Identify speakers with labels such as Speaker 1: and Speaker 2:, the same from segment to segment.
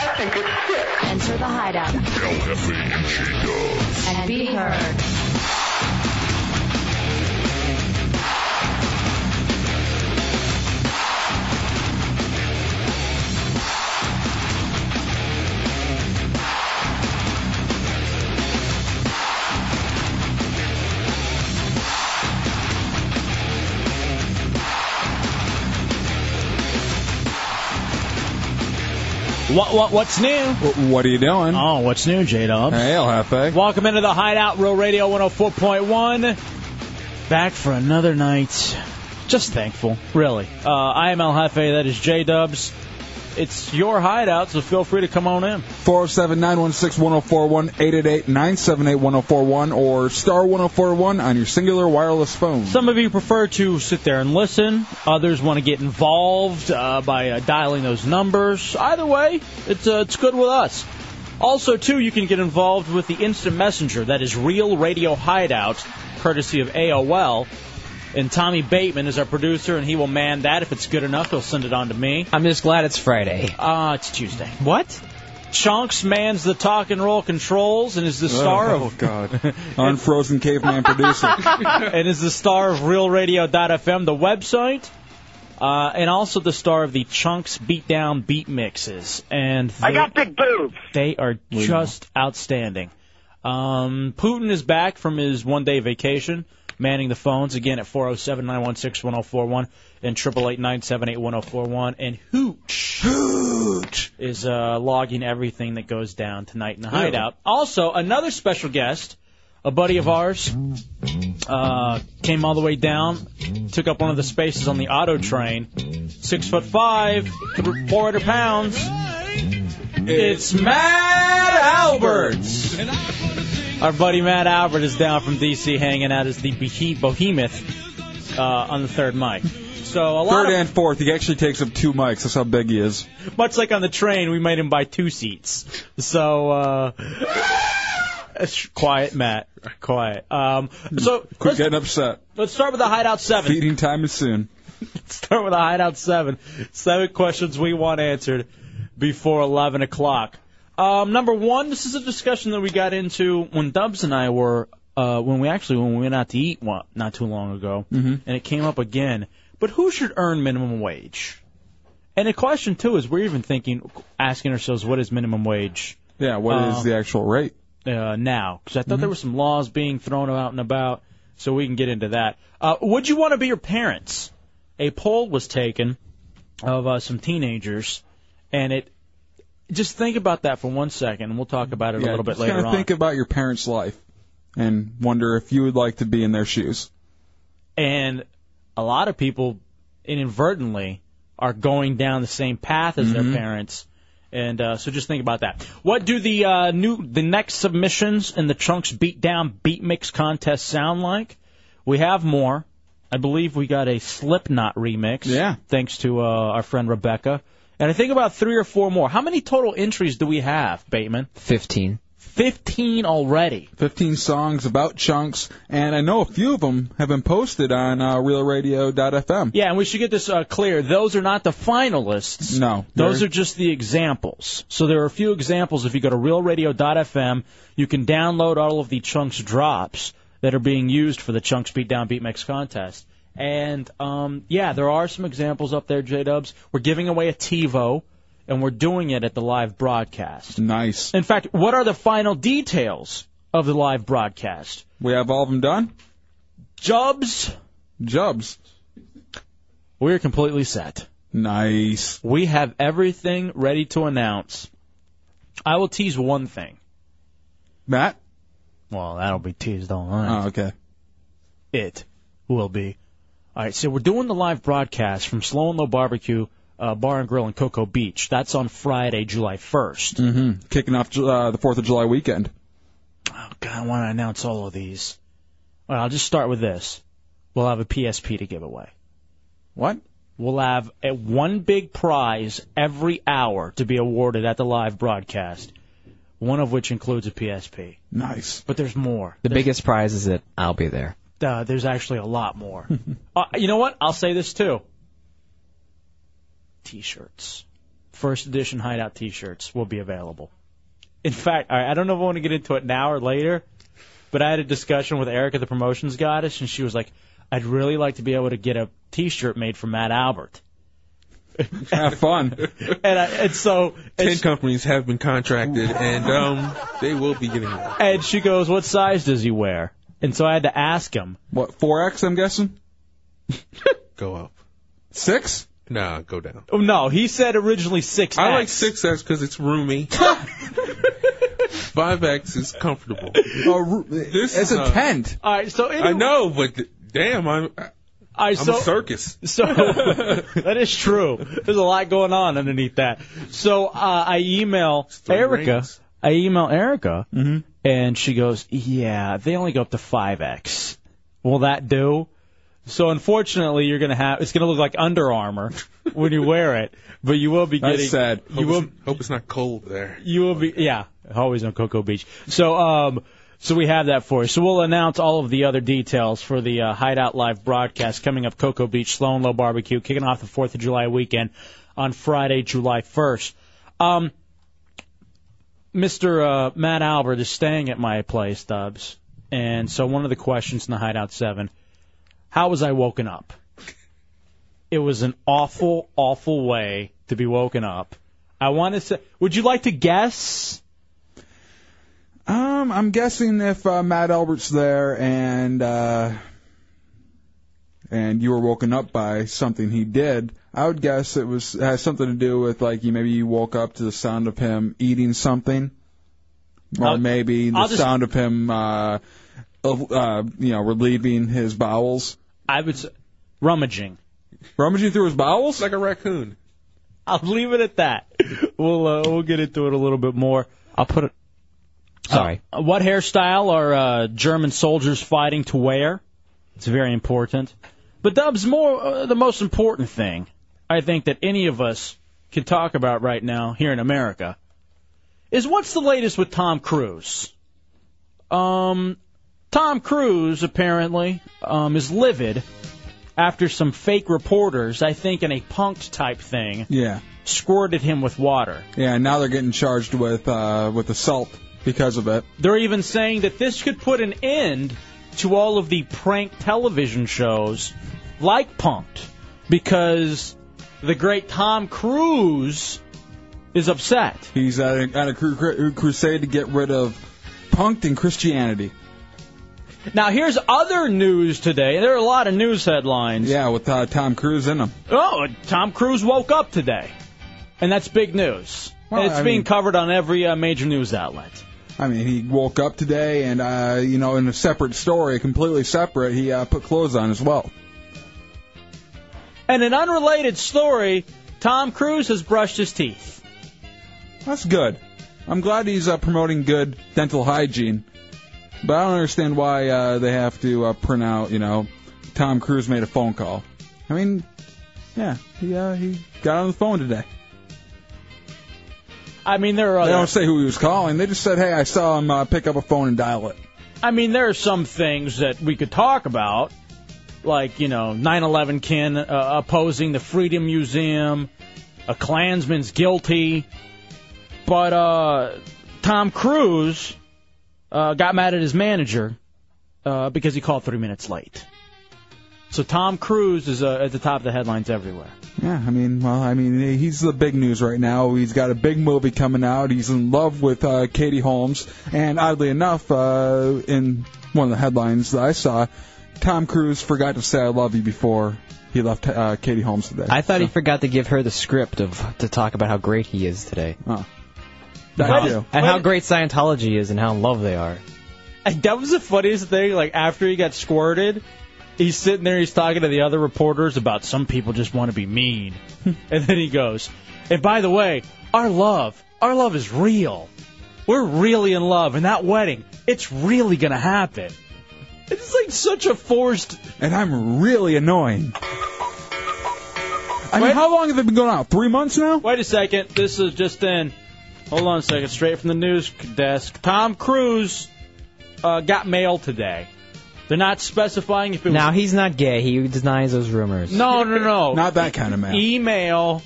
Speaker 1: Enter the hideout
Speaker 2: El Jefe and Chico.
Speaker 1: and be heard.
Speaker 3: What, what what's new?
Speaker 4: What are you doing?
Speaker 3: Oh, what's new, J Dub?
Speaker 4: Hey, El Jefe.
Speaker 3: Welcome into the Hideout, Real Radio 104.1. Back for another night. Just thankful, really. Uh, I am El Jefe. That is J Dubs. It's your Hideout, so feel free to come on in.
Speaker 4: 407 916 1041 888 978 1041 or star 1041 on your singular wireless phone.
Speaker 3: Some of you prefer to sit there and listen. Others want to get involved uh, by uh, dialing those numbers. Either way, it's uh, it's good with us. Also, too, you can get involved with the instant messenger. That is Real Radio Hideout, courtesy of AOL. And Tommy Bateman is our producer, and he will man that. If it's good enough, he'll send it on to me.
Speaker 5: I'm just glad it's Friday.
Speaker 3: Ah, it's Tuesday.
Speaker 5: What?
Speaker 3: Chunks mans the talk and roll controls, and is the star
Speaker 4: oh,
Speaker 3: of
Speaker 4: God. Unfrozen caveman producer.
Speaker 3: and is the star of RealRadio.fm, the website, uh, and also the star of the Chunks Beatdown Beat Mixes. And they,
Speaker 6: big boobs.
Speaker 3: they are just outstanding. Um, Putin is back from his one day vacation, manning the phones again at 407 916 1041 and 888 978 1041. And Hooch, Hooch. is uh, logging everything that goes down tonight in the hideout. Also, another special guest, a buddy of ours, uh, came all the way down, took up one of the spaces on the auto train. Six foot five, th- 400 pounds. It's Matt Albert. Our buddy Matt Albert is down from DC, hanging out as the behe- behemoth uh, on the third mic. So a lot
Speaker 4: Third
Speaker 3: of-
Speaker 4: and fourth. He actually takes up two mics. That's how big he is.
Speaker 3: much like on the train, we made him buy two seats. So, uh, quiet, Matt. Quiet. Um, so,
Speaker 4: Quit
Speaker 3: let's,
Speaker 4: getting upset.
Speaker 3: let's start with the Hideout 7.
Speaker 4: Feeding time is soon.
Speaker 3: Start with the Hideout 7. Seven questions we want answered before 11 o'clock. Um, number one, this is a discussion that we got into when Dubs and I were, uh, when we actually, when we went out to eat one, not too long ago, and it came up again. But who should earn minimum wage? And the question, too, is we're even thinking, asking ourselves, what is minimum wage?
Speaker 4: Yeah, What is
Speaker 3: Uh,
Speaker 4: the actual rate?
Speaker 3: uh, now because I thought
Speaker 4: Mm-hmm.
Speaker 3: there were some laws being thrown out and about, so we can get into that. Uh, would you want to be your parents? A poll was taken of uh, some teenagers, and it. Just think about that for one second, and we'll talk about it a
Speaker 4: Yeah,
Speaker 3: little bit
Speaker 4: just
Speaker 3: later
Speaker 4: kinda
Speaker 3: on.
Speaker 4: think about your parents' life and wonder if you would like to be in their shoes.
Speaker 3: and a lot of people inadvertently are going down the same path as their parents. And uh, so just think about that. What do the uh, new the next submissions in the Trunks Beatdown Beat Mix contest sound like? We have more. I believe we got a Slipknot remix.
Speaker 4: Yeah.
Speaker 3: Thanks to uh, our friend Rebecca. And I think about three or four more. How many total entries do we have, Bateman?
Speaker 5: 15.
Speaker 3: Fifteen already.
Speaker 4: 15 songs about chunks, and I know a few of them have been posted on uh, realradio.fm.
Speaker 3: Yeah, and we should get this uh, clear. Those are not the finalists.
Speaker 4: No.
Speaker 3: Those
Speaker 4: They're-
Speaker 3: are just the examples. So there are a few examples. If you go to realradio.fm, you can download all of the Chunks drops that are being used for the Chunks Beat Down Beat Mix contest. And um, yeah, there are some examples up there, J Dubs. We're giving away a TiVo, and we're doing it at the live broadcast.
Speaker 4: Nice.
Speaker 3: In fact, what are the final details of the live broadcast?
Speaker 4: We have all of them done.
Speaker 3: Jubs,
Speaker 4: Jubs.
Speaker 3: we're completely set.
Speaker 4: Nice.
Speaker 3: We have everything ready to announce. I will tease one thing.
Speaker 4: Matt?
Speaker 3: Well, that'll be teased online.
Speaker 4: Oh, okay.
Speaker 3: it will be. All right, so we're doing the live broadcast from Slow and Low Barbecue uh, Bar and Grill in Cocoa Beach. That's on Friday, July 1st.
Speaker 4: hmm Kicking off uh, the 4th of July weekend.
Speaker 3: Oh, God, I want to announce all of these. All right, I'll just start with this. We'll have a PSP to give away.
Speaker 4: What?
Speaker 3: We'll have a, one big prize every hour to be awarded at the live broadcast, one of which includes a PSP.
Speaker 4: Nice.
Speaker 3: But there's more.
Speaker 5: The biggest prize is that I'll be there.
Speaker 3: Uh, there's actually a lot more. uh, you know what? I'll say this too. T-shirts, first edition Hideout T-shirts will be available. In fact, all right, I don't know if I want to get into it now or later, but I had a discussion with Erica, the promotions goddess, and she was like, "I'd really like to be able to get a T-shirt made for Matt Albert."
Speaker 4: Have fun.
Speaker 3: and, I, and so and
Speaker 6: Ten companies have been contracted, and um, they will be getting one.
Speaker 3: And she goes, "What size does he wear?" And so I had to ask him.
Speaker 4: What, 4X, I'm guessing?
Speaker 6: Go up.
Speaker 4: Six?
Speaker 6: Nah, go down.
Speaker 3: Oh no, he said originally six.
Speaker 6: I like 6X because it's roomy. 5X is comfortable.
Speaker 4: Oh,
Speaker 6: This
Speaker 4: it's
Speaker 6: is
Speaker 4: a
Speaker 6: a-
Speaker 4: tent.
Speaker 3: All right, so anyway,
Speaker 6: I know, but th- damn, I'm, I'm
Speaker 3: All right, so,
Speaker 6: a circus.
Speaker 3: So that is true. There's a lot going on underneath that. So uh, I email
Speaker 6: Still
Speaker 3: Erica.
Speaker 6: rings. Mm-hmm.
Speaker 3: I email Erica, and she goes, "Yeah, they only go up to five X. Will that do?" So unfortunately, you're gonna have it's gonna look like Under Armour when you wear it, but you will be
Speaker 4: That's
Speaker 3: getting
Speaker 4: sad.
Speaker 3: you will
Speaker 6: Hope it's not cold there.
Speaker 3: you will be yeah, always on Cocoa Beach. So um so we have that for you. So we'll announce all of the other details for the uh, Hideout Live broadcast coming up Cocoa Beach Sloan Low Barbecue kicking off the 4th of July weekend on Friday, July 1st. Um Mr. Uh, Matt Albert is staying at my place, Dubs. And so one of the questions in the Hideout 7, how was I woken up? It was an awful, awful way to be woken up. I want to say, would you like to guess?
Speaker 4: Um, I'm guessing if uh, Matt Albert's there and uh, and you were woken up by something he did, I would guess it was has something to do with like you maybe you woke up to the sound of him eating something, or
Speaker 3: I'll-
Speaker 4: maybe the
Speaker 3: I'll just-
Speaker 4: sound of him uh, of, uh, you know relieving his bowels,
Speaker 3: I would say, rummaging.
Speaker 4: rummaging through his
Speaker 6: It's
Speaker 4: bowels.
Speaker 6: like a raccoon.
Speaker 3: I'll leave it at that. We'll uh, we'll get into it a little bit more.
Speaker 5: I'll put it. Sorry.
Speaker 3: Uh, what hairstyle are uh, German soldiers fighting to wear? It's very important. But Dubs, more uh, the most important thing I think that any of us can talk about right now here in America is what's the latest with Tom Cruise. Um, Tom Cruise apparently um, is livid after some fake reporters, I think, in a punked type thing,
Speaker 4: Yeah,
Speaker 3: squirted him with water.
Speaker 4: yeah. and Now they're getting charged with uh, with assault because of it.
Speaker 3: They're even saying that this could put an end to all of the prank television shows like Punked because the great Tom Cruise is upset.
Speaker 4: He's uh, at a, at a cru- cru- crusade to get rid of punked and Christianity.
Speaker 3: Now, here's other news today. There are a lot of news headlines.
Speaker 4: Yeah, with uh, Tom Cruise in him.
Speaker 3: Oh, Tom Cruise woke up today. And that's big news.
Speaker 4: Well,
Speaker 3: and it's
Speaker 4: I
Speaker 3: being
Speaker 4: mean-
Speaker 3: covered on every uh, major news outlet.
Speaker 4: I mean, he woke up today, and uh, you know, in a separate story, completely separate, he uh, put clothes on as well.
Speaker 3: And an unrelated story Tom Cruise has brushed his teeth.
Speaker 4: That's good. I'm glad he's uh, promoting good dental hygiene, but I don't understand why uh, they have to uh, print out, you know, Tom Cruise made a phone call. I mean, yeah, he uh, he got on the phone today.
Speaker 3: I mean, there are
Speaker 4: They
Speaker 3: other.
Speaker 4: don't say who he was calling. They just said, hey, I saw him uh, pick up a phone and dial it.
Speaker 3: I mean, there are some things that we could talk about, like, you know, 9 11 kin uh, opposing the Freedom Museum, a Klansman's guilty. But uh, Tom Cruise uh, got mad at his manager uh, because he called three minutes late. So Tom Cruise is uh, at the top of the headlines everywhere.
Speaker 4: Yeah, I mean, well, I mean, he's the big news right now. He's got a big movie coming out. He's in love with uh, Katie Holmes, and oddly enough, uh, in one of the headlines that I saw, Tom Cruise forgot to say "I love you" before he left uh, Katie Holmes today.
Speaker 5: I thought he forgot to give her the script of to talk about how great he is today,
Speaker 4: oh.
Speaker 3: That
Speaker 4: I
Speaker 3: is-
Speaker 4: do.
Speaker 5: and how
Speaker 3: Wait-
Speaker 5: great Scientology is, and how in love they are.
Speaker 3: And that was the funniest thing. Like after he got squirted, he's sitting there, he's talking to the other reporters about some people just want to be mean. and then he goes, and by the way, our love, our love is real. We're really in love, and that wedding, it's really going to happen. It's like such a forced.
Speaker 4: And I'm really annoying. I mean, how long have they been going out? Three months now?
Speaker 3: Wait a second. This is just in. Hold on a second. Straight from the news desk. Tom Cruise uh, got mail today. They're not specifying if it was.
Speaker 5: Now he's not gay. He denies those rumors.
Speaker 3: No, no, no.
Speaker 4: Not that kind of man.
Speaker 3: Email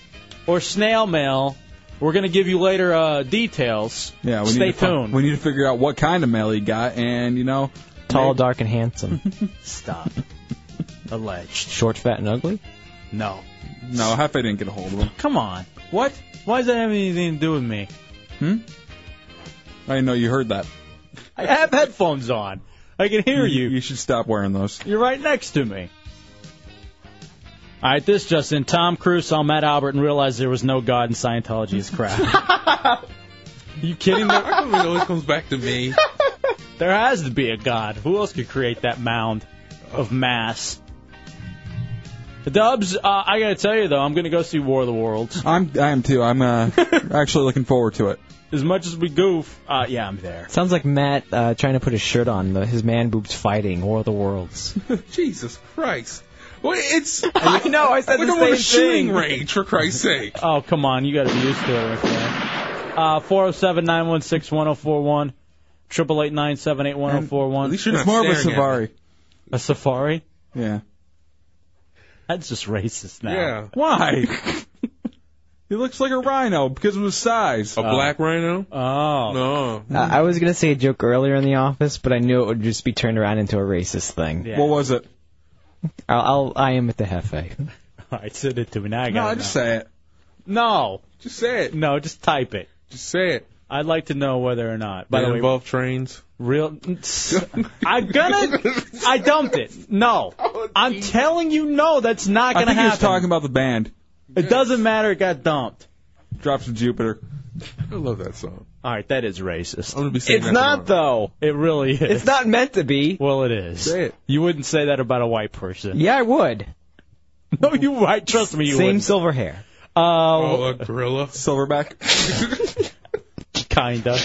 Speaker 3: or snail mail. We're going to give you later uh, details.
Speaker 4: Yeah, we
Speaker 3: Stay
Speaker 4: need to fi-
Speaker 3: tuned.
Speaker 4: we need to figure out what kind of mail he got, and you know,
Speaker 5: Tall, dark, and handsome.
Speaker 3: Stop. Alleged.
Speaker 5: Short, fat, and ugly.
Speaker 3: No.
Speaker 4: no, Hefe didn't get a hold of him.
Speaker 3: Come on. What? Why does that have anything to do with me?
Speaker 4: Hmm? I didn't know you heard that.
Speaker 3: I have headphones on. I can hear you.
Speaker 4: You should stop wearing those.
Speaker 3: You're right next to me. All right, this Justin. Tom Cruise saw Matt Albert and realized there was no God in Scientology is crap. you kidding? There,
Speaker 6: How come it always comes back to me?
Speaker 3: there has to be a God. Who else could create that mound of mass? The Dubs, uh, I gotta tell you though, I'm gonna go see War of the Worlds.
Speaker 4: I'm, I am too. I'm uh, actually looking forward to it.
Speaker 3: As much as we goof, uh, yeah, I'm there.
Speaker 5: Sounds like Matt uh, trying to put his shirt on. The, his man boobs fighting War of the Worlds.
Speaker 6: Jesus Christ. Well, it's
Speaker 5: I know. I said
Speaker 6: we don't want a shooting range for Christ's sake.
Speaker 3: Oh, come on. You got to be used to it right there. Uh, 407 916 1041. 888 978
Speaker 6: At
Speaker 3: 1041.
Speaker 6: least you're
Speaker 4: it's
Speaker 6: not
Speaker 4: more of a
Speaker 6: staring at me.
Speaker 4: Savari.
Speaker 3: A safari?
Speaker 4: Yeah.
Speaker 3: That's just racist now.
Speaker 6: Yeah.
Speaker 4: Why? he looks like a rhino because of his size.
Speaker 6: A black rhino?
Speaker 3: Uh, Oh.
Speaker 6: No.
Speaker 5: Uh, I was gonna say a joke earlier in the office, but I knew it would just be turned around into a racist thing.
Speaker 3: Yeah.
Speaker 4: What was it?
Speaker 5: I'll, I'll I am at the hefe.
Speaker 3: All right, send it to me. Now I
Speaker 4: No,
Speaker 3: got
Speaker 4: I just say it.
Speaker 3: No.
Speaker 6: Just say it.
Speaker 3: No, just type it.
Speaker 6: Just say it.
Speaker 3: I'd like to know whether or not. By
Speaker 6: By
Speaker 3: the way,
Speaker 6: involve trains.
Speaker 3: real. I'm gonna. I dumped it. No.
Speaker 6: Oh,
Speaker 3: I'm telling you, no, that's not
Speaker 4: I
Speaker 3: gonna
Speaker 4: think he was
Speaker 3: happen.
Speaker 4: talking about the band.
Speaker 3: it doesn't matter. It got dumped.
Speaker 4: Drops of Jupiter.
Speaker 6: I love that song.
Speaker 3: Oh, All right, that is racist.
Speaker 6: I'm gonna be saying
Speaker 5: It's
Speaker 6: that
Speaker 5: not
Speaker 6: tomorrow.
Speaker 5: though.
Speaker 3: It really is.
Speaker 5: It's not meant to be.
Speaker 3: Well, it is.
Speaker 6: Say it.
Speaker 3: You wouldn't say that about a white person.
Speaker 5: Yeah, I would.
Speaker 3: No, you right. Trust me, you
Speaker 5: Same
Speaker 3: wouldn't.
Speaker 5: silver hair.
Speaker 3: Uh,
Speaker 6: Oh, a gorilla.
Speaker 4: Silverback.
Speaker 3: kinda.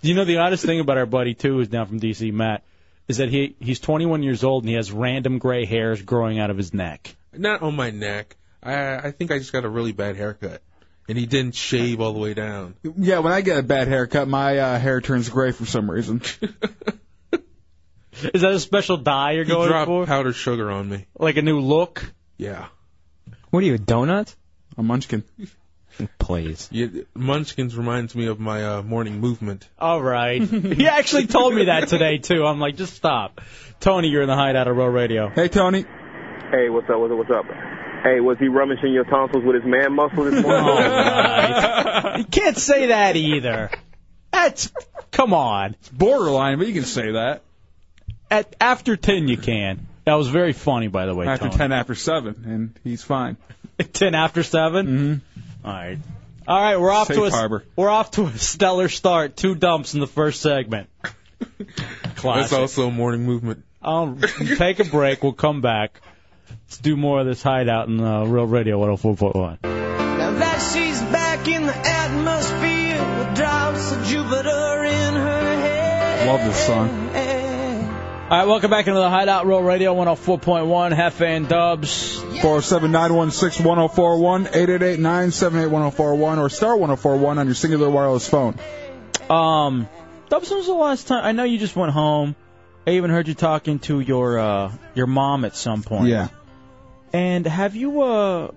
Speaker 3: You know the oddest thing about our buddy too, who's now from DC, Matt, is that he he's 21 years old and he has random gray hairs growing out of his neck.
Speaker 6: Not on my neck. I I think I just got a really bad haircut, and he didn't shave all the way down.
Speaker 4: yeah, when I get a bad haircut, my uh, hair turns gray for some reason.
Speaker 3: Is that a special dye you're
Speaker 6: He
Speaker 3: going
Speaker 6: dropped
Speaker 3: for?
Speaker 6: powdered sugar on me.
Speaker 3: Like a new look?
Speaker 6: Yeah.
Speaker 5: What are you, a donut?
Speaker 4: A munchkin.
Speaker 5: Please.
Speaker 6: You, Munchkins reminds me of my uh, morning movement.
Speaker 3: All right. he actually told me that today too. I'm like, just stop. Tony, you're in the hideout of Row Radio.
Speaker 4: Hey, Tony.
Speaker 7: Hey, what's up? What's up? What's up? Hey, was he rummaging your tonsils with his man muscle this morning?
Speaker 3: You can't say that either. That's come on.
Speaker 4: Borderline, but you can say that.
Speaker 3: At after 10, you can. That was very funny, by the way.
Speaker 4: After
Speaker 3: Tony.
Speaker 4: 10 after 7, and he's fine.
Speaker 3: 10 after 7? Mm-hmm. right. All right, we're off
Speaker 4: Safe
Speaker 3: to a
Speaker 4: harbor.
Speaker 3: we're off to a stellar start. Two dumps in the first segment.
Speaker 6: That's
Speaker 3: Classic.
Speaker 6: also a morning movement.
Speaker 3: I'll take a break. We'll come back. Let's do more of this hideout in uh, Real Radio 104.1.
Speaker 8: Now that she's back in the atmosphere with drops of Jupiter in her head.
Speaker 4: Love this song.
Speaker 3: All right, welcome back into the hideout. Real Radio 104.1. Hefe and Dubs.
Speaker 4: 407-916-1041, 888-978-1041, or star 1041 on your singular wireless phone.
Speaker 3: Um, Dubs, when was the last time? I know you just went home. I even heard you talking to your uh, your mom at some point.
Speaker 4: Yeah.
Speaker 3: And have you uh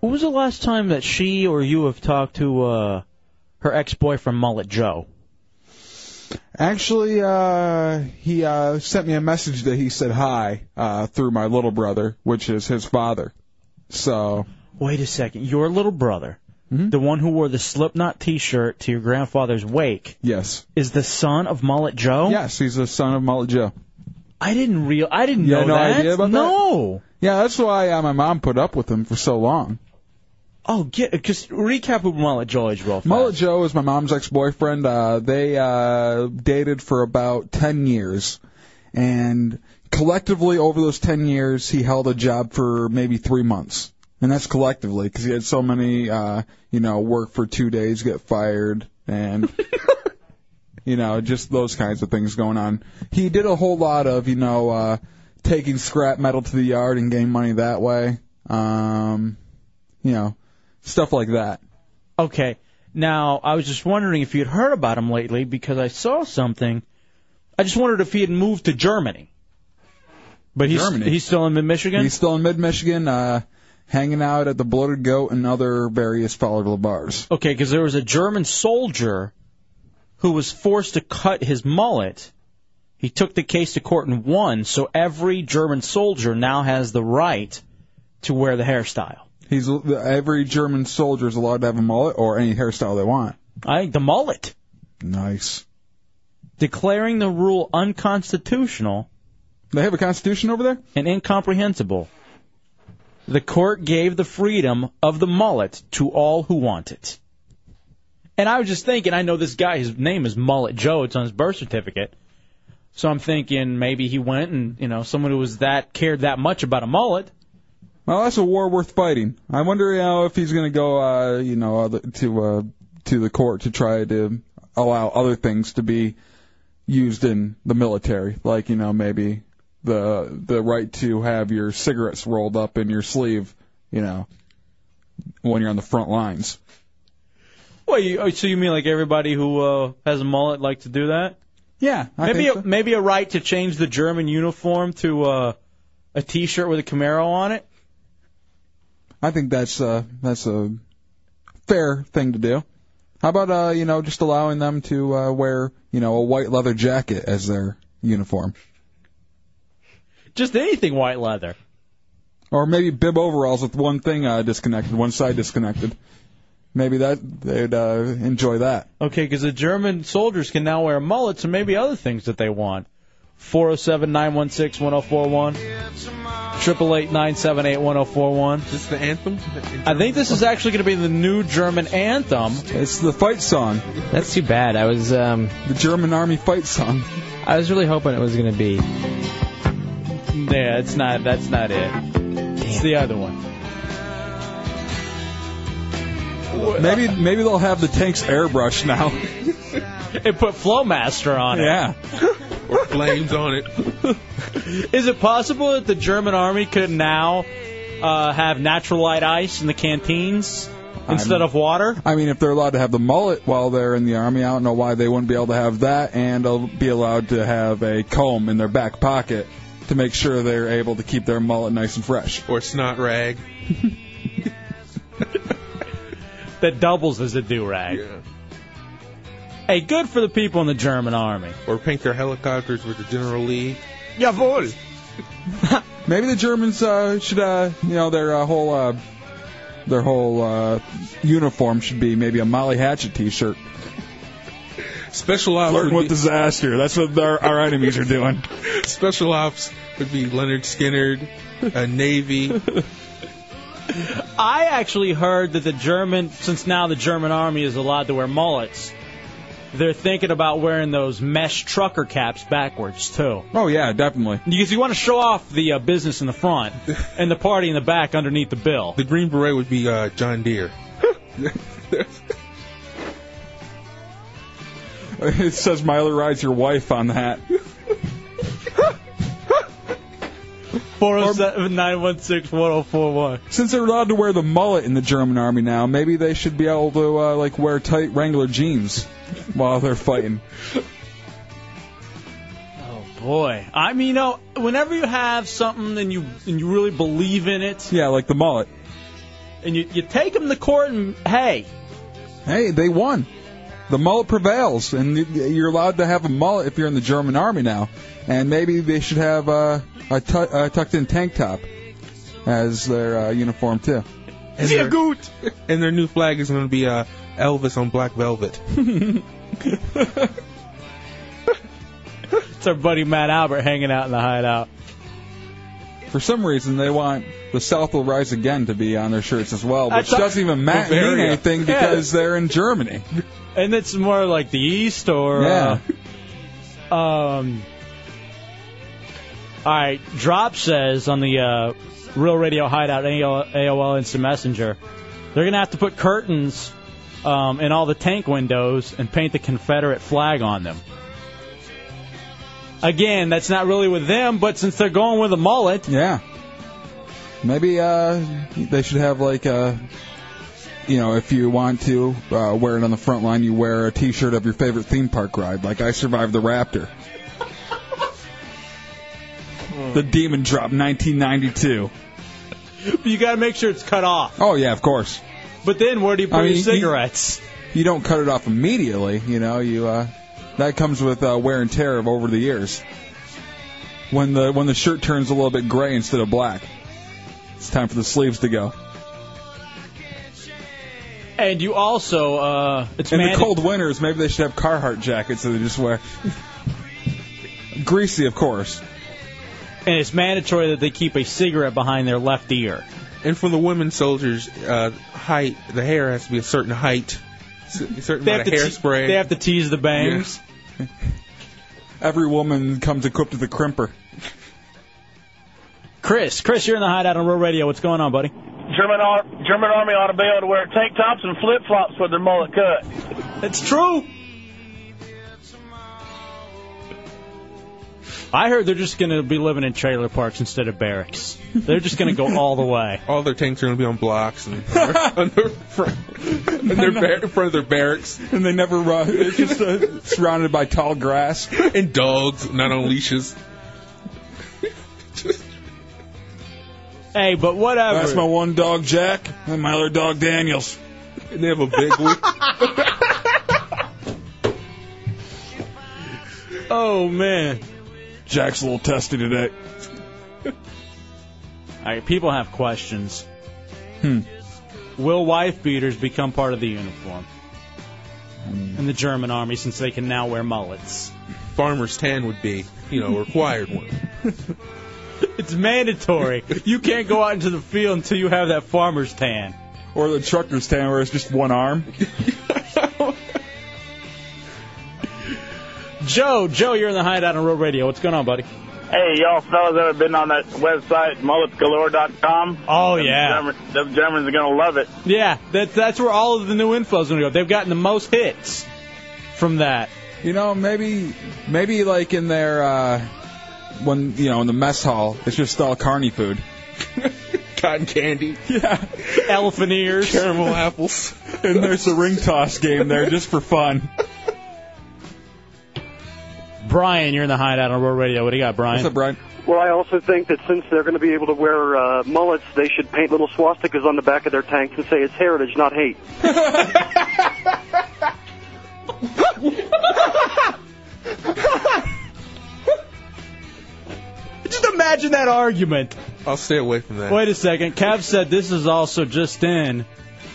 Speaker 3: When was the last time that she or you have talked to uh her ex-boyfriend Mullet Joe?
Speaker 4: Actually, uh, he uh, sent me a message that he said hi uh, through my little brother, which is his father. So,
Speaker 3: Wait a second. Your little brother,
Speaker 4: Mm-hmm.
Speaker 3: the one who wore the Slipknot t-shirt to your grandfather's wake,
Speaker 4: yes.
Speaker 3: is the son of Mullet Joe?
Speaker 4: Yes, he's the son of Mullet Joe.
Speaker 3: I didn't real I didn't
Speaker 4: You
Speaker 3: know
Speaker 4: had no
Speaker 3: that.
Speaker 4: idea about that?
Speaker 3: no.
Speaker 4: Yeah, that's why uh, my mom put up with him for so long.
Speaker 3: Oh, get just recap who Mullet Joe is real fast.
Speaker 4: Mullet Joe is my mom's ex-boyfriend. Uh, they uh, dated for about 10 years. And collectively, over those 10 years, he held a job for maybe three months. And that's collectively because he had so many, uh, you know, work for two days, get fired, and you know, just those kinds of things going on. He did a whole lot of, you know, uh, taking scrap metal to the yard and getting money that way. Um, you know, stuff like that.
Speaker 3: Okay. Now, I was just wondering if you'd heard about him lately because I saw something. I just wondered if he had moved to Germany. But he's
Speaker 4: Germany?
Speaker 3: he's still in mid Michigan.
Speaker 4: He's still in mid Michigan, uh, hanging out at the Bloated Goat and other various follow bars.
Speaker 3: Okay, because there was a German soldier who was forced to cut his mullet. He took the case to court and won, so every German soldier now has the right to wear the hairstyle.
Speaker 4: He's every German soldier is allowed to have a mullet or any hairstyle they want.
Speaker 3: I think the mullet.
Speaker 4: Nice.
Speaker 3: Declaring the rule unconstitutional.
Speaker 4: They have a constitution over there?
Speaker 3: And incomprehensible. The court gave the freedom of the mullet to all who want it. And I was just thinking, I know this guy, his name is Mullet Joe, it's on his birth certificate. So I'm thinking maybe he went and, you know, someone who was that, cared that much about a mullet.
Speaker 4: Well, that's a war worth fighting. I wonder, you know, if he's going to go, uh, you know, other- to uh, to the court to try to allow other things to be used in the military, like you know, maybe the the right to have your cigarettes rolled up in your sleeve, you know, when you're on the front lines.
Speaker 3: Well, you, oh, so you mean like everybody who uh, has a mullet like to do that?
Speaker 4: Yeah, I
Speaker 3: maybe
Speaker 4: think
Speaker 3: a,
Speaker 4: so.
Speaker 3: maybe a right to change the German uniform to uh, a T-shirt with a Camaro on it.
Speaker 4: I think that's uh that's a fair thing to do. How about uh you know just allowing them to uh, wear you know a white leather jacket as their uniform,
Speaker 3: Just anything white leather.
Speaker 4: or maybe bib overalls with one thing uh, disconnected, one side disconnected. Maybe that they'd uh, enjoy that.
Speaker 3: Okay, because the German soldiers can now wear mullets and maybe other things that they want. 407 916 1041. 888 978 1041.
Speaker 6: Is this the anthem?
Speaker 3: I think this is actually going to be the new German anthem.
Speaker 4: It's the fight song,
Speaker 5: That's too bad. I was um,
Speaker 4: the German Army fight song.
Speaker 5: I was really hoping it was gonna be.
Speaker 3: Yeah, it's not. That's not it. It's the other one.
Speaker 4: Maybe maybe they'll have the tanks airbrushed now.
Speaker 3: Oh. It put Flowmaster on it.
Speaker 4: yeah,
Speaker 6: Or flames on it.
Speaker 3: Is it possible that the German army could now uh, have natural light ice in the canteens instead
Speaker 4: I'm-
Speaker 3: of water?
Speaker 4: I mean if they're allowed to have the mullet while they're in the army, I don't know why they wouldn't be able to have that and uh, be allowed to have a comb in their back pocket to make sure they're able to keep their mullet nice and fresh.
Speaker 6: Or snot rag.
Speaker 3: That doubles as a do rag.
Speaker 6: Yeah.
Speaker 3: Hey, good for the people in the German army.
Speaker 6: Or paint their helicopters with the General Lee.
Speaker 3: Jawohl.
Speaker 4: Maybe the Germans uh, should, uh, you know, their uh, whole uh, their whole uh, uniform should be maybe a Molly Hatchet T-shirt.
Speaker 6: Special ops. Would be,
Speaker 4: disaster. That's what our, our enemies are doing.
Speaker 6: special ops would be Leonard Skinner, a Navy.
Speaker 3: I actually heard that the German, since now the German army is allowed to wear mullets, they're thinking about wearing those mesh trucker caps backwards too.
Speaker 4: Oh yeah, definitely.
Speaker 3: Because you want to show off the uh, business in the front and the party in the back underneath the bill.
Speaker 6: The Green Beret would be uh, John Deere.
Speaker 4: It says Myler rides your wife on that.
Speaker 3: 407 916 1041.
Speaker 4: Since they're allowed to wear the mullet in the German army now, maybe they should be able to uh, like wear tight Wrangler jeans while they're fighting.
Speaker 3: Oh boy! I mean, you know, whenever you have something and you and you really believe in it,
Speaker 4: Yeah, like the mullet.
Speaker 3: and you you take them to court, and hey,
Speaker 4: Hey, they won. The mullet prevails, and y- you're allowed to have a mullet if you're in the German army now. And maybe they should have uh, a tu- uh, tucked-in tank top as their uh, uniform too.
Speaker 6: And their- And their new flag is going to be uh, Elvis on black velvet.
Speaker 3: it's our buddy Matt Albert hanging out in the hideout.
Speaker 4: For some reason, they want the South will rise again to be on their shirts as well, which
Speaker 3: That's-
Speaker 4: doesn't even ma- mean
Speaker 6: Bavaria.
Speaker 4: anything because they're in Germany.
Speaker 3: And uh, it's more like the East or
Speaker 4: Yeah.
Speaker 3: uh, um, All right, Drop says on the uh, Real Radio Hideout AOL, AOL Instant Messenger, they're gonna have to put curtains um, in all the tank windows and paint the Confederate flag on them. Again, that's not really with them, but since they're going with a mullet,
Speaker 4: yeah. Maybe uh, they should have like a, you know, if you want to uh, wear it on the front line, you wear a T-shirt of your favorite theme park ride, like I survived the Raptor. The Demon Drop 1992.
Speaker 3: you got to make sure it's cut off.
Speaker 4: Oh yeah, of course.
Speaker 3: But then where do you put
Speaker 4: I mean,
Speaker 3: your
Speaker 4: you-
Speaker 3: cigarettes?
Speaker 4: You don't cut it off immediately, you know. You uh, that comes with uh, wear and tear of over the years. When the when the shirt turns a little bit gray instead of black, it's time for the sleeves to go.
Speaker 3: And you also, uh, it's
Speaker 4: In
Speaker 3: manda-
Speaker 4: the cold winters, maybe they should have Carhartt jackets that they just wear. Greasy, of course.
Speaker 3: and it's mandatory that they keep a cigarette behind their left ear.
Speaker 6: And for the women soldiers, uh, height the hair has to be a certain height, s- a certain
Speaker 3: They have,
Speaker 6: amount
Speaker 3: to
Speaker 6: of
Speaker 3: te-
Speaker 6: hairspray.
Speaker 3: they have to tease the bangs.
Speaker 4: Every woman comes equipped with a crimper.
Speaker 3: Chris, Chris, you're in the hideout on Real Radio. What's going on, buddy?
Speaker 9: German, Ar- German Army ought to be able to wear tank tops and flip flops with their mullet cut.
Speaker 3: It's true. I heard they're just going to be living in trailer parks instead of barracks. They're just going to go all the way.
Speaker 6: All their tanks are going to be on blocks and on their front, on their bar- in front of their barracks
Speaker 4: And they never run. It's just uh, surrounded by tall grass.
Speaker 6: and dogs, not on leashes.
Speaker 3: Hey, but whatever.
Speaker 4: That's my one dog, Jack, and my other dog, Daniels.
Speaker 6: And they have a big wig.
Speaker 3: oh man.
Speaker 4: Jack's a little testy today.
Speaker 3: All right, people have questions.
Speaker 4: Hmm.
Speaker 3: Will wife beaters become part of the uniform in the German army since they can now wear mullets?
Speaker 6: Farmer's tan would be, you know, a required one.
Speaker 3: It's mandatory. you can't go out into the field until you have that farmer's tan.
Speaker 4: Or the trucker's tan where it's just one arm.
Speaker 3: Joe, Joe, you're in the hideout on Road Radio. What's going on, buddy?
Speaker 9: Hey, y'all fellas ever been on that website, mulletsgalore.com?
Speaker 3: Oh yeah,
Speaker 9: German, them Germans are going to love it.
Speaker 3: yeah. That's that's where all of the new info's gonna go. They've gotten the most hits from that.
Speaker 4: You know, maybe, maybe like in their, uh, when you know, in the mess hall, it's just all carny food.
Speaker 6: Cotton candy,
Speaker 4: Yeah,
Speaker 3: Elephant ears.
Speaker 6: caramel apples.
Speaker 4: and there's the ring toss game there just for fun.
Speaker 3: Brian, you're in the hideout on Road Radio. What do you got, Brian?
Speaker 4: What's up, Brian?
Speaker 10: Well, I also think that since they're going to be able to wear uh, mullets, they should paint little swastikas on the back of their tanks and say it's heritage, not hate.
Speaker 3: Just imagine that argument.
Speaker 6: I'll stay away from that.
Speaker 3: Wait a second. Cav said this is also just in.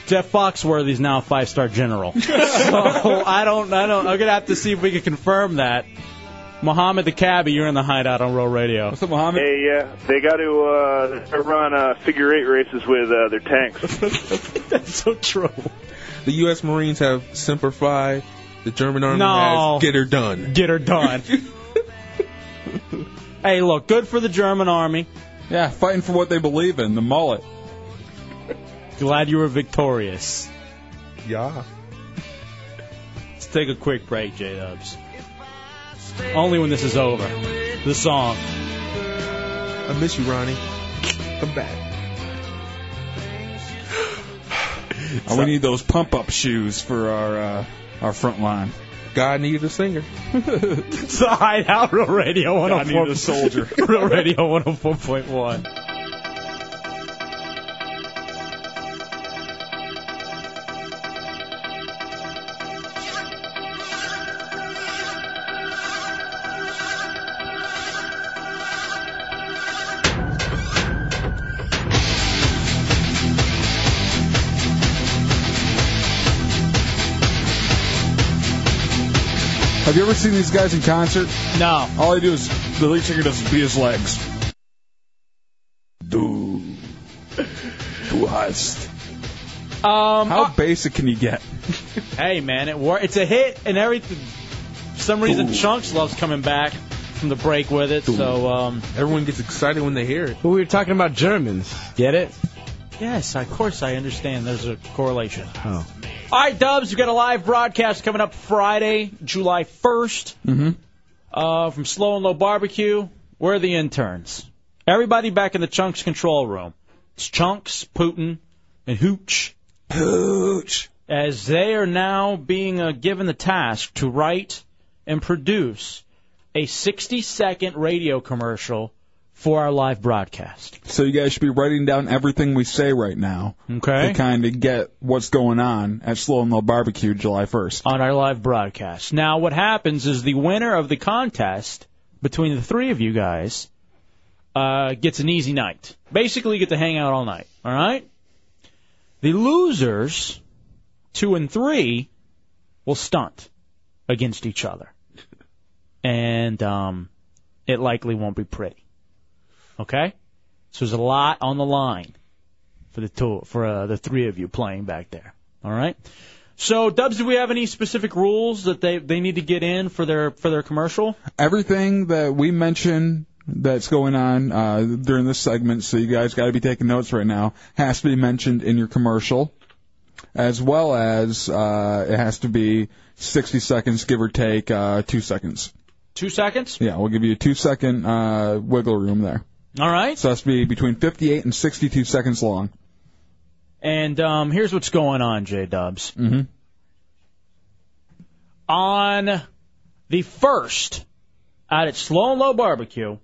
Speaker 3: Jeff Foxworthy's now a five-star general. so
Speaker 5: Oh,
Speaker 3: I don't, I don't. I'm gonna have to see if we can confirm that. Mohammed the cabbie, you're in the hideout on Road Radio.
Speaker 4: What's up, Mohammed?
Speaker 9: Hey, yeah,
Speaker 10: uh,
Speaker 9: they got to uh, run uh, figure eight races with uh, their tanks.
Speaker 3: That's so true.
Speaker 6: The U.S. Marines have Semper Fi. The German Army
Speaker 3: No.
Speaker 6: has Get Her Done.
Speaker 3: Get her done. hey, look, good for the German army.
Speaker 4: Yeah, fighting for what they believe in, the mullet.
Speaker 3: Glad you were victorious.
Speaker 6: Yeah.
Speaker 3: Let's take a quick break, J Dubs. Only when this is over. The song.
Speaker 6: I miss you, Ronnie. Come back.
Speaker 4: Uh, we need those pump-up shoes for our uh, our front line.
Speaker 6: God needed a singer.
Speaker 3: It's the Hideout Real Radio 104.
Speaker 4: need a soldier.
Speaker 3: Real Radio 104.1.
Speaker 4: Have you ever seen these guys in concert?
Speaker 3: No.
Speaker 4: All they do is the lead singer does is beat his legs. Do. Du hast.
Speaker 3: Um,
Speaker 4: How
Speaker 3: uh,
Speaker 4: basic can you get?
Speaker 3: hey, man, it wor- it's a hit and everything. For some reason,
Speaker 4: Ooh.
Speaker 3: Chunks loves coming back from the break with it. So um, everyone gets excited when they hear it.
Speaker 11: Well, we were talking about Germans.
Speaker 3: Get it? Yes, of course I understand. There's a correlation.
Speaker 11: Oh.
Speaker 3: All right, Dubs, we've got a live broadcast coming up Friday, July 1st,
Speaker 4: Mm-hmm.
Speaker 3: uh, from Slow and Low Barbecue. We're the interns. Everybody back in the Chunks control room. It's Chunks, Putin, and Hooch. Hooch. As they are now being uh, given the task to write and produce a 60 second radio commercial for our live broadcast.
Speaker 4: So you guys should be writing down everything we say right now.
Speaker 3: Okay.
Speaker 4: To kind of get what's going on at Slow and Low Barbecue July 1st.
Speaker 3: on our live broadcast. Now, what happens is the winner of the contest between the three of you guys uh, gets an easy night. Basically, you get to hang out all night. All right. The losers, two and three, will stunt against each other, and um, it likely won't be pretty. Okay. So there's a lot on the line for the two, for uh, the three of you playing back there. All right. So, Dubs, do we have any specific rules that they, they need to get in for their for their commercial?
Speaker 4: Everything that we mention that's going on uh, during this segment, so you guys got to be taking notes right now, has to be mentioned in your commercial, as well as uh, it has to be 60 seconds, give or take uh, two seconds.
Speaker 3: Two seconds.
Speaker 4: Yeah, we'll give you a two second uh, wiggle room there.
Speaker 3: All right.
Speaker 4: So that's be between 58 and 62 seconds long.
Speaker 3: And um, here's what's going on, J Dubs.
Speaker 4: Mm-hmm.
Speaker 3: On the first, out at Slow and Low Barbecue,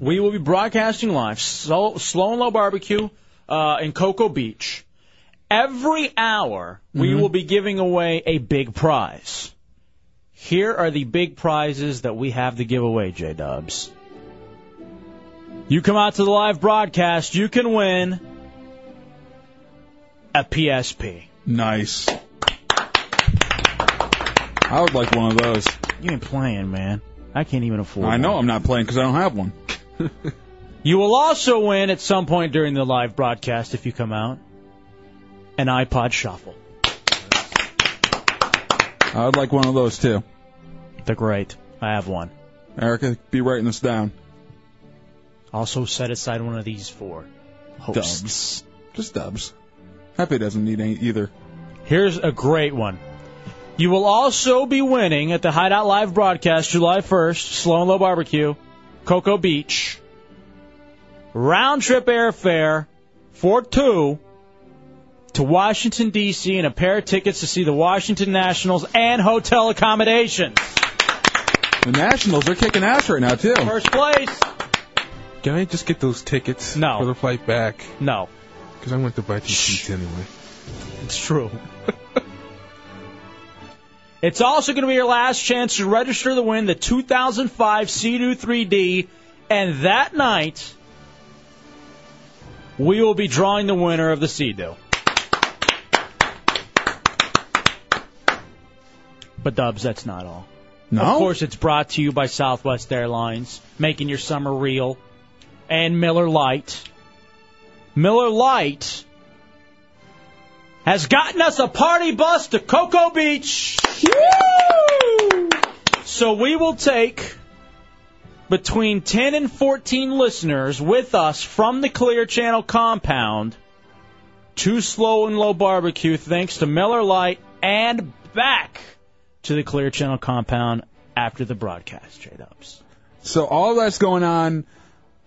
Speaker 3: we will be broadcasting live Slow, Slow and Low Barbecue uh, in Cocoa Beach. Every hour, we
Speaker 12: Mhm.
Speaker 3: will be giving away a big prize. Here are the big prizes that we have to give away, J Dubs. You come out to the live broadcast, you can win a PSP.
Speaker 4: Nice. I would like one of those.
Speaker 3: You ain't playing, man. I can't even afford
Speaker 4: I know I'm not playing because I don't have one.
Speaker 3: You will also win at some point during the live broadcast if you come out an iPod Shuffle.
Speaker 4: I would like one of those too.
Speaker 3: They're great. I have one.
Speaker 4: Erica, be writing this down.
Speaker 3: Also set aside one of these for hosts.
Speaker 4: Dubs. Just dubs. Happy doesn't need any either.
Speaker 3: Here's a great one. You will also be winning at the Hideout Live broadcast July 1st, Slow and Low Barbecue, Cocoa Beach. Round trip airfare for two to Washington, D.C., and a pair of tickets to see the Washington Nationals and hotel accommodations.
Speaker 4: The Nationals are kicking ass right now too.
Speaker 3: First place.
Speaker 6: Can I just get those tickets no. for the flight back?
Speaker 3: No.
Speaker 6: Because I went to buy two seats anyway.
Speaker 3: It's true. It's also going to be your last chance to register to win the 2005 Sea-Doo 3D, and that night we will be drawing the winner of the Sea-Doo. But Dubs, that's not all.
Speaker 4: No?
Speaker 3: Of course, it's brought to you by Southwest Airlines, making your summer real, and Miller Lite. Miller Lite has gotten us a party bus to Cocoa Beach. So we will take between 10 and 14 listeners with us from the Clear Channel compound to Slow and Low Barbecue, thanks to Miller Lite, and back to the Clear Channel compound after the broadcast, J Dubs.
Speaker 4: So all that's going on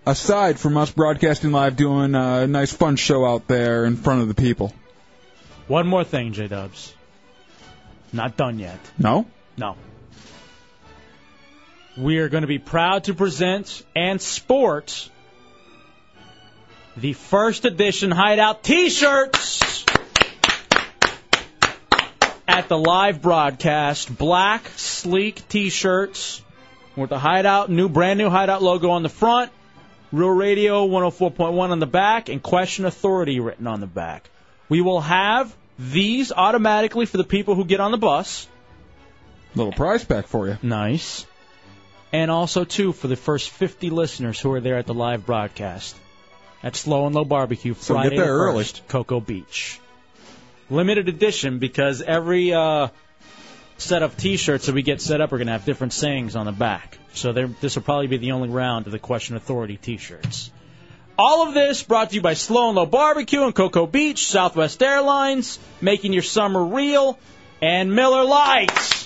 Speaker 4: aside from us broadcasting live, doing a nice fun show out there in front of the people.
Speaker 3: One more thing, J Dubs. Not done yet.
Speaker 4: No?
Speaker 3: No. We are going to be proud to present and sport the first edition Hideout t shirts at the live broadcast. Black, sleek t shirts with the Hideout, new, brand new Hideout logo on the front, Real Radio 104.1 on the back, and Question Authority written on the back. We will have these automatically for the people who get on the bus.
Speaker 4: Little prize pack for you.
Speaker 3: Nice. And also, too, for the first 50 listeners who are there at the live broadcast at Slow and Low Barbecue
Speaker 4: So get
Speaker 3: Friday
Speaker 4: there
Speaker 3: the
Speaker 4: early.
Speaker 3: 1st, Cocoa Beach. Limited edition because every uh, set up T-shirts that we get set up are going to have different sayings on the back. So there- this will probably be the only round of the Question Authority T-shirts. All of this brought to you by Slow and Low Barbecue and Cocoa Beach, Southwest Airlines, making your summer real, and Miller Lights.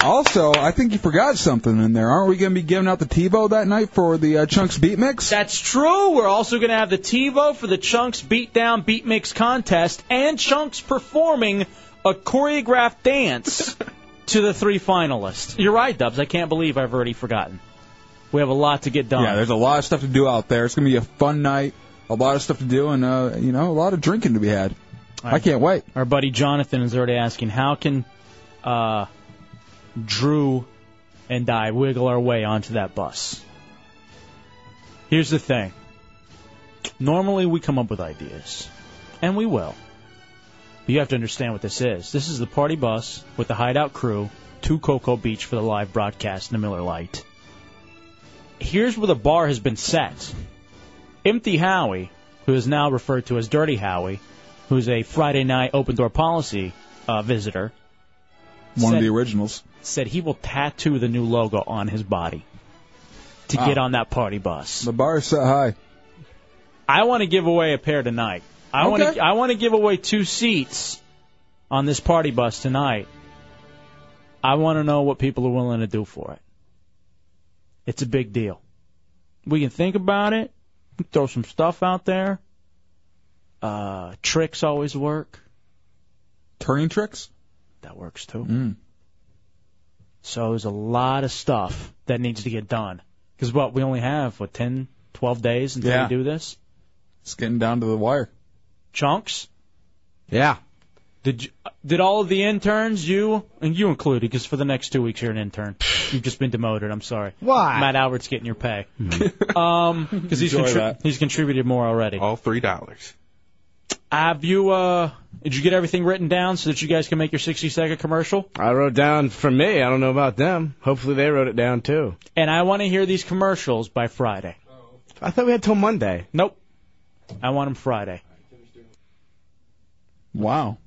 Speaker 4: Also, I think you forgot something in there. Aren't we going to be giving out the TiVo that night for the uh, Chunks Beat Mix?
Speaker 3: That's true. We're also going to have the TiVo for the Chunks Beatdown Beat Mix contest and Chunks performing a choreographed dance to the three finalists. You're right, Dubs. I can't believe I've already forgotten. We have a lot to get done.
Speaker 4: Yeah, there's a lot of stuff to do out there. It's going to be a fun night, a lot of stuff to do, and, uh, you know, a lot of drinking to be had. I can't wait.
Speaker 3: Our buddy Jonathan is already asking, how can uh, Drew and I wiggle our way onto that bus? Here's the thing. Normally we come up with ideas, and we will. But you have to understand what this is. This is the party bus with the hideout crew to Cocoa Beach for the live broadcast and the Miller Light. Here's where the bar has been set. Empty Howie, who is now referred to as Dirty Howie, who's a Friday night open door policy uh, visitor,
Speaker 4: One of
Speaker 3: Said-
Speaker 4: the originals.
Speaker 3: said he will tattoo the new logo on his body to
Speaker 4: Ah.
Speaker 3: get on that party bus.
Speaker 4: The bar is set high.
Speaker 3: I want to give away a pair tonight. I want to I want to give away two seats on this party bus tonight. I want to know what people are willing to do for it. It's a big deal. We can think about it. We can throw some stuff out there. Uh, tricks always work.
Speaker 4: Turning tricks? Mm.
Speaker 3: That works too. So there's a lot of stuff that needs to get done. Because what we only have what 10, 12 days until
Speaker 4: Yeah.
Speaker 3: we do this.
Speaker 4: It's getting down to the wire.
Speaker 3: Chunks.
Speaker 4: Yeah.
Speaker 3: Did you, did all of the interns, you and you included, because for the next two weeks you're an intern. You've just been demoted. I'm sorry.
Speaker 5: Why?
Speaker 3: Matt Albert's getting your pay. um, because he's
Speaker 6: Enjoy
Speaker 3: contri-
Speaker 6: that.
Speaker 3: he's contributed more already.
Speaker 6: All three dollars.
Speaker 3: Have you? uh Did you get everything written down so that you guys can make your 60 second commercial?
Speaker 11: I wrote down for me. I don't know about them. Hopefully they wrote it down too.
Speaker 3: And I want to hear these commercials by Friday.
Speaker 11: I thought we had till Monday.
Speaker 3: Nope. I want them Friday.
Speaker 4: Wow.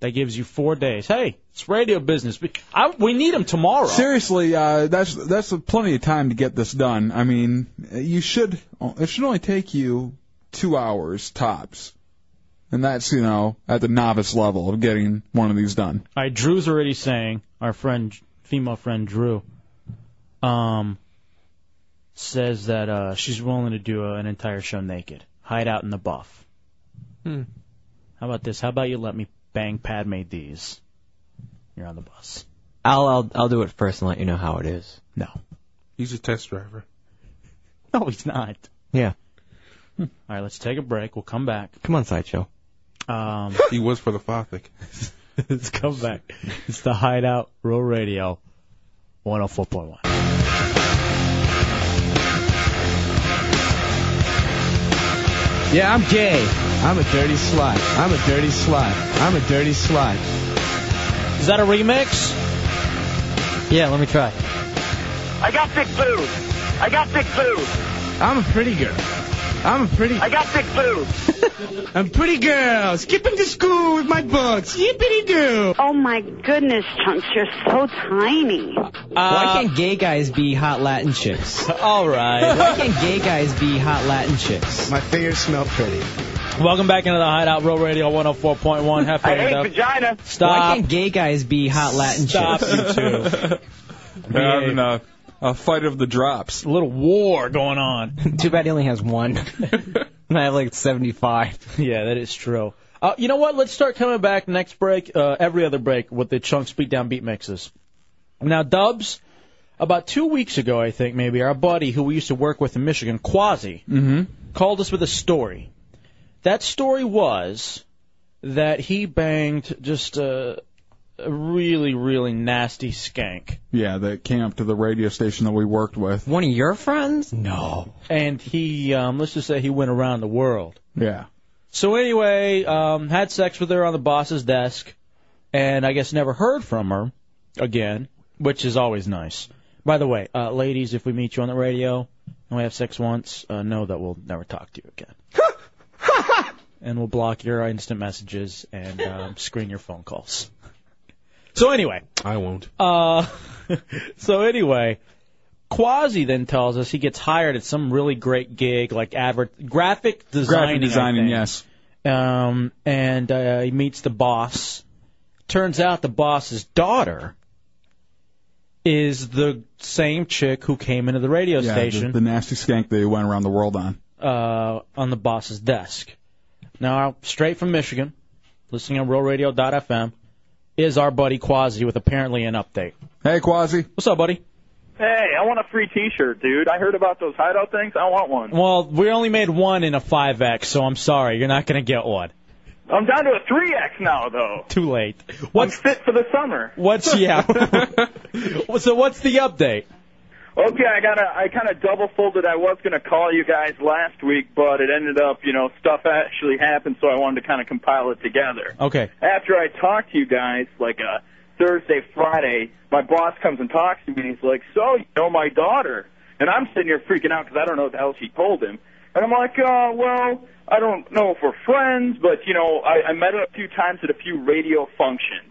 Speaker 3: That gives you four days. Hey, it's radio business. We- I, we need them tomorrow.
Speaker 4: Seriously, uh, that's that's plenty of time to get this done. I mean, you should it should only take you two hours tops, and that's you know at the novice level of getting one of these done.
Speaker 3: All right, Drew's already saying our friend, female friend Drew, um, says that uh, she's willing to do an entire show naked, hide out in the buff.
Speaker 6: Hmm.
Speaker 3: How about this? How about you let me bang Padme D's? You're on the bus.
Speaker 5: I'll, I'll I'll do it first and let you know how it is.
Speaker 3: No.
Speaker 6: He's a test driver.
Speaker 3: No, he's not.
Speaker 5: Yeah.
Speaker 3: All right, let's take a break. We'll come back.
Speaker 5: Come on, sideshow.
Speaker 3: Um,
Speaker 6: He was for the Fothic.
Speaker 3: let's come back. It's the Hideout Row Radio, 104.1.
Speaker 11: Yeah, I'm gay. I'm a dirty slut. I'm a dirty slut. I'm a dirty slut.
Speaker 3: Is that a remix?
Speaker 5: Yeah, let me try.
Speaker 8: I got sick food. I got sick food.
Speaker 11: I'm a pretty girl. I'm a pretty. I
Speaker 8: got sick food.
Speaker 11: I'm pretty girl. Skipping to school with my books. Yippity doo.
Speaker 12: Oh my goodness, Chunks, you're so tiny.
Speaker 13: Uh,
Speaker 5: Why can't gay guys be hot Latin chicks? All right. Why can't gay guys be hot Latin chicks?
Speaker 11: My fingers smell pretty.
Speaker 3: Welcome back into the Hideout Row Radio 104.1. Hefe
Speaker 5: I hate
Speaker 3: and up.
Speaker 5: vagina. Why
Speaker 3: Stop.
Speaker 5: can't gay guys be hot Latin
Speaker 3: Stop,
Speaker 5: chicks?
Speaker 3: you two.
Speaker 4: Having a, a fight of the drops.
Speaker 3: A little war going on.
Speaker 5: Too bad he only has one. and I have like 75.
Speaker 3: Yeah, that is true. Uh, you know what? Let's start coming back next break, uh, every other break, with the Chunks Beatdown Beat Mixes. Now, Dubs, about two weeks ago, I think, maybe, our buddy who we used to work with in Michigan, Quasi,
Speaker 4: Mm-hmm.
Speaker 3: called us with a story. That story was that he banged just a, a really, really nasty skank.
Speaker 4: Yeah, that came up to the radio station that we worked with.
Speaker 5: One of your friends? No.
Speaker 3: And he, um, let's just say he went around the world.
Speaker 4: Yeah.
Speaker 3: So anyway, um, had sex with her on the boss's desk, and I guess never heard from her again, which is always nice. By the way, uh, ladies, if we meet you on the radio and we have sex once, uh, know that we'll never talk to you again. and we'll block your instant messages and um, screen your phone calls. So anyway,
Speaker 6: I won't.
Speaker 3: uh, so anyway, Quasi then tells us he gets hired at some really great gig, like advert graphic designing. I
Speaker 4: designing,
Speaker 3: think.
Speaker 4: yes.
Speaker 3: Um, and uh, he meets the boss. Turns out the boss's daughter is the same chick who came into the radio
Speaker 4: Yeah,
Speaker 3: station
Speaker 4: The, the nasty skank they went around the world on.
Speaker 3: uh, on the boss's desk. Now, straight from Michigan, listening on RealRadio.fm, is our buddy Quasi with apparently an update.
Speaker 4: Hey, Quasi.
Speaker 3: What's up, buddy?
Speaker 14: Hey, I want a free T-shirt, dude. I heard about those hideout things. I want one.
Speaker 3: Well, we only made one in a 5X, so I'm sorry. You're not going to get one.
Speaker 14: I'm down to a 3X now, though.
Speaker 3: Too late. What's
Speaker 14: I'm fit for the summer?
Speaker 3: What's, yeah. so what's the update?
Speaker 14: Okay, I got to I kind of double folded. I was gonna call you guys last week, but it ended up, you know, stuff actually happened, so I wanted to kind of compile it together.
Speaker 3: Okay.
Speaker 14: After I talked to you guys, like uh, Thursday, Friday, my boss comes and talks to me. and He's like, "So you know my daughter?" And I'm sitting here freaking out because I don't know what the hell she told him. And I'm like, uh, well, I don't know if we're friends, but you know, I, I met her a few times at a few radio functions.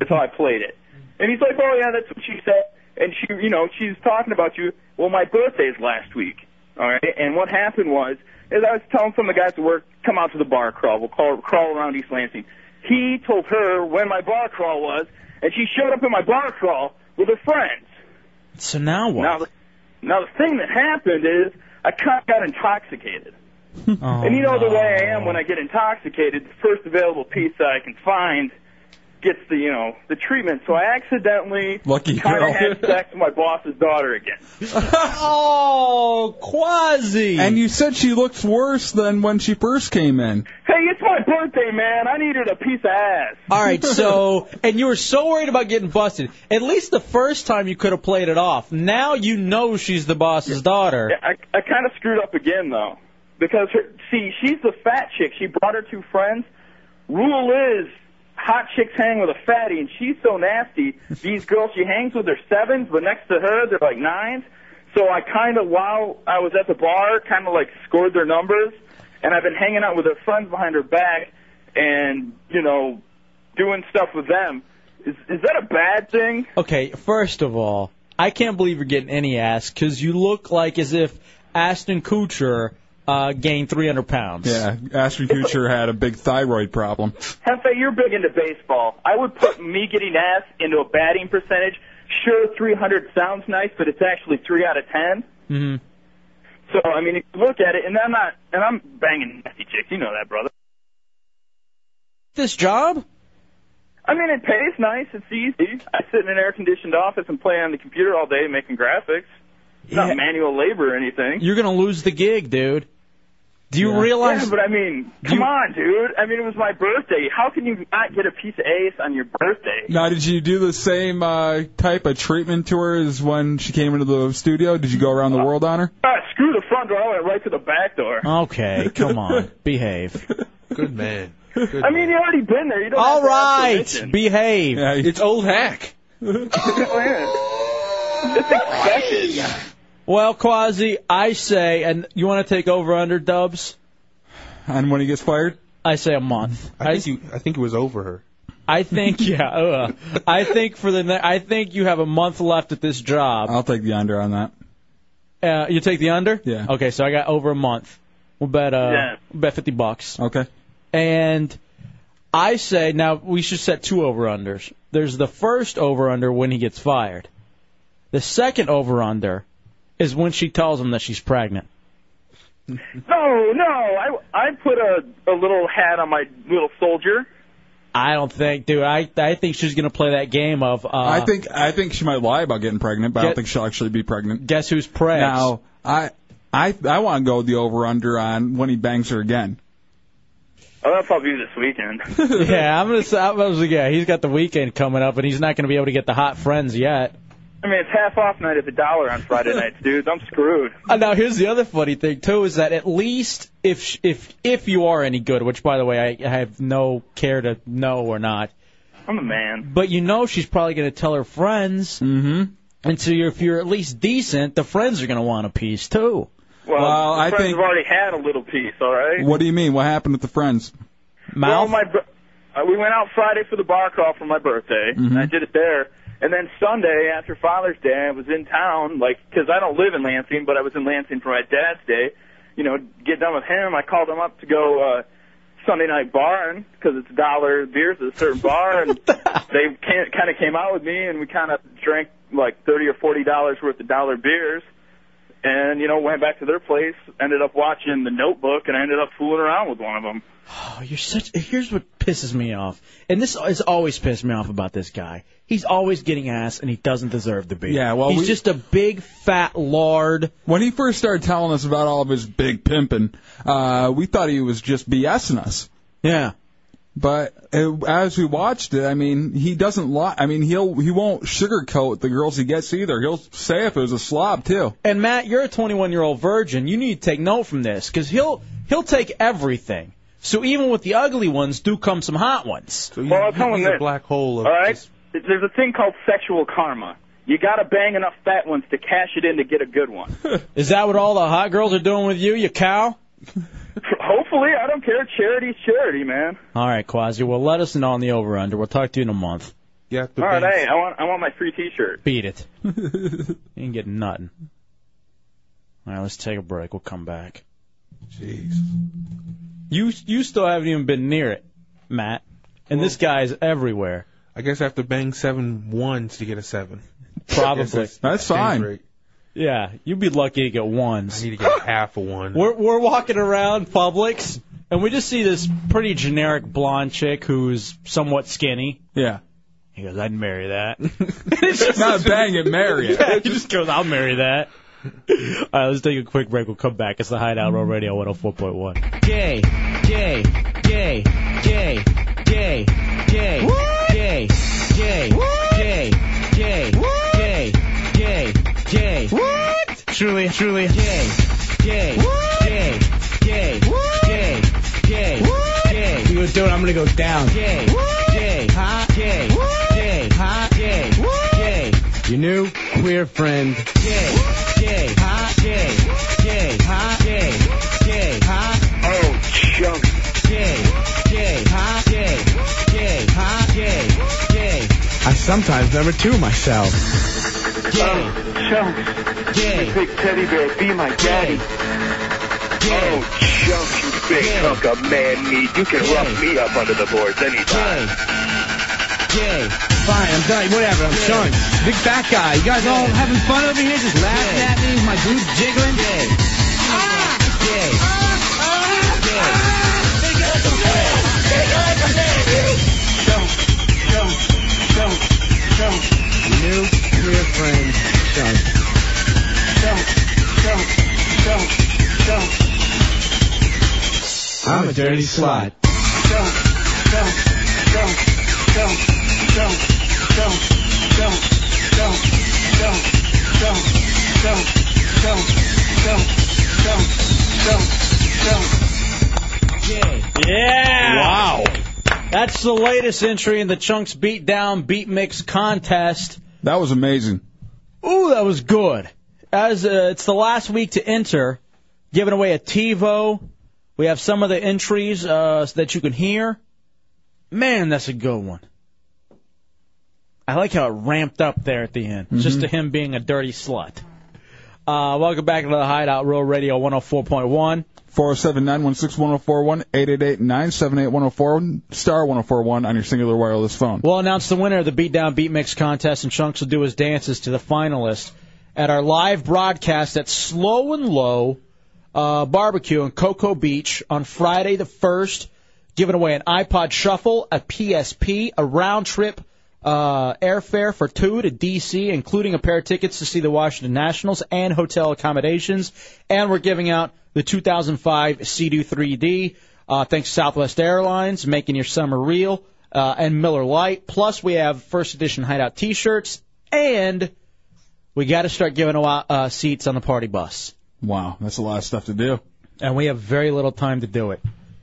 Speaker 14: That's how I played it. And he's like, oh yeah, that's what she said. And she, you know, she's talking about you. Well, my birthday's last week. All right. And what happened was, is I was telling some of the guys at work, come out to the bar crawl. We'll call, crawl around East Lansing. He told her when my bar crawl was, and she showed up at my bar crawl with her friends.
Speaker 3: So now what?
Speaker 14: Now, the- now the thing that happened is I kind of got intoxicated.
Speaker 3: Oh,
Speaker 14: And you know the way I am when I get intoxicated, the first available pizza I can find gets the you know the treatment. So I accidentally
Speaker 4: Lucky
Speaker 14: kind
Speaker 4: girl.
Speaker 14: of had sex with my boss's daughter again.
Speaker 3: oh, Quasi.
Speaker 4: And you said she looks worse than when she first came in.
Speaker 14: Hey, it's my birthday, man. I needed a piece of ass.
Speaker 3: All right, so and you were so worried about getting busted. At least the first time you could have played it off. Now you know she's the boss's daughter.
Speaker 14: Yeah, I, I kind of screwed up again though, because her, see, she's the fat chick. She brought her two friends. Rule is, hot chicks hang with a fatty, and she's so nasty. These girls she hangs with are sevens, but next to her they're like nines. So I kind of while I was at the bar, kind of like scored their numbers, and I've been hanging out with her friends behind her back, and you know, doing stuff with them. Is is that a bad thing?
Speaker 3: Okay, first of all, I can't believe you're getting any ass because you look like as if Ashton Kutcher uh, gained 300 pounds.
Speaker 4: Yeah, Ashton Kutcher had a big thyroid problem.
Speaker 14: Hefe, you're big into baseball. I would put me getting ass into a batting percentage. Sure, 300 sounds nice, but it's actually 3 out of 10.
Speaker 3: Mm-hmm.
Speaker 14: So, I mean, if you look at it, and I'm not, and I'm banging nasty chicks. You know that, brother.
Speaker 3: This job?
Speaker 14: I mean, it pays nice. It's easy. I sit in an air-conditioned office and play on the computer all day making graphics. It's
Speaker 3: Yeah.
Speaker 14: not manual labor or anything.
Speaker 3: You're gonna lose the gig, dude. Do you realize?
Speaker 14: Yeah, but I mean, come on, dude. I mean, it was my birthday. How can you not get a piece of ace on your birthday?
Speaker 4: Now, did you do the same uh, type of treatment to her as when she came into the studio? Did you go around the world on her?
Speaker 14: Ah, screw the front door. I went right to the back door.
Speaker 4: Oh,
Speaker 3: Okay, come on, behave. Good man.
Speaker 14: I mean, you already been there. You don't
Speaker 3: All
Speaker 14: have to ask
Speaker 3: right,
Speaker 14: permission.
Speaker 3: behave.
Speaker 4: it's
Speaker 3: old hack.
Speaker 14: It's expected.
Speaker 3: Well, Quasi, I say, and you want to take over under Dubs?
Speaker 4: And when he gets fired?
Speaker 3: I say a month. I
Speaker 6: think you, I think it was over her.
Speaker 3: I think yeah. ugh. I think for the ne- I think you have a month left at this job.
Speaker 4: I'll take the under on that.
Speaker 3: Uh, you take the under?
Speaker 4: Yeah.
Speaker 3: Okay, so I got over a month. We'll bet uh
Speaker 4: Yeah.
Speaker 3: we'll bet fifty bucks.
Speaker 4: Okay.
Speaker 3: And I say now we should set two over unders. There's the first over under when he gets fired. The second over under is when she tells him that she's pregnant.
Speaker 14: No, no. I, I put a, a little hat on my little soldier.
Speaker 3: I don't think, dude. I I think she's gonna play that game of. Uh,
Speaker 4: I think I think she might lie about getting pregnant, but I don't
Speaker 3: Get-
Speaker 4: think she'll actually be pregnant.
Speaker 3: Guess who's pregs?
Speaker 4: Now, I I I want to go the over under on when he bangs her again.
Speaker 14: Oh, that'll probably be this weekend.
Speaker 3: yeah, I'm gonna say I was like, yeah, he's got the weekend coming up, and he's not gonna be able to get the hot friends yet.
Speaker 14: I mean, it's half off night at the dollar on Friday nights, dude. I'm screwed.
Speaker 3: Uh, now, here's the other funny thing too is that at least if sh- if if you are any good, which by the way I, I have no care to know or not,
Speaker 14: I'm a man.
Speaker 3: but you know she's probably gonna tell her friends. Mm-hmm. And so you're, if you're at least decent, the friends are gonna want a piece too.
Speaker 14: Well,
Speaker 4: Well,
Speaker 14: the
Speaker 4: I
Speaker 14: friends
Speaker 4: think-
Speaker 14: have already had a little piece, all right?
Speaker 4: What do you mean? What happened with the friends?
Speaker 14: Well, my br- uh, we went out Friday for the bar crawl for my birthday.
Speaker 15: Mhm.
Speaker 14: I did it there. And then Sunday after Father's Day, I was in town, like, 'cause I don't live in Lansing, but I was in Lansing for my dad's day. You know, get done with him. I called him up to go uh, Sunday night barn 'cause it's a dollar beers at a certain bar, and they kind of came out with me, and we kind of drank like thirty or forty dollars worth of dollar beers, and you know went back to their place. Ended up watching The Notebook, and I ended up fooling around with one of them.
Speaker 3: Oh, you're such. Here's what pisses me off, and this has always pissed me off about this guy. He's always getting ass, and he doesn't deserve to be.
Speaker 4: Yeah, well,
Speaker 3: he's
Speaker 4: we-
Speaker 3: just a big fat lard.
Speaker 4: When he first started telling us about all of his big pimping, uh, we thought he was just BSing us.
Speaker 3: Yeah.
Speaker 4: But uh as we watched it, I mean, he doesn't lie. I mean, he'll he won't sugarcoat the girls he gets either. He'll say if it was a slob too.
Speaker 3: And Matt, you're a 21 year old virgin. You need to take note from this because he'll he'll take everything. So even with the ugly ones, do come some hot ones.
Speaker 14: Well, I'll tell him this. All right, there's a thing called sexual karma. You got to bang enough fat ones to cash it in to get a good one.
Speaker 3: Is that what all the hot girls are doing with you, you cow?
Speaker 14: Hopefully, I don't care. Charity's charity, man.
Speaker 3: All right, Quasi. Well, let us know on the over under. We'll talk to you in a month.
Speaker 4: Yeah.
Speaker 14: All right, hey, I want I want my free T-shirt.
Speaker 3: Beat it. you ain't getting nothing. All right, let's take a break. We'll come back.
Speaker 4: Jeez.
Speaker 3: You you still haven't even been near it, Matt. And this guy's everywhere.
Speaker 6: I guess I have to bang seven ones to get a seven.
Speaker 3: Probably.
Speaker 6: Yes, that's-
Speaker 3: That's
Speaker 6: that
Speaker 3: fine.
Speaker 6: seems right.
Speaker 3: Yeah, you'd be lucky to get ones. I
Speaker 6: need to get half a one.
Speaker 3: We're we're walking around Publix and we just see this pretty generic blonde chick who's somewhat skinny.
Speaker 4: Yeah.
Speaker 3: He goes, I'd marry that.
Speaker 4: Not bang it, marry it.
Speaker 3: Yeah, he just goes, I'll marry that. All right, let's take a quick break. We'll come back. It's the Hideout Row Radio 104.1.
Speaker 5: Gay, gay, gay, gay, gay, gay, gay, gay, gay, gay, gay, gay, gay. What? Truly, truly. Gay, gay, gay, gay, gay, gay, gay. You gonna do it? I'm gonna go down. Gay, gay, hot, gay, gay, hot, gay, gay.
Speaker 11: Your new queer friend.
Speaker 5: Gay, gay, hot, gay, gay, hot, gay, gay, hot. Oh, chunky. Gay, gay, hot, gay, gay, hot, gay, gay,
Speaker 11: I sometimes number two myself.
Speaker 5: gay. Chunks. Gay. Big teddy bear, be my daddy.
Speaker 16: Oh, chunk, you big chunk of man meat. You can rough me up under the boards anytime.
Speaker 5: Gay. Fine, I'm done. Whatever, I'm done. Big fat guy. You guys all having fun over here? Just laughing at me. My dude's jiggling. Gay. Ah. Gay. Gay. Don't, don't, don't, don't. New queer friend. Don't. Don't, don't, don't, don't.
Speaker 11: I'm a dirty slut.
Speaker 5: Don't, don't, don't, don't, don't, don't, don't, don't, don't, don't, don't, don't, don't, don't, don't, don't. Yeah.
Speaker 3: Yeah.
Speaker 5: Wow.
Speaker 3: That's the latest entry in the Chunks Beat Down Beat Mix contest.
Speaker 4: That was amazing.
Speaker 3: Ooh, that was good. As uh, it's the last week to enter, giving away a TiVo. We have some of the entries uh, that you can hear. Man, that's a good one. I like how it ramped up there at the end,
Speaker 4: Mm-hmm.
Speaker 3: just to him being a dirty slut. Uh, welcome back to the Hideout Row Radio 104.1.
Speaker 4: Four zero seven nine one six one zero four one eight eight eight nine seven eight one zero four star one zero four one on your singular wireless phone.
Speaker 3: We'll announce the winner of the Beatdown Beat Mix contest, and Chunks will do his dances to the finalists at our live broadcast at Slow and Low uh, Barbecue in Cocoa Beach on Friday the 1st, giving away an iPod Shuffle, a PSP, a round trip uh, airfare for two to D.C., including a pair of tickets to see the Washington Nationals and hotel accommodations. And we're giving out the 2005 Sea-Doo 3D. Uh, thanks to Southwest Airlines, making your summer real, uh, and Miller Lite. Plus, we have first edition Hideout T-shirts, and we got to start giving out uh, seats on the party bus.
Speaker 4: Wow, that's a lot of stuff to do.
Speaker 3: And we have very little time to do it.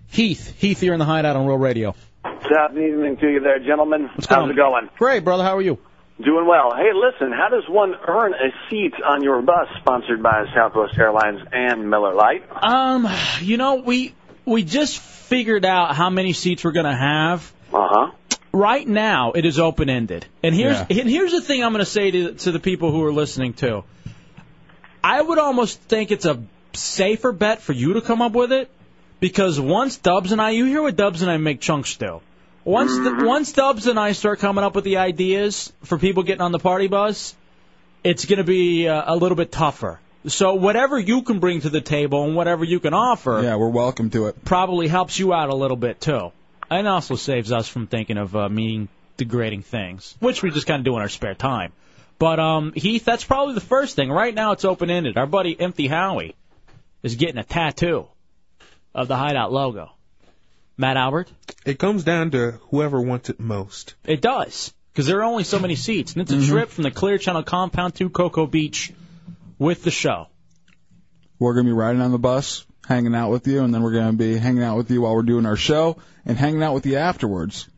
Speaker 3: Heath, Heath, you're in the Hideout on Real Radio.
Speaker 17: What's up? Good evening to you there, gentlemen. How's it going?
Speaker 3: Great, brother. How are you?
Speaker 17: Doing well. Hey, listen, how does one earn a seat on your bus sponsored by Southwest Airlines and Miller Lite?
Speaker 3: Um, you know, we we just figured out how many seats we're gonna have.
Speaker 1: huh.
Speaker 3: Right now, it is open ended, and here's and here's the thing I'm going to say to to the people who are listening too. I would almost think it's a safer bet for you to come up with it because once Dubs and I, you hear what Dubs and I make chunks do. Once the, once Dubs and I start coming up with the ideas for people getting on the party bus, it's going to be uh, a little bit tougher. So whatever you can bring to the table and whatever you can offer,
Speaker 4: yeah, we're welcome to it.
Speaker 3: Probably helps you out a little bit too, and also saves us from thinking of uh, meaning degrading things, which we just kind of do in our spare time. But um, Heath, that's probably the first thing. Right now, it's open ended. Our buddy Empty Howie is getting a tattoo of the Hideout logo. Matt Albert.
Speaker 6: It comes down to whoever wants it most.
Speaker 3: It does, because there are only so many seats, and it's a trip from the Clear Channel compound to Cocoa Beach with the show.
Speaker 4: We're gonna be riding on the bus, hanging out with you, and then we're gonna be hanging out with you while we're doing our show and hanging out with you afterwards.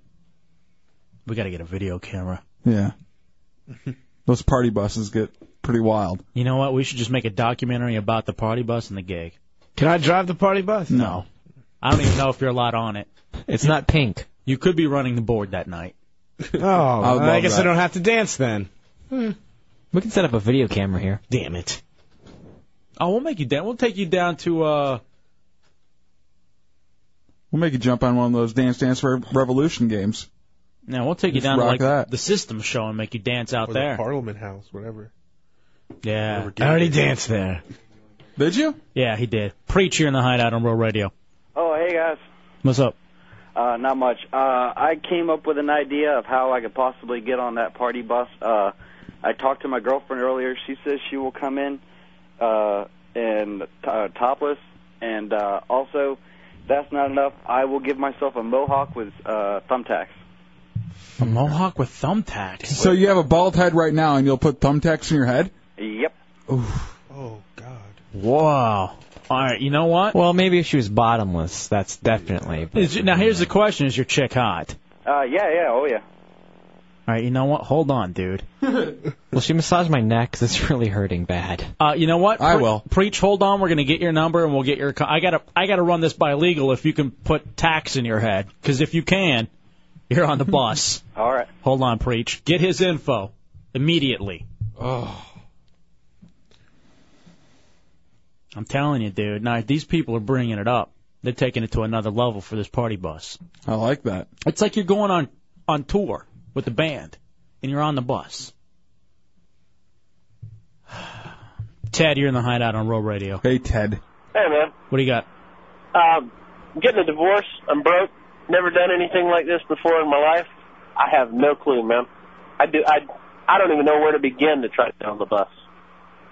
Speaker 3: We got to get a video camera.
Speaker 4: Yeah. Those party buses get pretty wild.
Speaker 3: You know what? We should just make a documentary about the party bus and the gig.
Speaker 7: Can I drive the party bus?
Speaker 3: No. I don't even know if you're allowed on it.
Speaker 7: It's not pink.
Speaker 3: You could be running the board that night.
Speaker 7: Oh, I,
Speaker 3: would love
Speaker 7: guess
Speaker 3: that. Hmm.
Speaker 7: I don't have to dance then.
Speaker 13: We can set up a video camera here.
Speaker 7: Damn it.
Speaker 3: Oh, we'll make you down. We'll take you down to uh
Speaker 4: We'll make you jump on one of those Dance Dance Re- Revolution games.
Speaker 3: now we'll take you
Speaker 4: Just
Speaker 3: down to
Speaker 4: rock
Speaker 3: like
Speaker 4: that.
Speaker 3: the system show and make you dance out
Speaker 6: Or
Speaker 3: there.
Speaker 6: the Parliament House, whatever.
Speaker 3: Yeah.
Speaker 6: I already danced
Speaker 3: there.
Speaker 4: Did you?
Speaker 3: Yeah, he did. Preacher in the hideout on Real Radio.
Speaker 18: Oh, hey guys.
Speaker 3: What's up?
Speaker 18: Uh, not much. Uh, I came up with an idea of how I could possibly get on that party bus. Uh, I talked to my girlfriend earlier. She says she will come in uh, and t- uh, topless, and uh, also, if that's not enough. I will give myself a mohawk with uh, thumbtacks.
Speaker 3: A mohawk with thumbtacks.
Speaker 4: So you have a bald head right now, and you'll put thumbtacks in your head?
Speaker 18: Yep.
Speaker 4: Oof.
Speaker 6: Oh.
Speaker 3: Wow. All right, you know what?
Speaker 13: Well, maybe if she was bottomless, that's definitely.
Speaker 3: Is now here's the question: Is your chick hot?
Speaker 18: Uh, yeah, yeah, oh yeah.
Speaker 3: All right, you know what? Hold on, dude.
Speaker 13: Well, she massaged my neck 'cause it's really hurting bad.
Speaker 3: Uh, you know what?
Speaker 13: I will.
Speaker 3: preach. Hold on, we're gonna get your number and we'll get your. Co- I gotta, I gotta run this by legal. If you can put tax in your head, because if you can, you're on the bus.
Speaker 18: All right.
Speaker 3: Hold on, preach. Get his info immediately.
Speaker 4: Oh.
Speaker 3: I'm telling you, dude. Now these people are bringing it up. They're taking it to another level for this party bus.
Speaker 4: I like that.
Speaker 3: It's like you're going on on tour with the band, and you're on the bus. Ted, you're in the hideout on Roll Radio.
Speaker 4: Hey, Ted.
Speaker 19: Hey man,
Speaker 3: What do you got?
Speaker 19: um, I'm getting a divorce. I'm broke. Never done anything like this before in my life. I have no clue, man. I do. I I don't even know where to begin to try to get on the bus.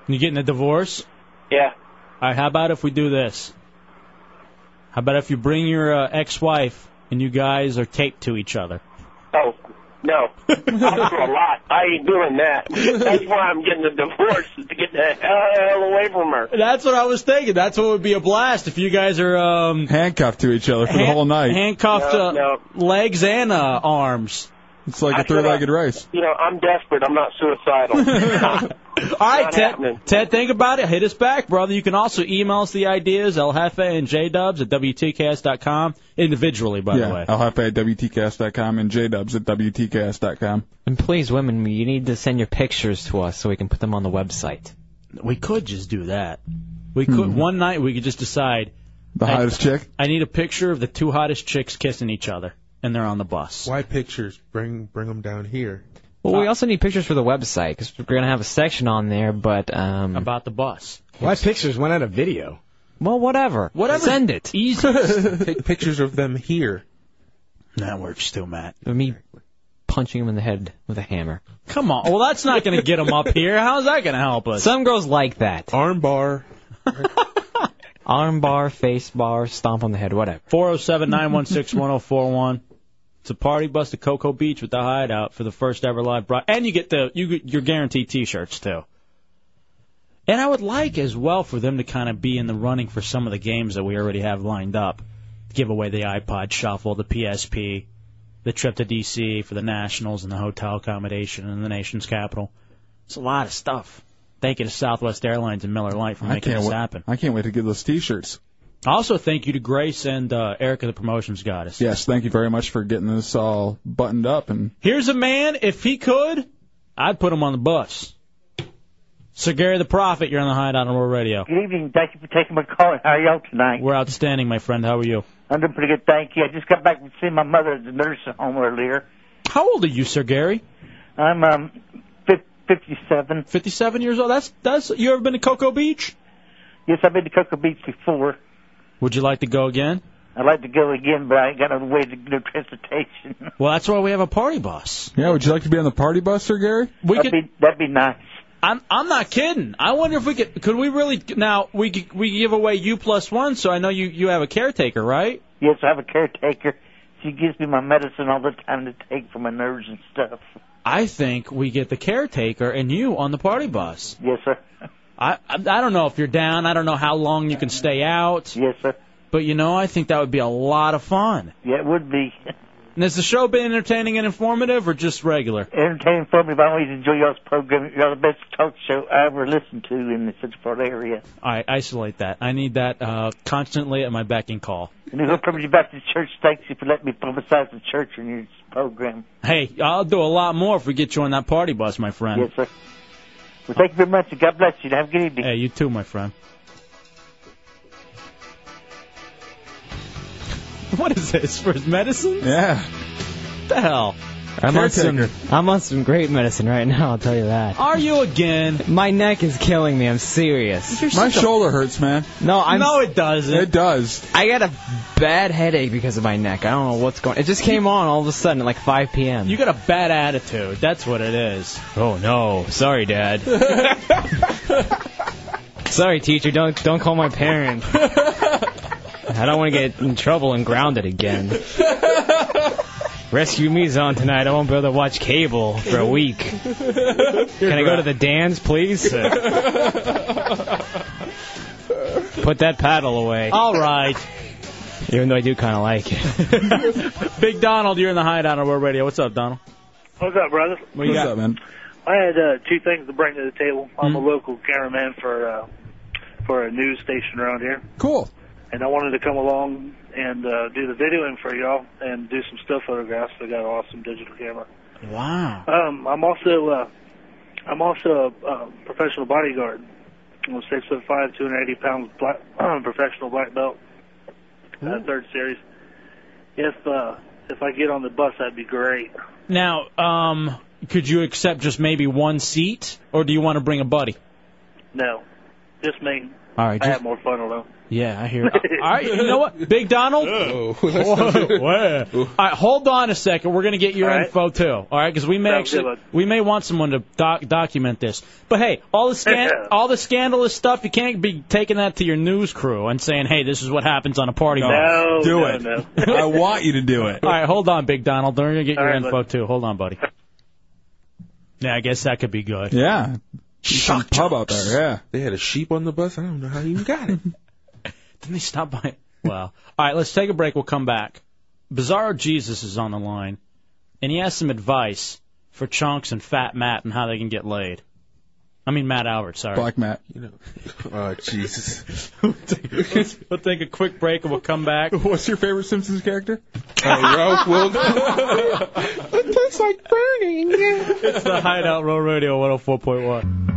Speaker 3: You getting a divorce?
Speaker 19: Yeah.
Speaker 3: All right, how about if we do this? How about if you bring your uh, ex-wife and you guys are taped to each other?
Speaker 19: Oh no, I do a lot. I ain't doing that. That's why I'm getting a divorce is to get the hell away from her.
Speaker 3: That's what I was thinking. That's what would be a blast if you guys are um,
Speaker 4: handcuffed to each other for the
Speaker 3: hand-
Speaker 4: whole night.
Speaker 3: handcuffed
Speaker 19: No,
Speaker 3: uh, legs and uh, arms.
Speaker 4: It's like
Speaker 19: I
Speaker 4: a three-legged
Speaker 19: cannot-
Speaker 4: race.
Speaker 19: You know, I'm desperate. I'm not suicidal.
Speaker 3: All right, Ted, Ted, think about it. Hit us back, brother. You can also email us the ideas, El Jefe and J Dubs at WTCast.com, individually, by the
Speaker 4: yeah, Uh-huh.
Speaker 3: way.
Speaker 4: I'll have at WTCast.com and JDubs at WTCast.com.
Speaker 13: And please, women, you need to send your pictures to us so we can put them on the website.
Speaker 3: We could just do that. We could one night we could just decide
Speaker 4: Hmm. the hottest chick.
Speaker 3: I need a picture of the two hottest chicks kissing each other, and they're on the bus.
Speaker 6: Why pictures? Bring bring them down here.
Speaker 13: Well, we also need pictures for the website 'cause we're gonna have a section on there, but um.
Speaker 3: About the bus.
Speaker 7: Why pictures? Why not a video?
Speaker 13: Well, whatever.
Speaker 3: Whatever.
Speaker 13: Send it.
Speaker 6: Take pictures of them here.
Speaker 3: That works too, Matt.
Speaker 13: Me punching him in the head with a hammer.
Speaker 3: Come on. Well, that's not going to get them up here. How's that going to help us?
Speaker 13: Some girls like that.
Speaker 6: Armbar.
Speaker 13: Armbar, face bar, stomp on the head, whatever.
Speaker 3: 407 916 1041. It's a party bus to Cocoa Beach with the hideout for the first ever live broad. And you get the you get- you're guaranteed T-shirts too. And I would like as well for them to kind of be in the running for some of the games that we already have lined up. Give away the iPod Shuffle, the PSP, the trip to DC for the Nationals and the hotel accommodation in the nation's capital. It's a lot of stuff. Thank you to Southwest Airlines and Miller Lite for
Speaker 4: I
Speaker 3: making
Speaker 4: can't
Speaker 3: this
Speaker 4: wa-
Speaker 3: happen.
Speaker 4: I can't wait to get those T-shirts.
Speaker 3: Also, thank you to Grace and uh, Erica, the promotions goddess.
Speaker 4: Yes, thank you very much for getting this all buttoned up and
Speaker 3: Here's a man, if he could, I'd put him on the bus. Sir Gary the Prophet, you're on the Hideout on Rural Radio.
Speaker 20: Good evening. Thank you for taking my call. How are y'all tonight?
Speaker 3: We're outstanding, my friend. How are you?
Speaker 20: I'm doing pretty good, thank you. I just got back from seeing my mother at the nursing home earlier.
Speaker 3: How old are you, Sir Gary?
Speaker 20: I'm um, fif- 57.
Speaker 3: 57 years old? That's that's. You ever been to Cocoa Beach?
Speaker 20: Yes, I've been to Cocoa Beach before.
Speaker 3: Would you like to go again?
Speaker 20: I'd like to go again, but I ain't got no way to no transportation.
Speaker 3: Well, that's why we have a party bus.
Speaker 4: Yeah, would you like to be on the party bus, Sir Gary?
Speaker 3: We could.
Speaker 20: that'd be nice.
Speaker 3: I'm I'm not kidding. I wonder if we could could we really now we could- we give away you plus one. So I know you you have a caretaker, right?
Speaker 20: Yes, I have a caretaker. She gives me my medicine all the time to take for my nerves and stuff.
Speaker 3: I think we get the caretaker and you on the party bus.
Speaker 20: Yes, sir.
Speaker 3: I I I don't know if you're down. I don't know how long you can stay out.
Speaker 20: Yes, sir.
Speaker 3: But you know, I think that would be a lot of fun.
Speaker 20: Yeah, it would be.
Speaker 3: And has the show been entertaining and informative, or just regular?
Speaker 20: Entertaining for me, but I always enjoy y'all's program. Y'all the best talk show I ever listened to in the Central Florida area.
Speaker 3: All right, isolate that. I need that uh, constantly at my beck and call.
Speaker 20: And the Hillcrest Baptist Church thanks you for letting me publicize the church in your program.
Speaker 3: Hey, I'll do a lot more if we get you on that party bus, my friend.
Speaker 20: Yes, sir. Well, thank you very much, and God bless you. and Have a good evening.
Speaker 3: Hey, you too, my friend. What is this for his medicine?
Speaker 4: Yeah.
Speaker 3: the hell?
Speaker 15: I'm on some I'm on some great medicine right now. I'll tell you that.
Speaker 3: Are you again?
Speaker 15: My neck is killing me. I'm serious.
Speaker 4: My shoulder hurts, man.
Speaker 15: No, I'm.
Speaker 3: No, it doesn't.
Speaker 4: It does.
Speaker 15: I got a bad headache because of my neck. I don't know what's going. It just came on all of a sudden at like 5 p.m.
Speaker 3: You got a bad attitude. That's what it is.
Speaker 15: Oh no! Sorry, Dad. Sorry, teacher. Don't don't call my parents. I don't want to get in trouble and grounded again. Rescue Me's on tonight. I won't be able to watch cable for a week. Can I go to the dance, please? Put that paddle away.
Speaker 3: All right.
Speaker 15: Even though I do kind of like it.
Speaker 3: Big Donald, you're in the hideout on World Radio. What's up, Donald?
Speaker 21: What's up, brother?
Speaker 3: What you got?
Speaker 4: man?
Speaker 21: I had uh, two things to bring to the table. I'm
Speaker 3: Mhm.
Speaker 21: a local cameraman for uh, for a news station around here,
Speaker 4: Cool.
Speaker 21: and I wanted to come along and uh, do the videoing for y'all and do some still photographs. I got an awesome digital camera.
Speaker 3: Wow.
Speaker 21: Um, I'm also uh, I'm also a, uh professional bodyguard. I'm a six foot five, two hundred eighty pounds black, professional black belt, uh, third series. If uh, if I get on the bus, that'd be great.
Speaker 3: Now, um, could you accept just maybe one seat, or do you want to bring a buddy?
Speaker 21: No, just me.
Speaker 3: All right.
Speaker 21: I
Speaker 3: Just,
Speaker 21: have more fun alone.
Speaker 3: yeah, I hear. All right. You know what, Big Donald? Whoa, wow. All right, hold on a second. We're gonna get your
Speaker 21: All right.
Speaker 3: info too. All right, because we may
Speaker 21: Sounds
Speaker 3: actually,
Speaker 21: good, bud.
Speaker 3: we may want someone to doc- document this. But hey, all the scan- all the scandalous stuff, you can't be taking that to your news crew and saying, hey, this is what happens on a party.
Speaker 21: No,
Speaker 3: bus.
Speaker 21: no, no.
Speaker 4: I want you to do it.
Speaker 3: All right, hold on, Big Donald. They're gonna get
Speaker 4: All
Speaker 3: your
Speaker 4: right,
Speaker 3: info too. Hold on, buddy. Yeah, I guess that could be good.
Speaker 4: Yeah. Shock pub out there, yeah.
Speaker 6: They had a sheep on the bus. I don't know how you even got it.
Speaker 3: Didn't they stop by? Wow. All right, let's take a break. We'll come back. Bizarro Jesus is on the line, and he has some advice for Chunks and Fat Matt and how they can get laid. I mean, Matt Albert, sorry.
Speaker 4: Black Matt.
Speaker 6: Oh Jesus!
Speaker 3: we'll take a quick break and we'll come back.
Speaker 4: What's your favorite Simpsons character?
Speaker 6: Uh, Ralph Wilson.
Speaker 5: It tastes like burning.
Speaker 3: It's the Hideout Row Radio 104.1.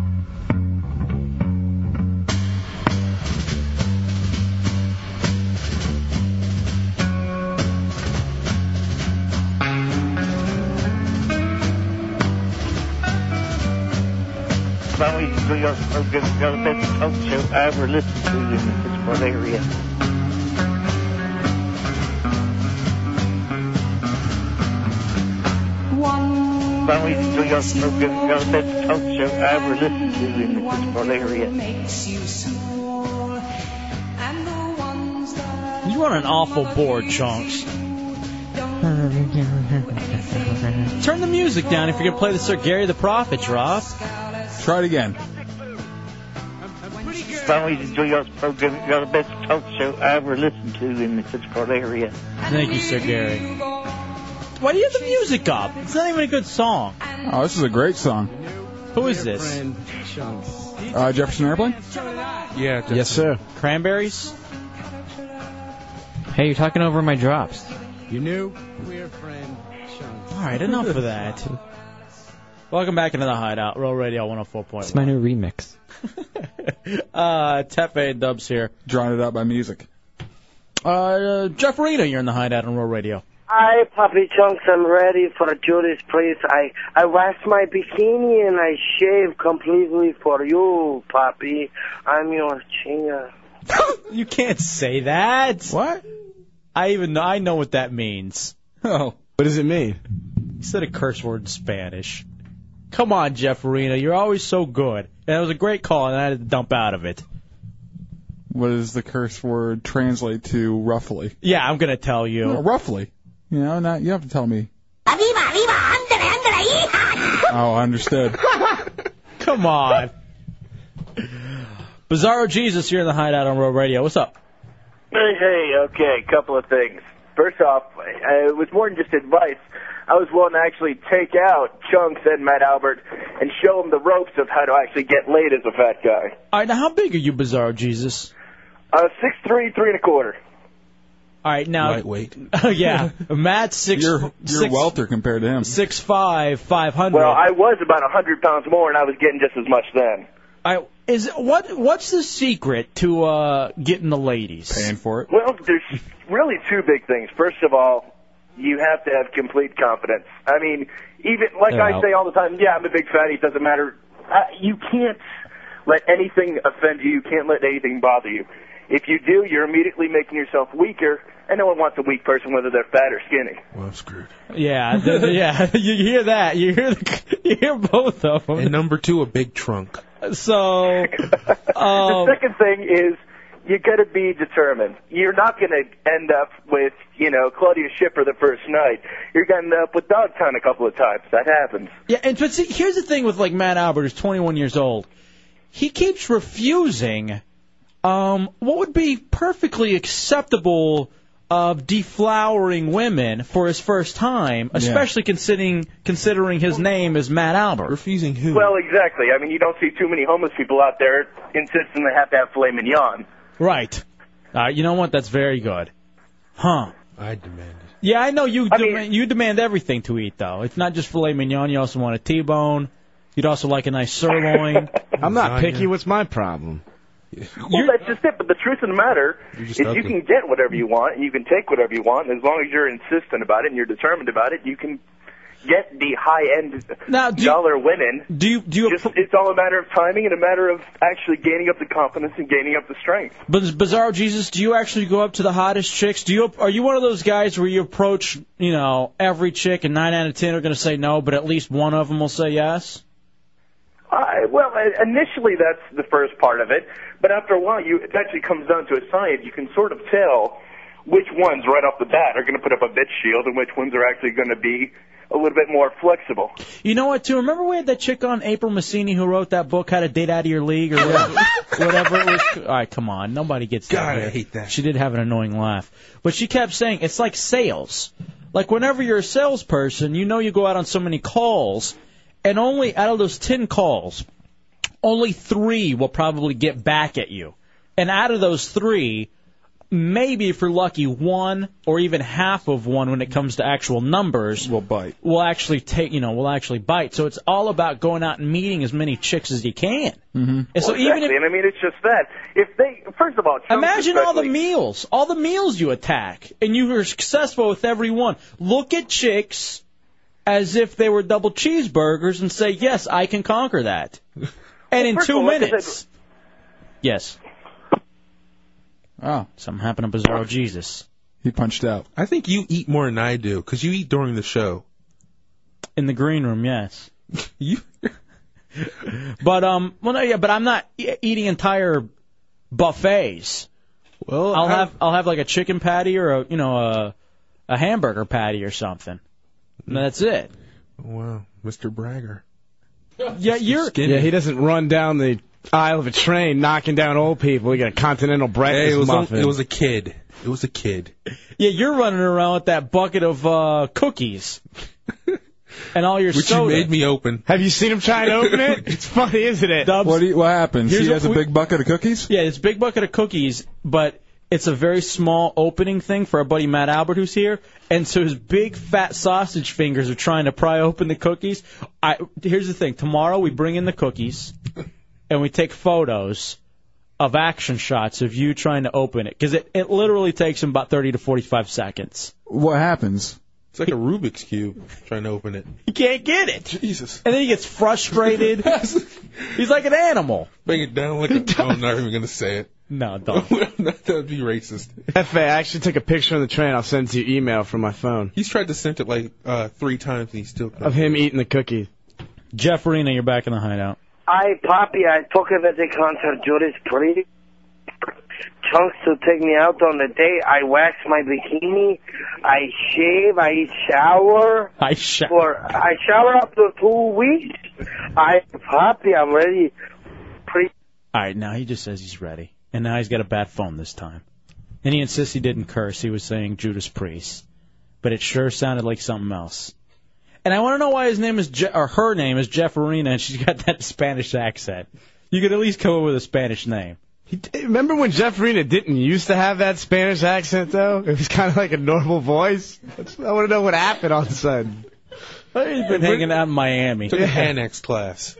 Speaker 20: I always enjoy y'all's program. Y'all the best talk show I ever listened to in the Central Florida area. I always enjoy y'all's program. Y'all the best talk show I ever listened to in the Central Florida area.
Speaker 3: You are an awful board, Chunks. Turn the music down if you're going to play the Sir Gary the Prophet, Ross.
Speaker 4: Try it again.
Speaker 20: I always enjoy y'all's program. Y'all the best talk show I ever listened to in the Central Florida area.
Speaker 3: Thank you, Sir Gary. Why do you have the music up? It's not even a good song.
Speaker 4: Oh, this is a great song.
Speaker 3: Who is this?
Speaker 4: Uh, Jefferson Airplane?
Speaker 6: Yeah.
Speaker 3: Yes, sir. Cranberries?
Speaker 15: Hey, you're talking over my drops.
Speaker 11: Your new queer friend, Chunks.
Speaker 3: All right, enough of that. Welcome back into the Hideout, Roll Radio 104.1.
Speaker 15: It's my new remix.
Speaker 3: Uh, Tefe Dubs here.
Speaker 4: Drawing it out by music.
Speaker 3: Uh, uh, Jeff Arena, you're in the Hideout on Roll Radio.
Speaker 22: Hi, Puppy Chunks. I'm ready for Judy's place. I I wash my bikini and I shave completely for you, Puppy. I'm your chinga.
Speaker 3: You can't say that. What? I even know, I know what that means.
Speaker 4: Oh.
Speaker 3: What does it mean? He said a curse word in Spanish. Come on, Jeff Arena, you're always so good. That was a great call, and I had to dump out of it.
Speaker 4: What does the curse word translate to roughly?
Speaker 3: Yeah, I'm gonna tell you.
Speaker 4: No, roughly. You know, not you have to tell me. Oh, I understood.
Speaker 3: Come on. Bizarro Jesus here in the Hideout on Road Radio. What's up?
Speaker 19: Hey, hey, okay, couple of things. First off, uh, it was more than just advice. I was willing to actually take out Chunks and Matt Albert and show them the ropes of how to actually get laid as a fat guy.
Speaker 3: All right, now how big are you, Bizarro Jesus?
Speaker 19: Uh, six three, three and a quarter.
Speaker 3: All right, now. Lightweight. yeah, Matt's six. You're,
Speaker 4: You're welter compared to him.
Speaker 3: Six five, five hundred.
Speaker 19: Well, I was about a hundred pounds more, and I was getting just as much then.
Speaker 3: I is what what's the secret to uh getting the ladies? Paying
Speaker 4: for it.
Speaker 19: Well, there's really two big things. First of all, you have to have complete confidence. I mean, even like
Speaker 3: They're
Speaker 19: I
Speaker 3: out.
Speaker 19: say all the time, yeah, I'm a big fatty. It doesn't matter. Uh, you can't let anything offend you. You can't let anything bother you. If you do, you're immediately making yourself weaker, and no one wants a weak person, whether they're fat or skinny.
Speaker 6: Well, I'm screwed.
Speaker 3: Yeah, th- th- yeah. You hear that? You hear the, you hear both of them.
Speaker 6: And number two, a big trunk.
Speaker 3: So,
Speaker 19: the second thing is you got to be determined. You're not going to end up with you know Claudia Schiffer the first night. You're going to end up with Dogtown a couple of times. That happens.
Speaker 3: yeah, and but see, here's the thing with like Matt Albert, who's 21 years old. He keeps refusing um, what would be perfectly acceptable of deflowering women for his first time, especially considering considering his name is Matt Albert.
Speaker 6: Refusing who?
Speaker 19: Well, exactly. I mean, you don't see too many homeless people out there insisting they have to have filet mignon.
Speaker 3: Right. Uh, you know what? That's very good. Huh.
Speaker 6: I demand it.
Speaker 3: Yeah, I know you demand, you demand everything to eat though. It's not just filet mignon. You also want a T-bone. You'd also like a nice sirloin.
Speaker 19: I'm not picky.
Speaker 3: What's my problem?
Speaker 19: Well, that's just it. But the truth of the matter is, you can get whatever you want, and you can take whatever you want, and as long as you're insistent about it and you're determined about it, you can get the high end dollar women.
Speaker 3: Do you do you?
Speaker 19: Just, it's all a matter of timing and a matter of actually gaining up the confidence and gaining up the strength.
Speaker 3: But Bizarro Jesus, do you actually go up to the hottest chicks? Do you are you one of those guys where you approach you know every chick and nine out of ten are going to say no, but at least one of them will say yes?
Speaker 19: I, well, i- initially that's the first part of it, but after a while, you it actually comes down to a science. You can sort of tell which ones right off the bat are going to put up a bitch shield, and which ones are actually going to be a little bit more flexible.
Speaker 3: You know what? Too remember we had that chick on April Messini who wrote that book How to Date Out of Your League or whatever, whatever it was. All right, come on, nobody gets that.
Speaker 6: God, I
Speaker 3: here.
Speaker 6: hate that.
Speaker 3: She did have an annoying laugh, but she kept saying it's like sales. Like whenever you're a salesperson, you know you go out on so many calls, and only out of those ten calls, only three will probably get back at you. And out of those three, maybe if you're lucky, one or even half of one when it comes to actual numbers will
Speaker 4: bite.
Speaker 3: Will actually take, you know, will actually bite. So it's all about going out and meeting as many chicks as you can. Mm-hmm. And so
Speaker 19: Well,
Speaker 3: even
Speaker 19: exactly. and I mean, it's just that if they first of all, Trump
Speaker 3: Imagine all the
Speaker 19: especially-
Speaker 3: meals, all the meals you attack, and you were successful with every one. Look at chicks as if they were double cheeseburgers and say, "Yes, I can conquer that." And in
Speaker 19: first
Speaker 3: two
Speaker 19: of all, like I said-
Speaker 3: minutes, yes.
Speaker 4: Oh,
Speaker 3: something happened to Bizarro Jesus.
Speaker 4: He punched out.
Speaker 6: I think you eat more than I do, 'cause you eat during the show.
Speaker 3: In the green room, yes. But um, well, no, yeah, but I'm not e- eating entire buffets.
Speaker 6: Well,
Speaker 3: I'll have I'll have like a chicken patty or a you know a a hamburger patty or something. And that's it.
Speaker 6: Wow, Mr. Bragger.
Speaker 3: Yeah, you're.
Speaker 15: Yeah, he doesn't run down the aisle of a train knocking down old people. He got a continental breakfast
Speaker 6: Hey, it was
Speaker 15: muffin.
Speaker 6: a, it was a kid. It was a kid.
Speaker 3: Yeah, you're running around with that bucket of uh, cookies and all your
Speaker 6: Which you
Speaker 3: soda.
Speaker 6: made me open.
Speaker 15: Have you seen him try to open it? It's funny, isn't it?
Speaker 3: Dubs.
Speaker 4: What do you, what happens?
Speaker 3: Here's
Speaker 4: he has a
Speaker 3: what we-
Speaker 4: big bucket of cookies.
Speaker 3: Yeah, it's a big bucket of cookies, but It's a very small opening thing for our buddy Matt Albert who's here, and so his big fat sausage fingers are trying to pry open the cookies. I here's the thing: tomorrow we bring in the cookies, and we take photos of action shots of you trying to open it because it, it literally takes him about 30 to 45 seconds.
Speaker 4: What happens?
Speaker 6: It's like a Rubik's cube trying to open it.
Speaker 3: He can't get it. Jesus. And then he gets frustrated. He's like an animal.
Speaker 6: Bring it down like a. I'm not even gonna say it.
Speaker 3: No, don't.
Speaker 6: that would be racist.
Speaker 11: FA, I actually took a picture on the train. I'll send it to your email from my phone
Speaker 6: He's tried to send it like uh, three times and he still.
Speaker 11: of him eating the cookie.
Speaker 3: Jeff Arena, you're back in the hideout.
Speaker 22: I, Poppy, I took him at the concert. Judas Priest. Chunks to take me out on the date. I wax my bikini. I shave. I shower.
Speaker 3: I shower.
Speaker 22: For I shower after two weeks. I, Poppy, I'm ready.
Speaker 3: All right, now he just says he's ready, and now he's got a bad phone this time. And he insists he didn't curse; he was saying Judas Priest, but it sure sounded like something else. And I want to know why his name is Je- or her name is Jeff Arena, and she's got that Spanish accent. You could at least come up with a Spanish name.
Speaker 11: Remember when Jeff Rena didn't used to have that Spanish accent though? It was kind of like a normal voice. That's- I want to know what happened all of a sudden.
Speaker 3: He's been hanging out in Miami.
Speaker 11: Took an
Speaker 6: annex class.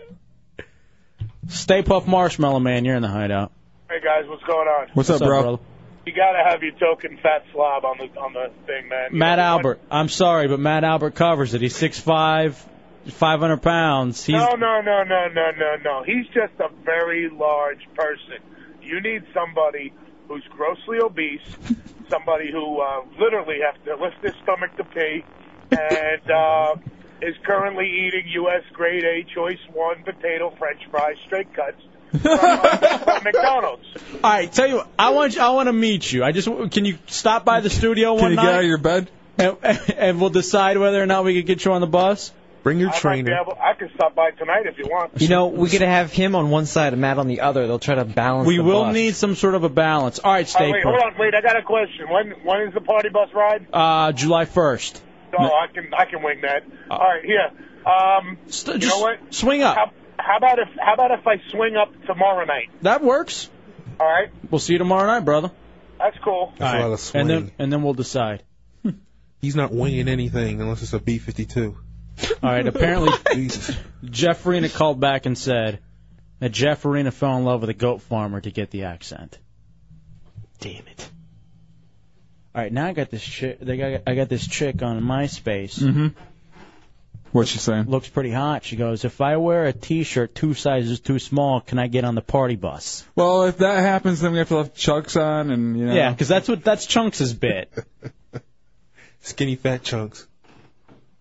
Speaker 3: Stay Puff Marshmallow Man, you're in the hideout.
Speaker 1: Hey guys, what's going on?
Speaker 3: brother?
Speaker 1: You gotta have your token fat slob on the on the thing, man. You
Speaker 3: Matt
Speaker 1: know,
Speaker 3: Albert. I'm sorry, but Matt Albert covers it. He's six five, five hundred pounds. He's
Speaker 1: No, no, no, no, no, no, no. He's just a very large person. You need somebody who's grossly obese, somebody who uh, literally has to lift his stomach to pee, and uh, is currently eating U.S. Grade A Choice One potato French fries straight cuts from, from McDonald's.
Speaker 3: All right, tell you, what, I want you, I want to meet you. I just can you stop by the studio one
Speaker 4: you
Speaker 3: night?
Speaker 4: get out of your bed?
Speaker 3: And, and we'll decide whether or not we can get you on the bus.
Speaker 6: Bring your
Speaker 1: I, might be able, I can stop by tonight if you want.
Speaker 2: You know, we could have him on one side and Matt on the other. They'll try to balance.
Speaker 3: We
Speaker 2: the
Speaker 3: will
Speaker 2: bus.
Speaker 3: need some sort of a balance. All right,
Speaker 1: Oh,
Speaker 3: Stapler.
Speaker 1: wait, hold on, wait. I got a question. When when is the party bus ride?
Speaker 3: Uh, July first.
Speaker 1: Oh, I can I can wing that. All right, here. Um, you know what?
Speaker 3: Swing up.
Speaker 1: How, how about if how about if I swing up tomorrow night?
Speaker 3: That works.
Speaker 1: All right,
Speaker 3: We'll see you tomorrow night, brother.
Speaker 1: that's cool.
Speaker 6: That's a
Speaker 3: All
Speaker 6: lot
Speaker 3: right,
Speaker 6: of
Speaker 3: and then
Speaker 6: swing.
Speaker 3: and then we'll decide.
Speaker 6: He's not winging anything unless it's a B-52.
Speaker 3: All right. Apparently, Jeff Arena called back and said that Jeff Arena fell in love with a goat farmer to get the accent. Damn it. All right. Now I got this chick. They got I got this chick on MySpace.
Speaker 4: Mm-hmm. What's she saying?
Speaker 3: Looks pretty hot. She goes, if I wear a T-shirt two sizes too small, can I get on the party bus?
Speaker 4: Well, if that happens, then we have to have Chucks on, and you know.
Speaker 3: Yeah, because that's what that's Chunks' bit.
Speaker 6: Skinny fat chunks.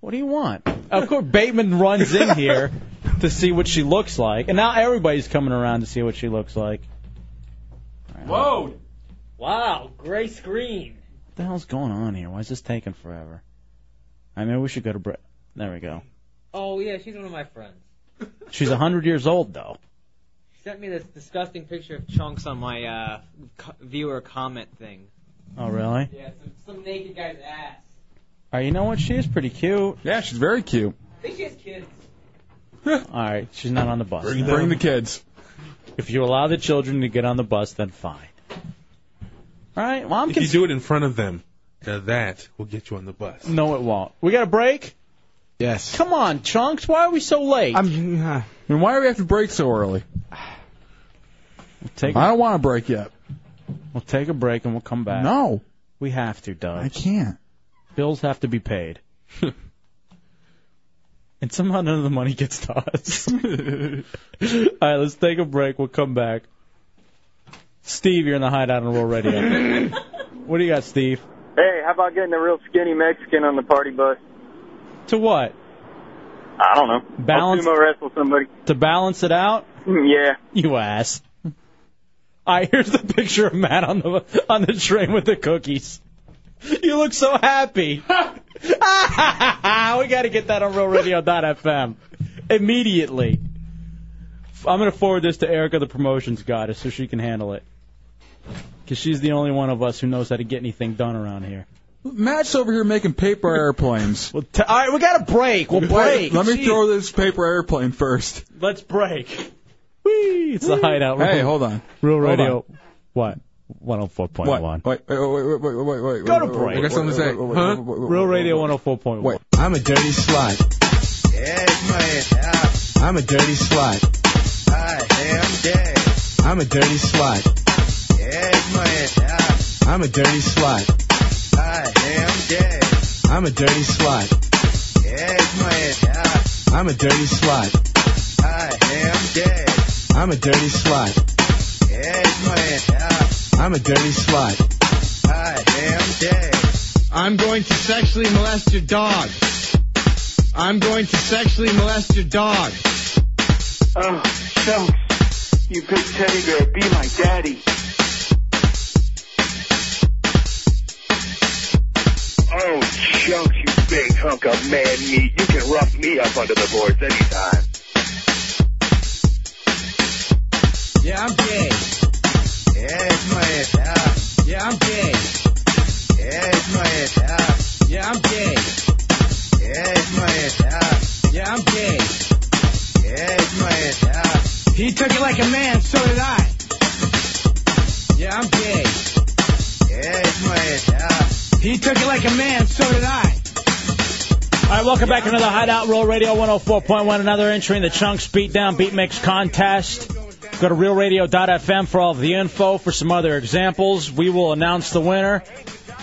Speaker 3: What do you want? Of course, Bateman runs in here to see what she looks like, and now everybody's coming around to see what she looks like.
Speaker 13: Whoa! Wow, gray screen.
Speaker 3: What the hell's going on here? Why is this taking forever? I mean, we should go to break. There we go.
Speaker 13: Oh yeah, she's one of my friends.
Speaker 3: She's a hundred years old though.
Speaker 13: She sent me this disgusting picture of chunks on my uh, co- viewer comment thing.
Speaker 3: Oh really?
Speaker 13: Yeah, some, some naked guy's ass.
Speaker 3: All right, you know what? She is pretty cute.
Speaker 4: Yeah, she's very cute.
Speaker 13: I think she has kids.
Speaker 3: All right, she's not on the bus.
Speaker 4: Bring
Speaker 3: now.
Speaker 4: them. Bring the kids.
Speaker 3: If you allow the children to get on the bus, then fine. All right. Well, I'm
Speaker 6: if you do it in front of them, now that will get you on the bus.
Speaker 3: No, it won't. We got a break.
Speaker 11: Yes.
Speaker 3: Come on, chunks. Why are we so late?
Speaker 11: I'm.
Speaker 4: And why do we have to break so early?
Speaker 3: Take.
Speaker 4: I don't want to break yet.
Speaker 3: We'll take a break and we'll come back.
Speaker 4: No,
Speaker 3: We have to, Doug.
Speaker 4: I can't.
Speaker 3: Bills have to be paid. and somehow none of the money gets to us. All right, let's take a break. We'll come back. Steve, you're in the hideout on Roll Radio. what do you got, Steve?
Speaker 23: Hey, how about getting a real skinny Mexican on the party bus?
Speaker 3: To what?
Speaker 23: I don't know.
Speaker 3: Balance-
Speaker 23: I'll sumo wrestle somebody.
Speaker 3: To balance it out?
Speaker 23: Yeah.
Speaker 3: You ass. All right, here's the picture of Matt on the on the train with the cookies. You look so happy. we got to get that on RealRadio.fm immediately. I'm going to forward this to Erica, the promotions goddess, so she can handle it. Because she's the only one of us who knows how to get anything done around here.
Speaker 4: Matt's over here making paper airplanes.
Speaker 3: well, all right, we got a break. We'll break.
Speaker 4: Let me
Speaker 3: Jeez.
Speaker 4: throw this paper airplane first.
Speaker 3: Let's break. Whee! It's the hideout.
Speaker 4: Hey, hold on.
Speaker 3: Real
Speaker 4: Hold
Speaker 3: radio. What? 104.1.
Speaker 4: Wait, wait, wait, wait, wait, wait, wait.
Speaker 3: Go to
Speaker 4: wait,
Speaker 3: break.
Speaker 4: wait, wait, wait, wait, wait, wait, wait, wait,
Speaker 3: Real
Speaker 4: wait,
Speaker 3: Radio
Speaker 4: wait,
Speaker 3: 104.1.
Speaker 4: Wait.
Speaker 3: I'm a dirty slut.
Speaker 5: Yes,
Speaker 11: I'm a dirty slut.
Speaker 5: man. I am gay.
Speaker 11: I'm a dirty slut.
Speaker 5: Yes, man.
Speaker 11: I'm a dirty slut.
Speaker 5: I am gay.
Speaker 11: I'm a dirty slut.
Speaker 5: Yes, man.
Speaker 11: I'm a dirty slut.
Speaker 5: I am gay.
Speaker 11: I'm a dirty slut.
Speaker 5: Yes, man.
Speaker 11: I'm a dirty slut.
Speaker 5: I am gay.
Speaker 11: I'm going to sexually molest your dog. I'm going to sexually molest your dog.
Speaker 17: Oh, shucks. You big teddy bear, be my daddy.
Speaker 16: Oh, chunks, you big hunk of man meat. You can rough me up under the boards anytime.
Speaker 5: Yeah, I'm gay. Yes, man. Yeah, I'm gay. Yes, man. Yeah, I'm gay. Yes, man. Yeah, I'm gay. Yes, man.
Speaker 11: He took it like a man, so did I.
Speaker 5: Yeah, I'm gay. Yes, man.
Speaker 11: He took it like a man, so did I.
Speaker 3: All right, welcome back to another Hideout Roll Radio 104.1, another entry in the Chunks Beatdown Beat Mix contest. Go to realradio.fm for all of the info. For some other examples, we will announce the winner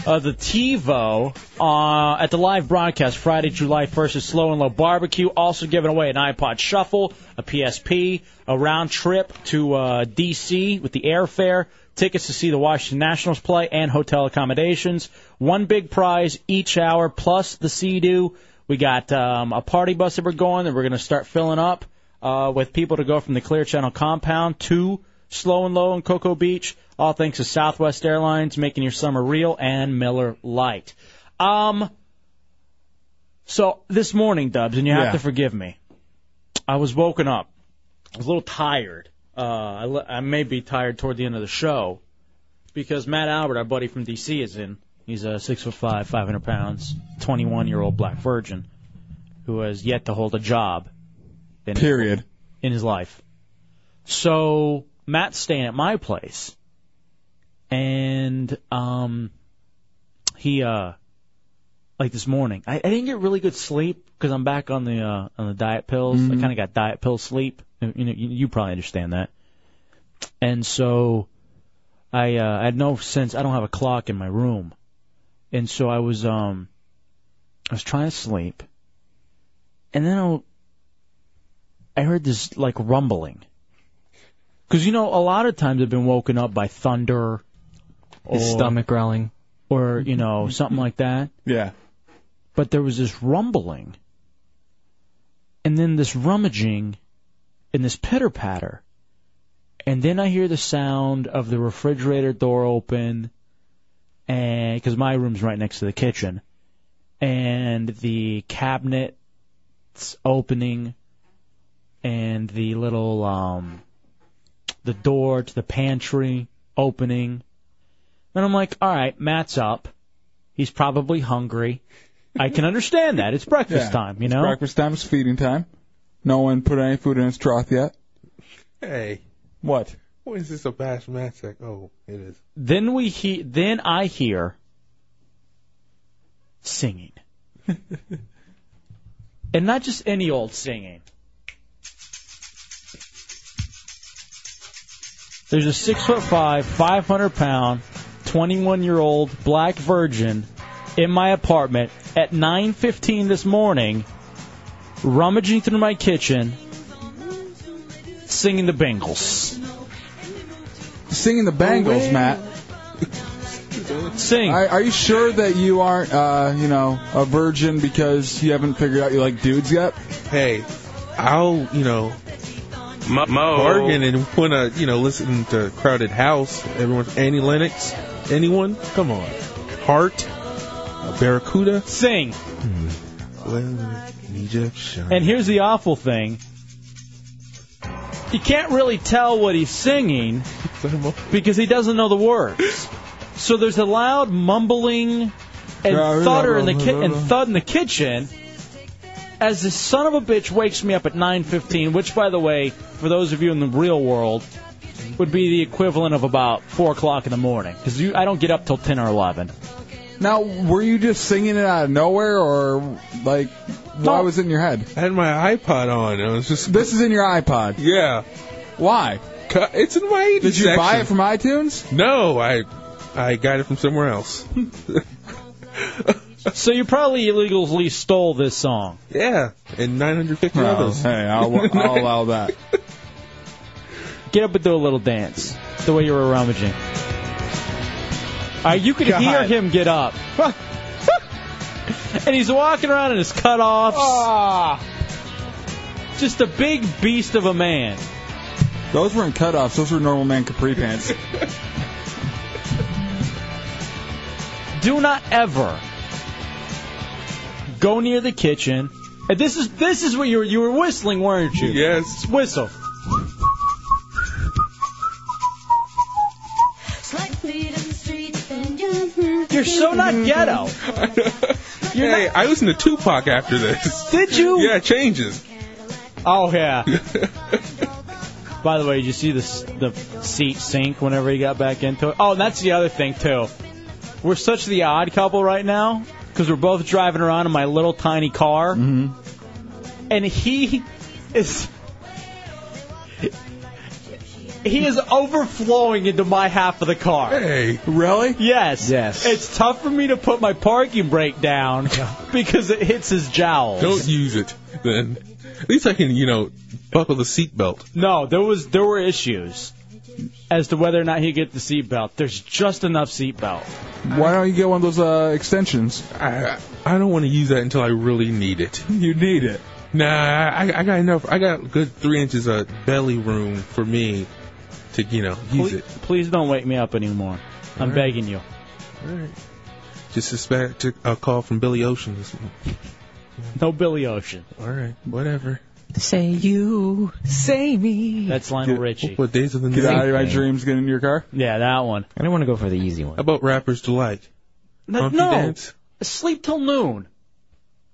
Speaker 3: of the TiVo uh, at the live broadcast Friday, July 1st at Slow and Low Barbecue. Also giving away an iPod Shuffle, a PSP, a round trip to uh, D.C. with the airfare, tickets to see the Washington Nationals play, and hotel accommodations. One big prize each hour plus the sea We got um, a party bus that we're going that we're going to start filling up uh, with people to go from the Clear Channel compound to Slow and Low in Cocoa Beach. All thanks to Southwest Airlines making your summer real and Miller Light. Um, so this morning, Dubs, and you have
Speaker 5: Yeah.
Speaker 3: to forgive me. I was woken up. I was a little tired. Uh, I, le- I may be tired toward the end of the show because Matt Albert, our buddy from D.C., is in. He's a six foot five, five hundred pounds, twenty one year old black virgin who has yet to hold a job. In
Speaker 4: Period.
Speaker 3: in his life. So Matt's staying at my place, and um, he uh, like this morning, I, I didn't get really good sleep because I'm back on the uh, on the diet pills. I kind of got diet pill sleep. You know, you, you probably understand that. And so I uh, I had no sense. I don't have a clock in my room, and so I was um I was trying to sleep, and then I I heard this like rumbling. Because you know, a lot of times I've been woken up by thunder, or,
Speaker 15: His stomach growling.
Speaker 3: or you know something like that.
Speaker 4: Yeah.
Speaker 3: But there was this rumbling, and then this rummaging, and this pitter patter, and then I hear the sound of the refrigerator door open, and because my room's right next to the kitchen, and the cabinets opening, and the little um, the door to the pantry opening. And I'm like, all right, Matt's up. He's probably hungry. I can understand that. It's breakfast
Speaker 4: Yeah.
Speaker 3: time, you
Speaker 4: It's
Speaker 3: know.
Speaker 4: breakfast time is feeding time. No one put any food in his trough yet.
Speaker 6: Hey,
Speaker 4: What?
Speaker 6: what is this a bash match? Like, oh, it is.
Speaker 3: Then we he- then I hear singing. and not just any old singing. There's a six foot five, five hundred pound, twenty one year old black virgin in my apartment at nine fifteen this morning, rummaging through my kitchen, singing the Bengals.
Speaker 4: Singing the Bangles, Matt.
Speaker 3: Sing.
Speaker 4: Are, are you sure that you aren't, uh, you know, a virgin because you haven't figured out you like dudes yet?
Speaker 6: Hey, I'll, you know,
Speaker 4: Mo- Mo.
Speaker 6: bargain and want to, you know, listen to Crowded House. Everyone's Annie Lennox. Anyone? Come on. Heart. uh, Barracuda.
Speaker 3: Sing.
Speaker 6: Well, Egyptian.
Speaker 3: And here's the awful thing. You can't really tell what he's singing because he doesn't know the words. So there's a loud mumbling and thudder in the ki- and thud in the kitchen as this son of a bitch wakes me up at 9:15, which by the way, for those of you in the real world, would be the equivalent of about four o'clock in the morning because I don't get up till ten or eleven.
Speaker 4: Now, were you just singing it out of nowhere, or like, why was it in your head?
Speaker 6: I had my iPod on. I was just.
Speaker 4: This is in your iPod.
Speaker 6: Yeah.
Speaker 4: Why?
Speaker 6: It's in my.
Speaker 4: Did you buy it from iTunes?
Speaker 6: No, I I got it from somewhere else.
Speaker 3: so you probably illegally stole this song.
Speaker 6: Yeah, and 950
Speaker 3: Well,
Speaker 6: others.
Speaker 3: hey, I'll- I'll allow
Speaker 4: that.
Speaker 3: Get up and do a little dance, the way you were rummaging. All right, you could
Speaker 5: God.
Speaker 3: hear him get up, and he's walking around in his cutoffs. Just a big beast of a man.
Speaker 4: Those weren't cutoffs. Those were normal man capri pants.
Speaker 3: Do not ever go near the kitchen. And this is this is what you were you were whistling, weren't you?
Speaker 6: Yes.
Speaker 3: Whistle.
Speaker 5: You're so not ghetto.
Speaker 6: hey, I listened to Tupac after this.
Speaker 3: Did you?
Speaker 6: Yeah, it changes.
Speaker 3: Oh yeah. By the way, did you see the s- the seat sink whenever he got back into it? Oh, and that's the other thing too. We're such the odd couple right now because we're both driving around in my little tiny car, and he is he is overflowing into my half of the car.
Speaker 6: Hey,
Speaker 4: really?
Speaker 3: Yes. Yes. It's tough for me to put my parking brake down because it hits his jowls.
Speaker 6: Don't use it then. At least I can, you know, buckle the seatbelt.
Speaker 3: No, there was there were issues as to whether or not he get the seatbelt. There's just enough seatbelt.
Speaker 4: Why don't you get one of those uh, extensions?
Speaker 6: I I don't want to use that until I really need it.
Speaker 4: You need it.
Speaker 6: Nah, I, I got enough. I got a good three inches of belly room for me to, you know, use
Speaker 3: Please,
Speaker 6: it.
Speaker 3: please don't wake me up anymore. I'm
Speaker 6: Alright.
Speaker 3: begging you.
Speaker 6: Just expect a call from Billy Ocean this morning.
Speaker 3: No Billy Ocean.
Speaker 6: All right, whatever.
Speaker 5: Say you, say me.
Speaker 3: That's Lionel Richie.
Speaker 6: What days of the
Speaker 4: Get
Speaker 6: night?
Speaker 4: out of my dreams. Get in your car.
Speaker 3: Yeah, that one.
Speaker 15: I don't want to go for the easy one.
Speaker 6: How about rappers delight?
Speaker 3: No,
Speaker 6: Funky
Speaker 3: no.
Speaker 6: dance?
Speaker 3: sleep till noon.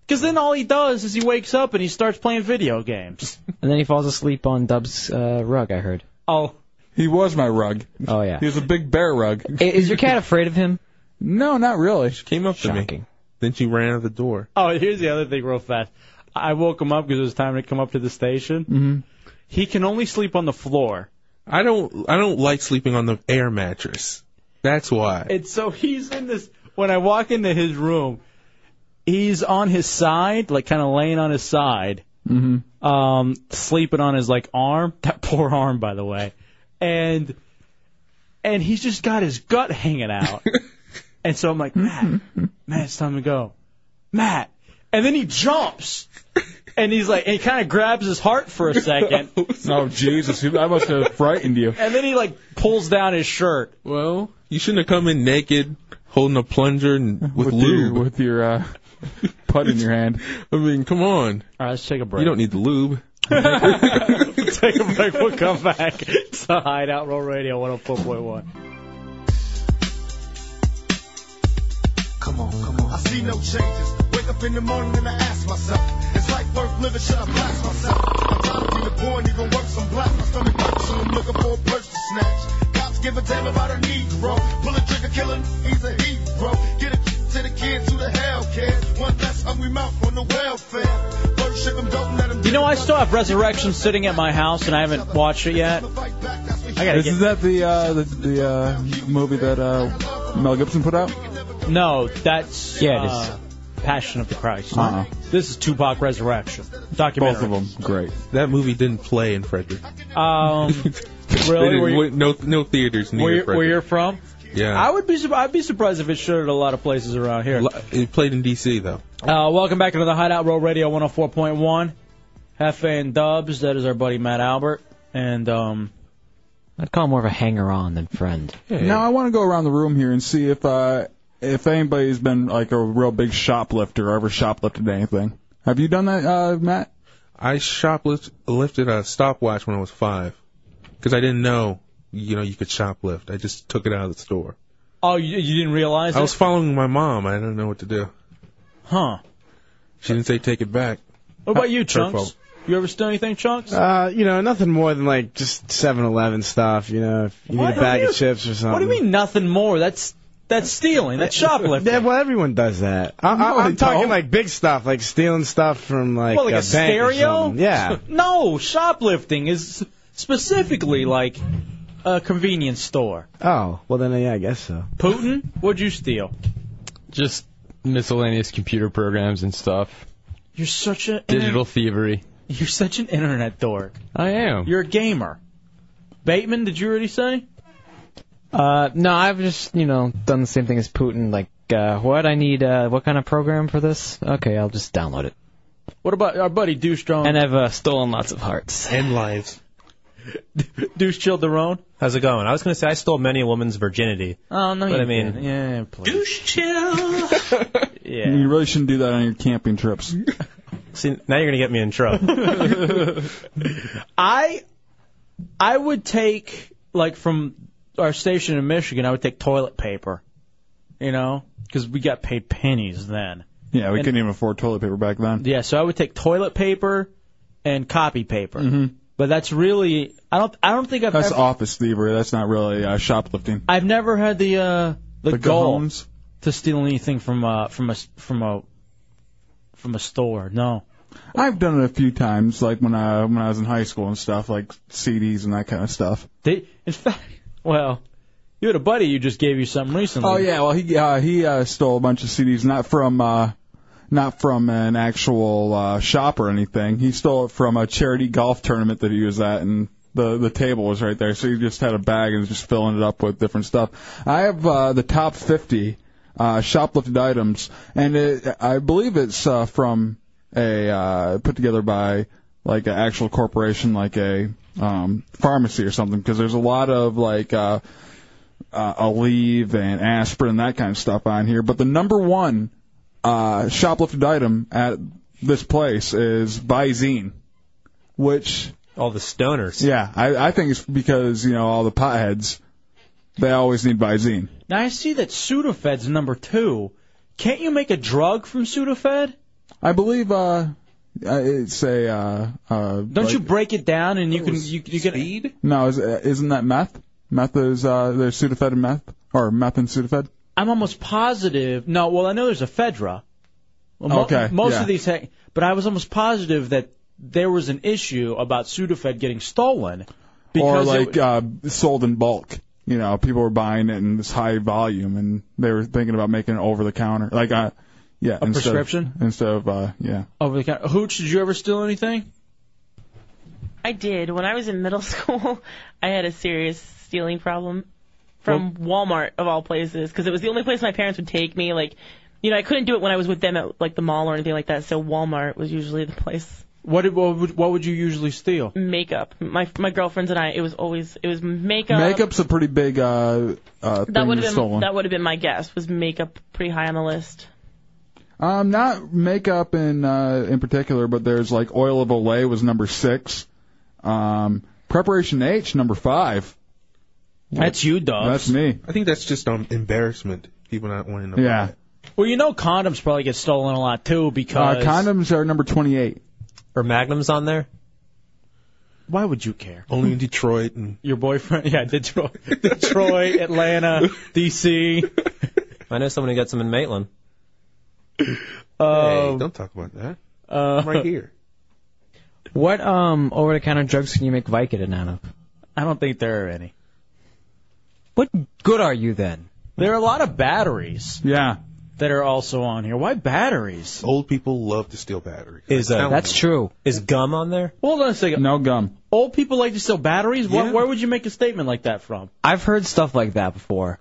Speaker 3: Because then all he does is he wakes up and he starts playing video games.
Speaker 15: And then he falls asleep on Dub's uh, rug. I heard.
Speaker 3: Oh,
Speaker 4: He was my rug.
Speaker 15: Oh yeah.
Speaker 4: He was a big bear rug.
Speaker 15: Is your cat afraid of him?
Speaker 4: No, not really. She
Speaker 6: came up to me.
Speaker 15: Shocking.
Speaker 6: Then she ran out the door.
Speaker 3: oh, here's the other thing, real fast. I woke him up because it was time to come up to the station.
Speaker 4: Mm-hmm.
Speaker 3: He can only sleep on the floor.
Speaker 6: I don't. I don't like sleeping on the air mattress. That's why.
Speaker 3: And so he's in this. When I walk into his room, he's on his side, like kind of laying on his side,
Speaker 4: Mm-hmm.
Speaker 3: um, sleeping on his like arm. That poor arm, by the way. And and he's just got his gut hanging out. and so I'm like, Matt, Matt, it's time to go, Matt. And then he jumps. And he's like, and he kind of grabs his heart for a second,
Speaker 4: Oh Jesus! I must have frightened you.
Speaker 3: and then he like pulls down his shirt.
Speaker 6: Well, you shouldn't have come in naked, holding a plunger and with, lube.
Speaker 4: Your, with your uh, putt in your hand.
Speaker 6: I mean, come on.
Speaker 3: All right, let's take a break.
Speaker 6: You don't need the lube.
Speaker 3: Take a break. We'll come back. It's the Hideout Roll Radio 104.1.
Speaker 7: Come on, come on. I see no changes. Wake up in the morning and I ask myself, is life worth living? Should I blast myself? I'm tired of being poor and even worse. I'm black. My stomach hurts and I'm looking for a purse to snatch. Cops give a damn about a Negro. Pull a trigger, kill him. He's a hero. Get a to the kids, who the hell cares? One less hungry mouth on the welfare. First ship him, don't let him
Speaker 3: You know, I still have Resurrection sitting at my house, and I haven't watched it yet. I gotta
Speaker 4: Is
Speaker 3: get.
Speaker 4: that the uh, the, the uh, movie that uh, Mel Gibson put out?
Speaker 3: No, that's yeah, it is. Passion of the Christ.
Speaker 4: Uh-uh.
Speaker 3: This is Tupac Resurrection
Speaker 4: Both
Speaker 3: documentary.
Speaker 4: of them, great.
Speaker 6: That movie didn't play in Frederick.
Speaker 3: Um,
Speaker 6: They
Speaker 3: really?
Speaker 6: didn't-
Speaker 3: Where, you,
Speaker 6: no, no theaters near
Speaker 3: where, you-
Speaker 6: Frederick.
Speaker 3: where you're from?
Speaker 6: yeah.
Speaker 3: I would be. sur- I'd be surprised if it showed at a lot of places around here.
Speaker 6: Lo- It played in D.C. though.
Speaker 3: Uh, welcome back to the Hideout Roll Radio 104.1. Hefe and Dubs. That is our buddy Matt Albert, and um,
Speaker 15: I'd call him more of a hanger-on than friend.
Speaker 4: Now I want to go around the room here and see if uh, if anybody's been like a real big shoplifter or ever shoplifted anything. Have you done that, uh, Matt?
Speaker 6: I shoplift lifted a stopwatch when I was five because I didn't know, you know, you could shoplift. I just took it out of the store.
Speaker 3: oh, you, you didn't realize
Speaker 6: I
Speaker 3: it?
Speaker 6: was following my mom. I didn't know what to do.
Speaker 3: huh?
Speaker 6: She didn't say take it back.
Speaker 3: What about you,
Speaker 6: Her
Speaker 3: Chunks?
Speaker 6: fault.
Speaker 3: You ever steal anything, Chunks?
Speaker 11: Uh, you know, nothing more than like just 7-Eleven stuff. You know, if you
Speaker 3: What?
Speaker 11: need a bag
Speaker 3: What do
Speaker 11: of
Speaker 3: you-
Speaker 11: chips or
Speaker 6: Um,
Speaker 11: something.
Speaker 3: What do you mean nothing more? That's that's stealing. That's shoplifting.
Speaker 11: Yeah, well, everyone does that. I, I,
Speaker 3: No,
Speaker 11: I'm
Speaker 3: they
Speaker 11: talking
Speaker 3: don't.
Speaker 11: like big stuff, like stealing stuff from like,
Speaker 3: well, like a,
Speaker 11: a, bank or
Speaker 3: stereo?
Speaker 11: something. Yeah.
Speaker 3: no, shoplifting is specifically like a convenience store.
Speaker 11: Oh, well then, yeah, I guess so.
Speaker 3: Putin, what'd you steal?
Speaker 8: Just miscellaneous computer programs and stuff.
Speaker 3: You're such a
Speaker 8: Digital thievery.
Speaker 3: You're such an internet dork.
Speaker 8: I am.
Speaker 3: You're a gamer. Bateman, did you already say?
Speaker 5: Uh, no, I've just you know done the same thing as Putin. Like, uh, what I need, uh, what kind of program for this? Okay, I'll just download it.
Speaker 3: What about our buddy Deuce Strong?
Speaker 5: And I've uh, stolen lots of hearts
Speaker 9: and lives.
Speaker 3: Deuce Childerone.
Speaker 9: How's it going? I was going to say I stole many a woman's virginity.
Speaker 3: Oh no,
Speaker 9: But
Speaker 3: you
Speaker 9: I mean-
Speaker 3: didn't. yeah, please. douche
Speaker 9: chill. yeah.
Speaker 4: You really shouldn't do that on your camping trips.
Speaker 9: See, now you're going to get me in trouble.
Speaker 3: I I would take like from our station in Michigan, I would take toilet paper. You know, because we got paid pennies then.
Speaker 4: Yeah, we
Speaker 3: And-
Speaker 4: couldn't even afford toilet paper back then.
Speaker 3: Yeah, so I would take toilet paper and copy paper. But that's really I don't I don't think I've
Speaker 4: Mm-hmm. That's
Speaker 3: ever,
Speaker 4: office thievery. That's not really uh, shoplifting.
Speaker 3: I've never had the uh the,
Speaker 4: The
Speaker 3: goal
Speaker 4: cajones?
Speaker 3: to steal anything from uh from a s- from a from a store. No.
Speaker 4: I've done it a few times, like when I when I was in high school and stuff, like CDs and that kind of stuff.
Speaker 3: They in fact well, you had a buddy who just gave you something recently.
Speaker 4: Oh yeah, well he uh, he uh, stole a bunch of CDs, not from uh, not from an actual uh, shop or anything. He stole it from a charity golf tournament that he was at, and the the table was right there, so he just had a bag and was just filling it up with different stuff. I have uh, the top fifty uh, shoplifted items, and it, I believe it's uh, from a uh, put together by like an actual corporation, like a um, pharmacy or something, because there's a lot of like. Uh, uh, Aleve and aspirin, that kind of stuff on here. But the number one uh, shoplifted item at this place is Visine, which
Speaker 9: All the stoners.
Speaker 4: yeah, I, I think it's because you know all the potheads they always need Visine.
Speaker 3: Now I see that Sudafed's number two. Can't you make a drug from Sudafed?
Speaker 4: I believe uh, uh, it's a uh, uh,
Speaker 3: Don't you break it down and you
Speaker 4: Oh,
Speaker 3: can you, you can speed?
Speaker 4: No, is, uh, isn't that meth? Meth is uh, there's Sudafed and meth, or meth and Sudafed.
Speaker 3: I'm almost positive. No, well I know there's a Fedra. Well, mo-
Speaker 4: Okay,
Speaker 3: Most
Speaker 4: yeah.
Speaker 3: of these, ha- but I was almost positive that there was an issue about Sudafed getting stolen
Speaker 4: or
Speaker 3: because it
Speaker 4: like uh, sold in bulk. You know, people were buying it in this high volume, and they were thinking about making it over the counter, like uh, yeah,
Speaker 3: A
Speaker 4: instead of-
Speaker 3: prescription?
Speaker 4: instead of uh, yeah.
Speaker 3: over the counter. Hooch, did you ever steal anything?
Speaker 10: I did. When I was in middle school, I had a serious stealing problem from Walmart of all places because it was the only place my parents would take me. Like, you know, I couldn't do it when I was with them at like the mall or anything like that. So Walmart was usually the place.
Speaker 3: What did, what would, what would you usually steal?
Speaker 10: Makeup. My my girlfriends and I. It was always it was makeup.
Speaker 4: Makeup's a pretty big uh, uh, thing
Speaker 10: uh, That would
Speaker 4: that's
Speaker 10: have been
Speaker 4: stolen.
Speaker 10: that would have been my guess. Was makeup pretty high on the list?
Speaker 4: Um, not makeup in uh, in particular, but there's like oil of Olay was number six. Um, Preparation H number five.
Speaker 3: That's you, Doug.
Speaker 4: That's me.
Speaker 6: I think that's just um embarrassment. People not wanting to.
Speaker 4: Yeah.
Speaker 3: Well, you know condoms probably get stolen a lot too because
Speaker 4: Uh, condoms are number twenty-eight.
Speaker 9: Or Magnums on there?
Speaker 3: Why would you care?
Speaker 6: Only in Detroit and
Speaker 3: your boyfriend. Yeah, Detroit, Detroit, Atlanta, D.C.
Speaker 9: I know someone who got some in Maitland.
Speaker 8: Um,
Speaker 6: don't talk about that.
Speaker 3: Uh,
Speaker 6: I'm right here.
Speaker 5: What um over-the-counter drugs can you make Vicodin out of?
Speaker 3: I don't think there are any.
Speaker 5: What good are you then?
Speaker 3: There are a lot of batteries.
Speaker 4: Yeah.
Speaker 3: That are also on here. Why batteries?
Speaker 6: Old people love to steal batteries.
Speaker 9: Is uh,
Speaker 6: That's
Speaker 5: true.
Speaker 9: Is gum on there?
Speaker 3: Hold on a second.
Speaker 4: No gum.
Speaker 3: Old people like to sell batteries. Where,
Speaker 5: Yeah.
Speaker 3: where would you make a statement like that from?
Speaker 5: I've heard stuff like that before.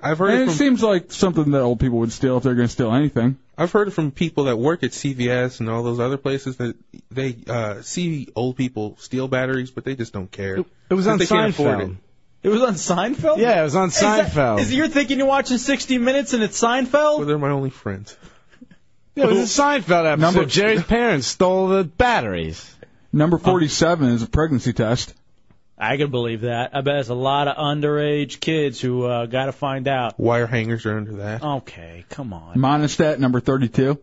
Speaker 6: I've heard
Speaker 4: And
Speaker 6: it
Speaker 4: it
Speaker 6: from
Speaker 4: seems like something that old people would steal if they're going to steal anything.
Speaker 6: I've heard from people that work at CVS and all those other places that they uh, see old people steal batteries, but they just don't
Speaker 11: It
Speaker 6: care.
Speaker 11: was
Speaker 6: Because
Speaker 11: on
Speaker 6: they can't afford
Speaker 11: Seinfeld.
Speaker 3: It was on Seinfeld.
Speaker 11: Yeah, it was on
Speaker 3: Is that-
Speaker 11: Seinfeld.
Speaker 3: Is you're thinking you're watching 60 Minutes and it's Seinfeld? Well,
Speaker 6: they're my only friends.
Speaker 11: Yeah, it was a Seinfeld episode.
Speaker 4: Number-
Speaker 11: Jerry's parents stole the batteries.
Speaker 4: Number forty-seven is a pregnancy test.
Speaker 3: I can believe that. I bet there's a lot of underage kids who uh, got to find out.
Speaker 6: Wire hangers are under that.
Speaker 3: Okay, come on.
Speaker 4: Monistat number thirty-two.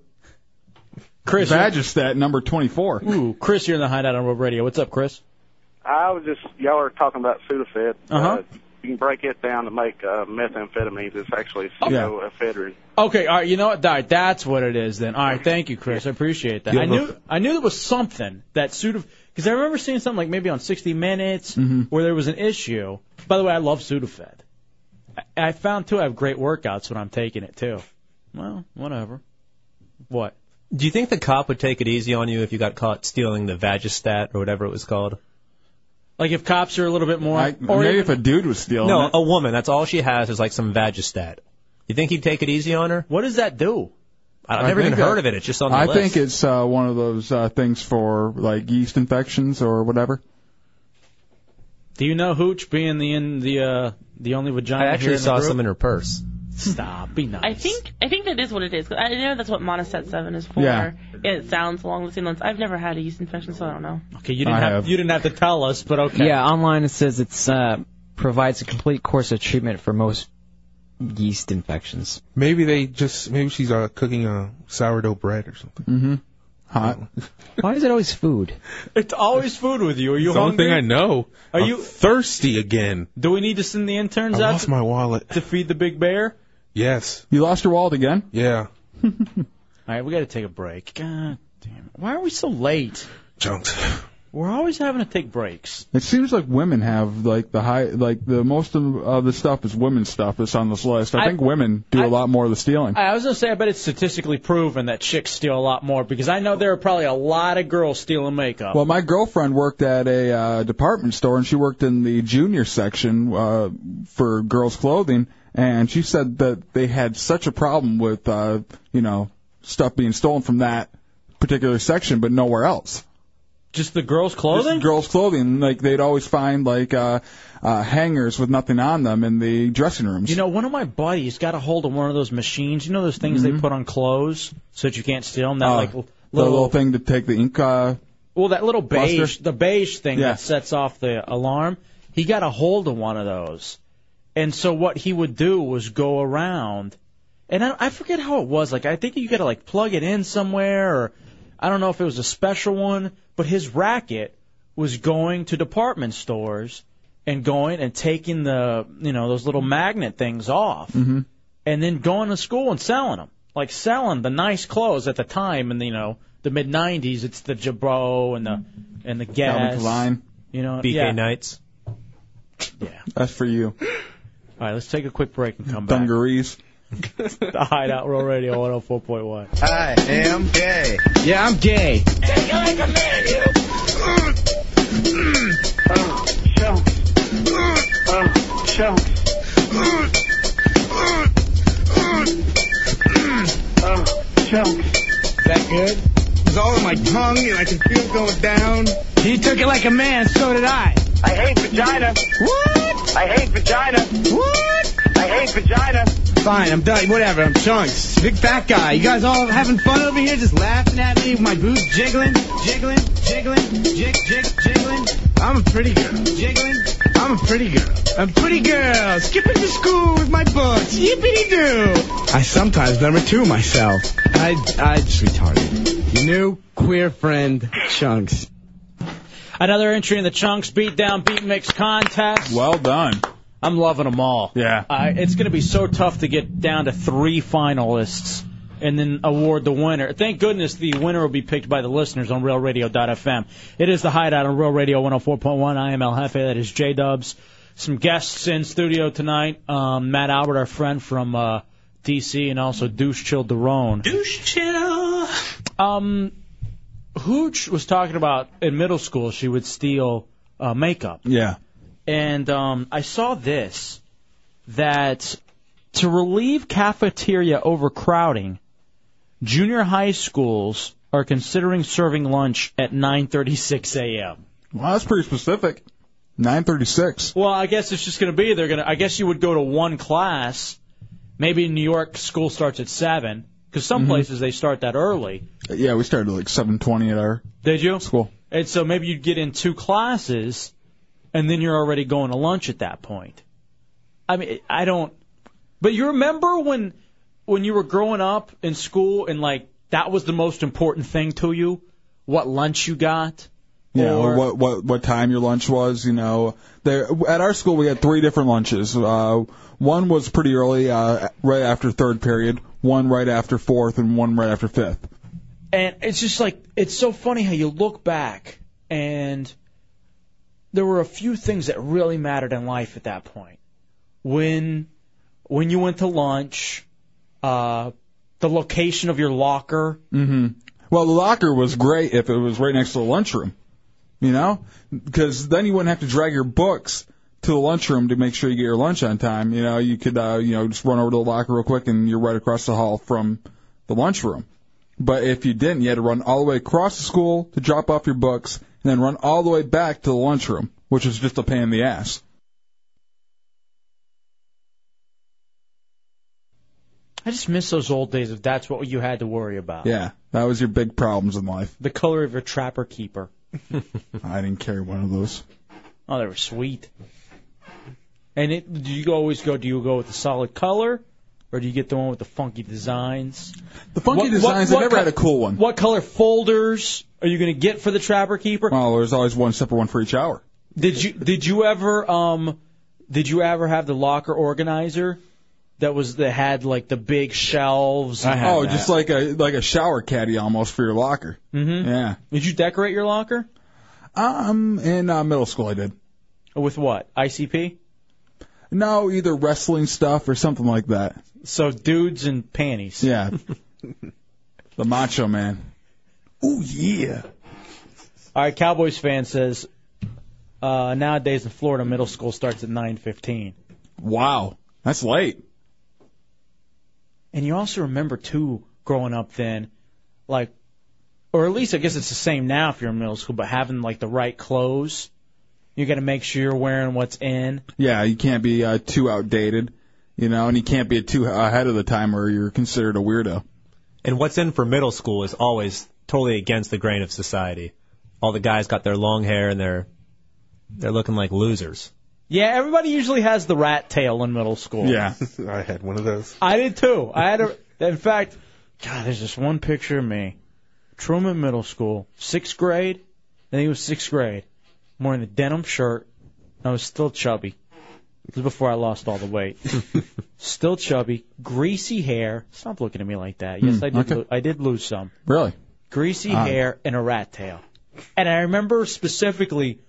Speaker 3: Chris,
Speaker 4: Vagistat number 24.
Speaker 3: Ooh, Chris, you're in the hideout on Road Radio. What's up, Chris?
Speaker 12: I was just y'all are talking about Sudafed.
Speaker 3: Uh-huh.
Speaker 12: You can break it down to make uh, methamphetamines. It's actually
Speaker 3: Oh. Yeah.
Speaker 12: pseudoephedrine.
Speaker 3: Okay, all right. You know what? All right, that's what it is then. All right, thank you, Chris. I appreciate that.
Speaker 12: Yeah,
Speaker 3: I
Speaker 12: but-
Speaker 3: knew I knew there was something that Sudaf because I remember seeing something like maybe on 60 Minutes where there was an issue. By the way, I love Sudafed. I, I found too I have great workouts when I'm taking it too. Well, whatever. What?
Speaker 9: Do you think the cop would take it easy on you if you got caught stealing the Vagistat or whatever it was called?
Speaker 3: Like if cops are a little bit more, or
Speaker 9: maybe
Speaker 3: even-
Speaker 9: if
Speaker 4: a dude was stealing
Speaker 9: no, a woman. That's all she has is like some Vagistat. You think he'd take it easy on her?
Speaker 3: What does that do?
Speaker 9: I've
Speaker 4: I
Speaker 9: never even
Speaker 4: think that-
Speaker 9: heard of it. It's just on the
Speaker 4: I
Speaker 9: list.
Speaker 4: think it's uh, one of those uh, things for like yeast infections or whatever.
Speaker 3: do you know Hooch being the in the uh, the only vagina?
Speaker 9: I actually
Speaker 3: here in the
Speaker 9: saw
Speaker 3: group?
Speaker 9: some in her purse.
Speaker 3: Stop. Be nice.
Speaker 10: I think I think that is what it is. 'cause I know that's what monostat seven is for.
Speaker 3: Yeah.
Speaker 10: It sounds along the same lines. I've never had a yeast infection, so I don't know.
Speaker 3: Okay, you didn't
Speaker 13: I
Speaker 3: have,
Speaker 13: have.
Speaker 3: you didn't have to tell us, but okay.
Speaker 13: Yeah, online it says it's uh, provides a complete course of treatment for most yeast infections.
Speaker 6: Maybe they just maybe she's uh, cooking a sourdough bread or something. Oh.
Speaker 13: Mm-hmm.
Speaker 4: Hot.
Speaker 13: Why is it always food?
Speaker 3: It's always food with you. Are you
Speaker 6: It's the only
Speaker 3: hungry?
Speaker 6: thing I know.
Speaker 3: Are
Speaker 6: I'm
Speaker 3: you-
Speaker 6: thirsty again?
Speaker 3: Do we need to send the interns
Speaker 6: I
Speaker 3: out
Speaker 6: lost
Speaker 3: to,
Speaker 6: my wallet.
Speaker 3: to feed the big bear?
Speaker 6: Yes.
Speaker 4: You lost your wallet again?
Speaker 6: Yeah.
Speaker 3: All right, we got to take a break. God damn it! Why are we so late?
Speaker 6: Junks.
Speaker 3: We're always having to take breaks.
Speaker 4: It seems like women have like the high, like the most of uh, the stuff is women's stuff that's on this list. I,
Speaker 3: I-
Speaker 4: think women do a lot more of the stealing.
Speaker 3: I was gonna say, I bet it's statistically proven that chicks steal a lot more because I know there are probably a lot of girls stealing makeup.
Speaker 4: Well, my girlfriend worked at a uh, department store, and she worked in the junior section uh, for girls' clothing. And she said that they had such a problem with, uh, you know, stuff being stolen from that particular section, but nowhere else.
Speaker 3: Just the girls' clothing.
Speaker 4: Just girls' clothing. Like they'd always find like uh, uh, hangers with nothing on them in the dressing rooms.
Speaker 3: You know, one of my buddies got a hold of one of those machines. You know those things they put on clothes so that you can't steal them. That
Speaker 4: Uh,
Speaker 3: like
Speaker 4: the
Speaker 3: little
Speaker 4: little thing to take the ink. Uh,
Speaker 3: Well, that little beige,
Speaker 4: Buster?
Speaker 3: the beige thing
Speaker 4: Yeah.
Speaker 3: that sets off the alarm, he got a hold of one of those. And so what he would do was go around, and I, I forget how it was. Like I think you got to like plug it in somewhere, or I don't know if it was a special one. But his racket was going to department stores and going and taking the you know those little magnet things off
Speaker 4: Mhm.
Speaker 3: and then going to school and selling them, like selling the nice clothes at the time in the, you know the mid '90s. It's the Jabot and the and the
Speaker 4: Calvin
Speaker 3: Guess,
Speaker 4: Klein.
Speaker 3: you know,
Speaker 4: BK
Speaker 3: Uh, yeah.
Speaker 9: Nights.
Speaker 4: That's for you.
Speaker 3: All right, let's take a quick break and come back.
Speaker 4: Dungarees.
Speaker 3: the Hideout Roll Radio 104.1.
Speaker 5: I am gay. Yeah, I'm gay. Take it like a man, you.
Speaker 14: That good? It's all in my tongue and I can feel it going down. He took it like a man, so did I. I hate vagina. What? I hate vagina. What? I hate vagina.
Speaker 11: Fine, I'm done. Whatever, I'm chunks. Big fat guy. You guys all having fun over here, just laughing at me with my boobs jiggling, jiggling, jiggling, jig, jig, jiggling. I'm a pretty girl. Jiggling. I'm a pretty girl. I'm a pretty girl. Skipping to school with my books. Yippity doo. I sometimes number two myself. I, I just retarded. Your new queer friend, Chunks.
Speaker 3: Another entry in the Chunks Beat Down Beat Mix contest.
Speaker 4: Well done.
Speaker 3: I'm loving them all.
Speaker 4: Yeah.
Speaker 3: I, it's going to be so tough to get down to three finalists and then award the winner. Thank goodness the winner will be picked by the listeners on RealRadio.fm. It is the Hideout on Real Radio 104.1. I am El Jefe. That is J Dubs. Some guests in studio tonight. Um, Matt Albert, our friend from uh, D.C., and also Douche Chill Derone. Douche Chill. Um, Hooch was talking about in middle school she would steal uh, makeup.
Speaker 4: Yeah.
Speaker 3: And um, I saw this that to relieve cafeteria overcrowding, junior high schools are considering serving lunch at 9:36 a.m.
Speaker 4: Well, that's pretty specific. 936.
Speaker 3: Well, I guess it's just going to be they're going to. I guess you would go to one class. Maybe in New York, school starts at seven because some
Speaker 4: Mhm.
Speaker 3: places they start that early.
Speaker 4: Yeah, we started like 720 at our
Speaker 3: Did you?
Speaker 4: school.
Speaker 3: And so maybe you'd get in two classes, and then you're already going to lunch at that point. I mean, I don't. But you remember when when you were growing up in school and like that was the most important thing to you, what lunch you got.
Speaker 4: Yeah, or, what what what time your lunch was. You know, there at our school we had three different lunches. Uh, one was pretty early, uh, right after third period. One right after fourth, and one right after fifth.
Speaker 3: And it's just like it's so funny how you look back and there were a few things that really mattered in life at that point. When when you went to lunch, uh the location of your locker.
Speaker 4: hmm Well, the locker was great if it was right next to the lunchroom, you know, because then you wouldn't have to drag your books to the lunchroom to make sure you get your lunch on time. You know, you could, uh, you know, just run over to the locker real quick and you're right across the hall from the lunchroom. But if you didn't, you had to run all the way across the school to drop off your books and then run all the way back to the lunchroom, which was just a pain in the ass.
Speaker 3: I just miss those old days if that's what you had to worry about.
Speaker 4: Yeah, that was your big problems in life.
Speaker 3: The color of your trapper keeper.
Speaker 4: I didn't carry one of those.
Speaker 3: Oh, they were sweet. And it, do you always go? Do you go with the solid color, or do you get the one with the funky designs?
Speaker 4: The funky designs, I never had a cool one.
Speaker 3: What color folders are you going to get for the Trapper Keeper?
Speaker 4: Well, Oh, there's always one separate one for each hour.
Speaker 3: Did you did you ever um did you ever have the locker organizer that was that had like the big shelves? and-
Speaker 4: oh, just like a like a shower caddy almost for your locker.
Speaker 3: Mhm.
Speaker 4: Yeah.
Speaker 3: Did you decorate your locker?
Speaker 4: Um, in uh, middle school I did.
Speaker 3: With what? ICP?
Speaker 4: No, either wrestling stuff or something like that.
Speaker 3: So dudes and panties.
Speaker 4: Yeah. the Macho Man. Ooh yeah.
Speaker 3: All right, Cowboys fan says uh, nowadays in Florida, middle school starts at nine fifteen.
Speaker 4: Wow, that's late.
Speaker 3: And you also remember too, growing up then, like, or at least I guess it's the same now if you're in middle school, but having like the right clothes, you got to make sure you're wearing what's in.
Speaker 4: Yeah, you can't be uh, too outdated, you know, and you can't be too ahead of the time or you're considered a weirdo.
Speaker 9: And what's in for middle school is always totally against the grain of society. All the guys got their long hair and they're they're looking like losers.
Speaker 3: Yeah, everybody usually has the rat tail in middle school.
Speaker 9: I had one of those.
Speaker 3: I did too. I had a. In fact, God, there's this one picture of me, Truman Middle School, sixth grade. I think it was sixth grade. I'm wearing a denim shirt. and I was still chubby. This is before I lost all the weight. still chubby, greasy hair. Stop looking at me like that. Yes,
Speaker 4: Hmm,
Speaker 3: I did.
Speaker 4: okay.
Speaker 3: lo- I did lose some.
Speaker 4: Really?
Speaker 3: Greasy
Speaker 4: Ah.
Speaker 3: hair and a rat tail. And I remember specifically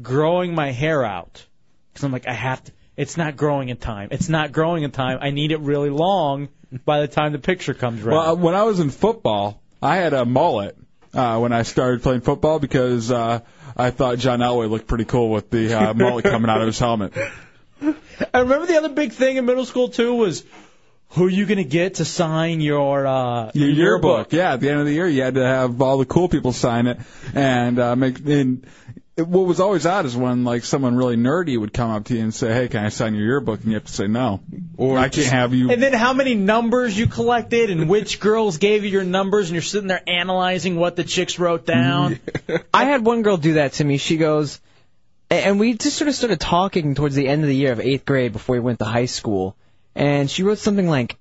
Speaker 3: growing my hair out because I'm like, I have to. It's not growing in time. It's not growing in time. I need it really long by the time the picture comes around.
Speaker 4: Well, uh, when I was in football, I had a mullet uh, when I started playing football because uh, I thought John Elway looked pretty cool with the uh, mullet coming out of his helmet.
Speaker 3: I remember the other big thing in middle school too was who you gonna get to sign your uh
Speaker 4: Your yearbook, yeah. At the end of the year, you had to have all the cool people sign it, and uh, make. And it, what was always odd is when like someone really nerdy would come up to you and say, "Hey, can I sign your yearbook?" And you have to say no, or I can't have you.
Speaker 3: And then how many numbers you collected and which girls gave you your numbers and you're sitting there analyzing what the chicks wrote down.
Speaker 13: I had one girl do that to me. She goes, and we just sort of started talking towards the end of the year of eighth grade before we went to high school. And she wrote something like,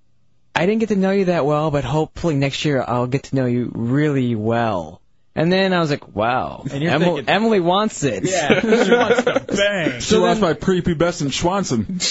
Speaker 13: I didn't get to know you that well, but hopefully next year I'll get to know you really well. And then I was like, wow,
Speaker 4: And you're
Speaker 13: Emil-
Speaker 4: thinking-
Speaker 13: Emily wants it.
Speaker 4: bang. She
Speaker 13: So
Speaker 4: lost my prepubescent Schwanson.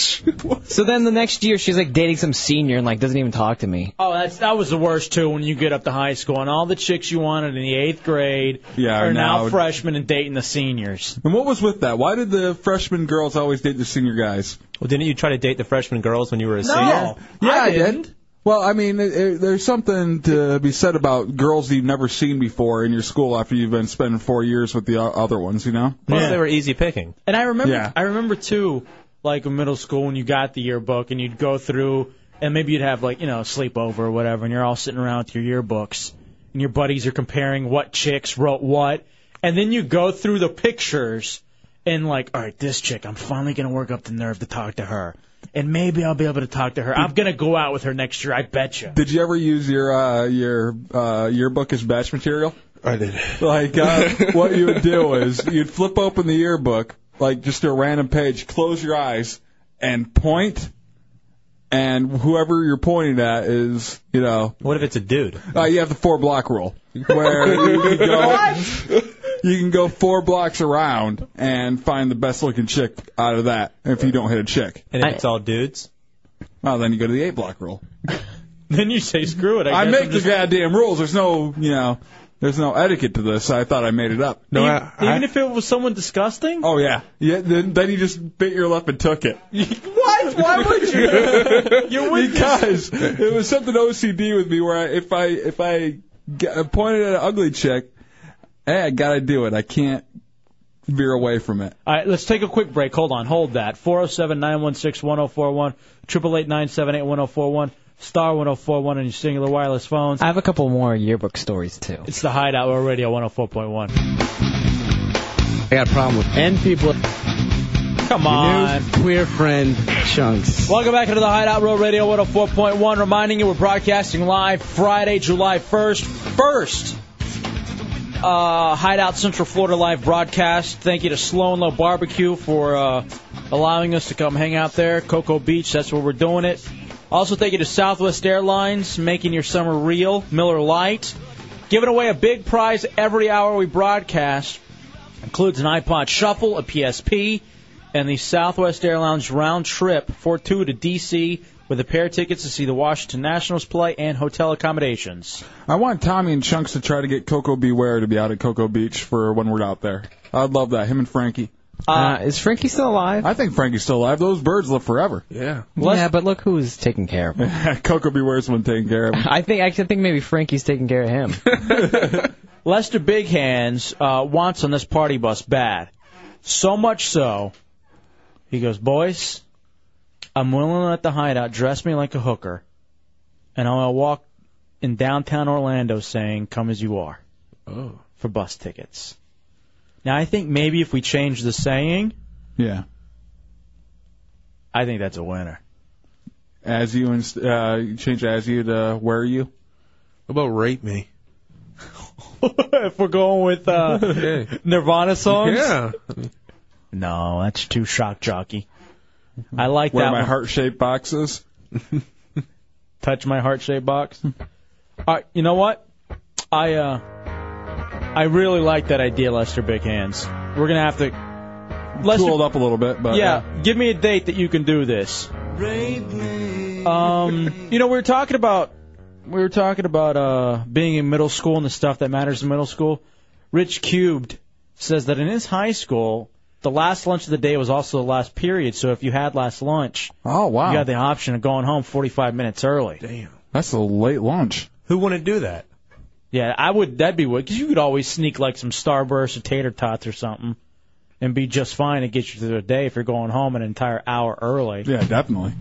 Speaker 13: so then the next year she's like dating some senior and like doesn't even talk to me.
Speaker 3: Oh, that's that was the worst too when you get up to high school and all the chicks you wanted in the eighth grade
Speaker 4: Yeah,
Speaker 3: are now,
Speaker 4: now-
Speaker 3: freshmen and dating the seniors.
Speaker 4: And what was with that? Why did the freshman girls always date the senior guys?
Speaker 9: Well, didn't you try to date the freshman girls when you were a
Speaker 4: Yeah,
Speaker 9: senior?
Speaker 4: I, didn't. Well, I mean, it, it, there's something to be said about girls you've never seen before in your school after you've been spending four years with the o- other ones, you know?
Speaker 9: Plus, they were easy picking.
Speaker 3: And I remember,
Speaker 4: Yeah.
Speaker 3: I remember too, like in middle school when you got the yearbook and you'd go through, and maybe you'd have like you know a sleepover or whatever, and you're all sitting around with your yearbooks, and your buddies are comparing what chicks wrote what, and then you go through the pictures, and like, all right, this chick, I'm finally gonna work up the nerve to talk to her, and maybe I'll be able to talk to her. I'm gonna go out with her next year, I bet you.
Speaker 4: Did you ever use your uh, your uh, yearbook as batch material?
Speaker 6: I did.
Speaker 4: Like, uh, what you would do is you'd flip open the yearbook, like just a random page, close your eyes, and point, and whoever you're pointing at is, you know.
Speaker 9: What if it's a dude?
Speaker 4: Uh, you have the four block rule, where you can go, you can go four blocks around and find the best looking chick out of that. If you don't hit a chick,
Speaker 9: And if it's all dudes,
Speaker 4: well, then you go to the eight block rule.
Speaker 3: Then you say, screw it. I,
Speaker 4: I,
Speaker 3: guess
Speaker 4: make
Speaker 3: I'm
Speaker 4: the
Speaker 3: just-
Speaker 4: goddamn rules. There's no, you know, there's no etiquette to this. I thought I made it up. No,
Speaker 3: even, even if it was someone disgusting?
Speaker 4: Oh yeah, yeah. Then, then you just bit your lip and took it.
Speaker 3: What? Why would you? You're with
Speaker 4: because it was something OCD with me where I, if I if I get, pointed at an ugly chick, hey, I gotta do it. I can't veer away from it.
Speaker 3: All right, let's take a quick break. Hold on, hold that. 407-916-1041, 888-978-1041, star 1041 on your singular wireless phones.
Speaker 13: I have a couple more yearbook stories too.
Speaker 3: It's the Hideout We're Radio 104.1.
Speaker 5: I got a problem with and people.
Speaker 3: Come on.
Speaker 5: queer friend chunks.
Speaker 3: Welcome back into the Hideout Road Radio 104.1. Reminding you, we're broadcasting live Friday, July 1st. First uh, Hideout Central Florida live broadcast. Thank you to Sloan Low Barbecue for uh, allowing us to come hang out there. Cocoa Beach, that's where we're doing it. Also, thank you to Southwest Airlines, making your summer real. Miller Lite. Giving away a big prize every hour we broadcast. Includes an iPod Shuffle, a PSP, and the Southwest Airlines round trip for two to D.C. with a pair of tickets to see the Washington Nationals play and hotel accommodations.
Speaker 4: I want Tommy and Chunks to try to get Coco Beware to be out at Cocoa Beach for when we're out there. I'd love that. Him and Frankie.
Speaker 13: Uh, is Frankie still alive?
Speaker 4: I think Frankie's still alive. Those birds live forever.
Speaker 6: Yeah.
Speaker 13: Yeah, but look who's taking care of him.
Speaker 4: Coco Beware's one taking care of him.
Speaker 13: I think I think maybe Frankie's taking care of him.
Speaker 3: Lester Big Hands uh, wants on this party bus bad. So much so, he goes, Boys, I'm willing to let the hideout dress me like a hooker, and I'll walk in downtown Orlando saying, Come as you are
Speaker 6: Oh.
Speaker 3: for bus tickets. Now, I think maybe if we change the saying,
Speaker 4: Yeah.
Speaker 3: I think that's a winner.
Speaker 4: As you and uh, you change as you to where you.
Speaker 6: How about rape me?
Speaker 3: if we're going with uh, Nirvana songs?
Speaker 6: Yeah.
Speaker 3: No, that's too shock jockey. I like
Speaker 4: Where
Speaker 3: that
Speaker 4: my
Speaker 3: one.
Speaker 4: heart shaped boxes.
Speaker 3: touch my heart shaped box. All right, you know what? I uh, I really like that idea, Lester Big Hands. We're gonna have to Lester,
Speaker 4: Cooled up a little bit, but
Speaker 3: yeah, give me a date that you can do this. Um, you know, we were talking about we were talking about uh being in middle school and the stuff that matters in middle school. Rich Cubed says that in his high school, the last lunch of the day was also the last period. So if you had last lunch,
Speaker 4: oh wow,
Speaker 3: you got the option of going home 45 minutes early. Damn.
Speaker 4: that's a late lunch.
Speaker 9: who wouldn't do that?
Speaker 3: Yeah, I would. That'd be what because you could always sneak like some Starburst or tater tots or something, and be just fine to get you through the day if you're going home an entire hour early.
Speaker 4: Yeah, definitely.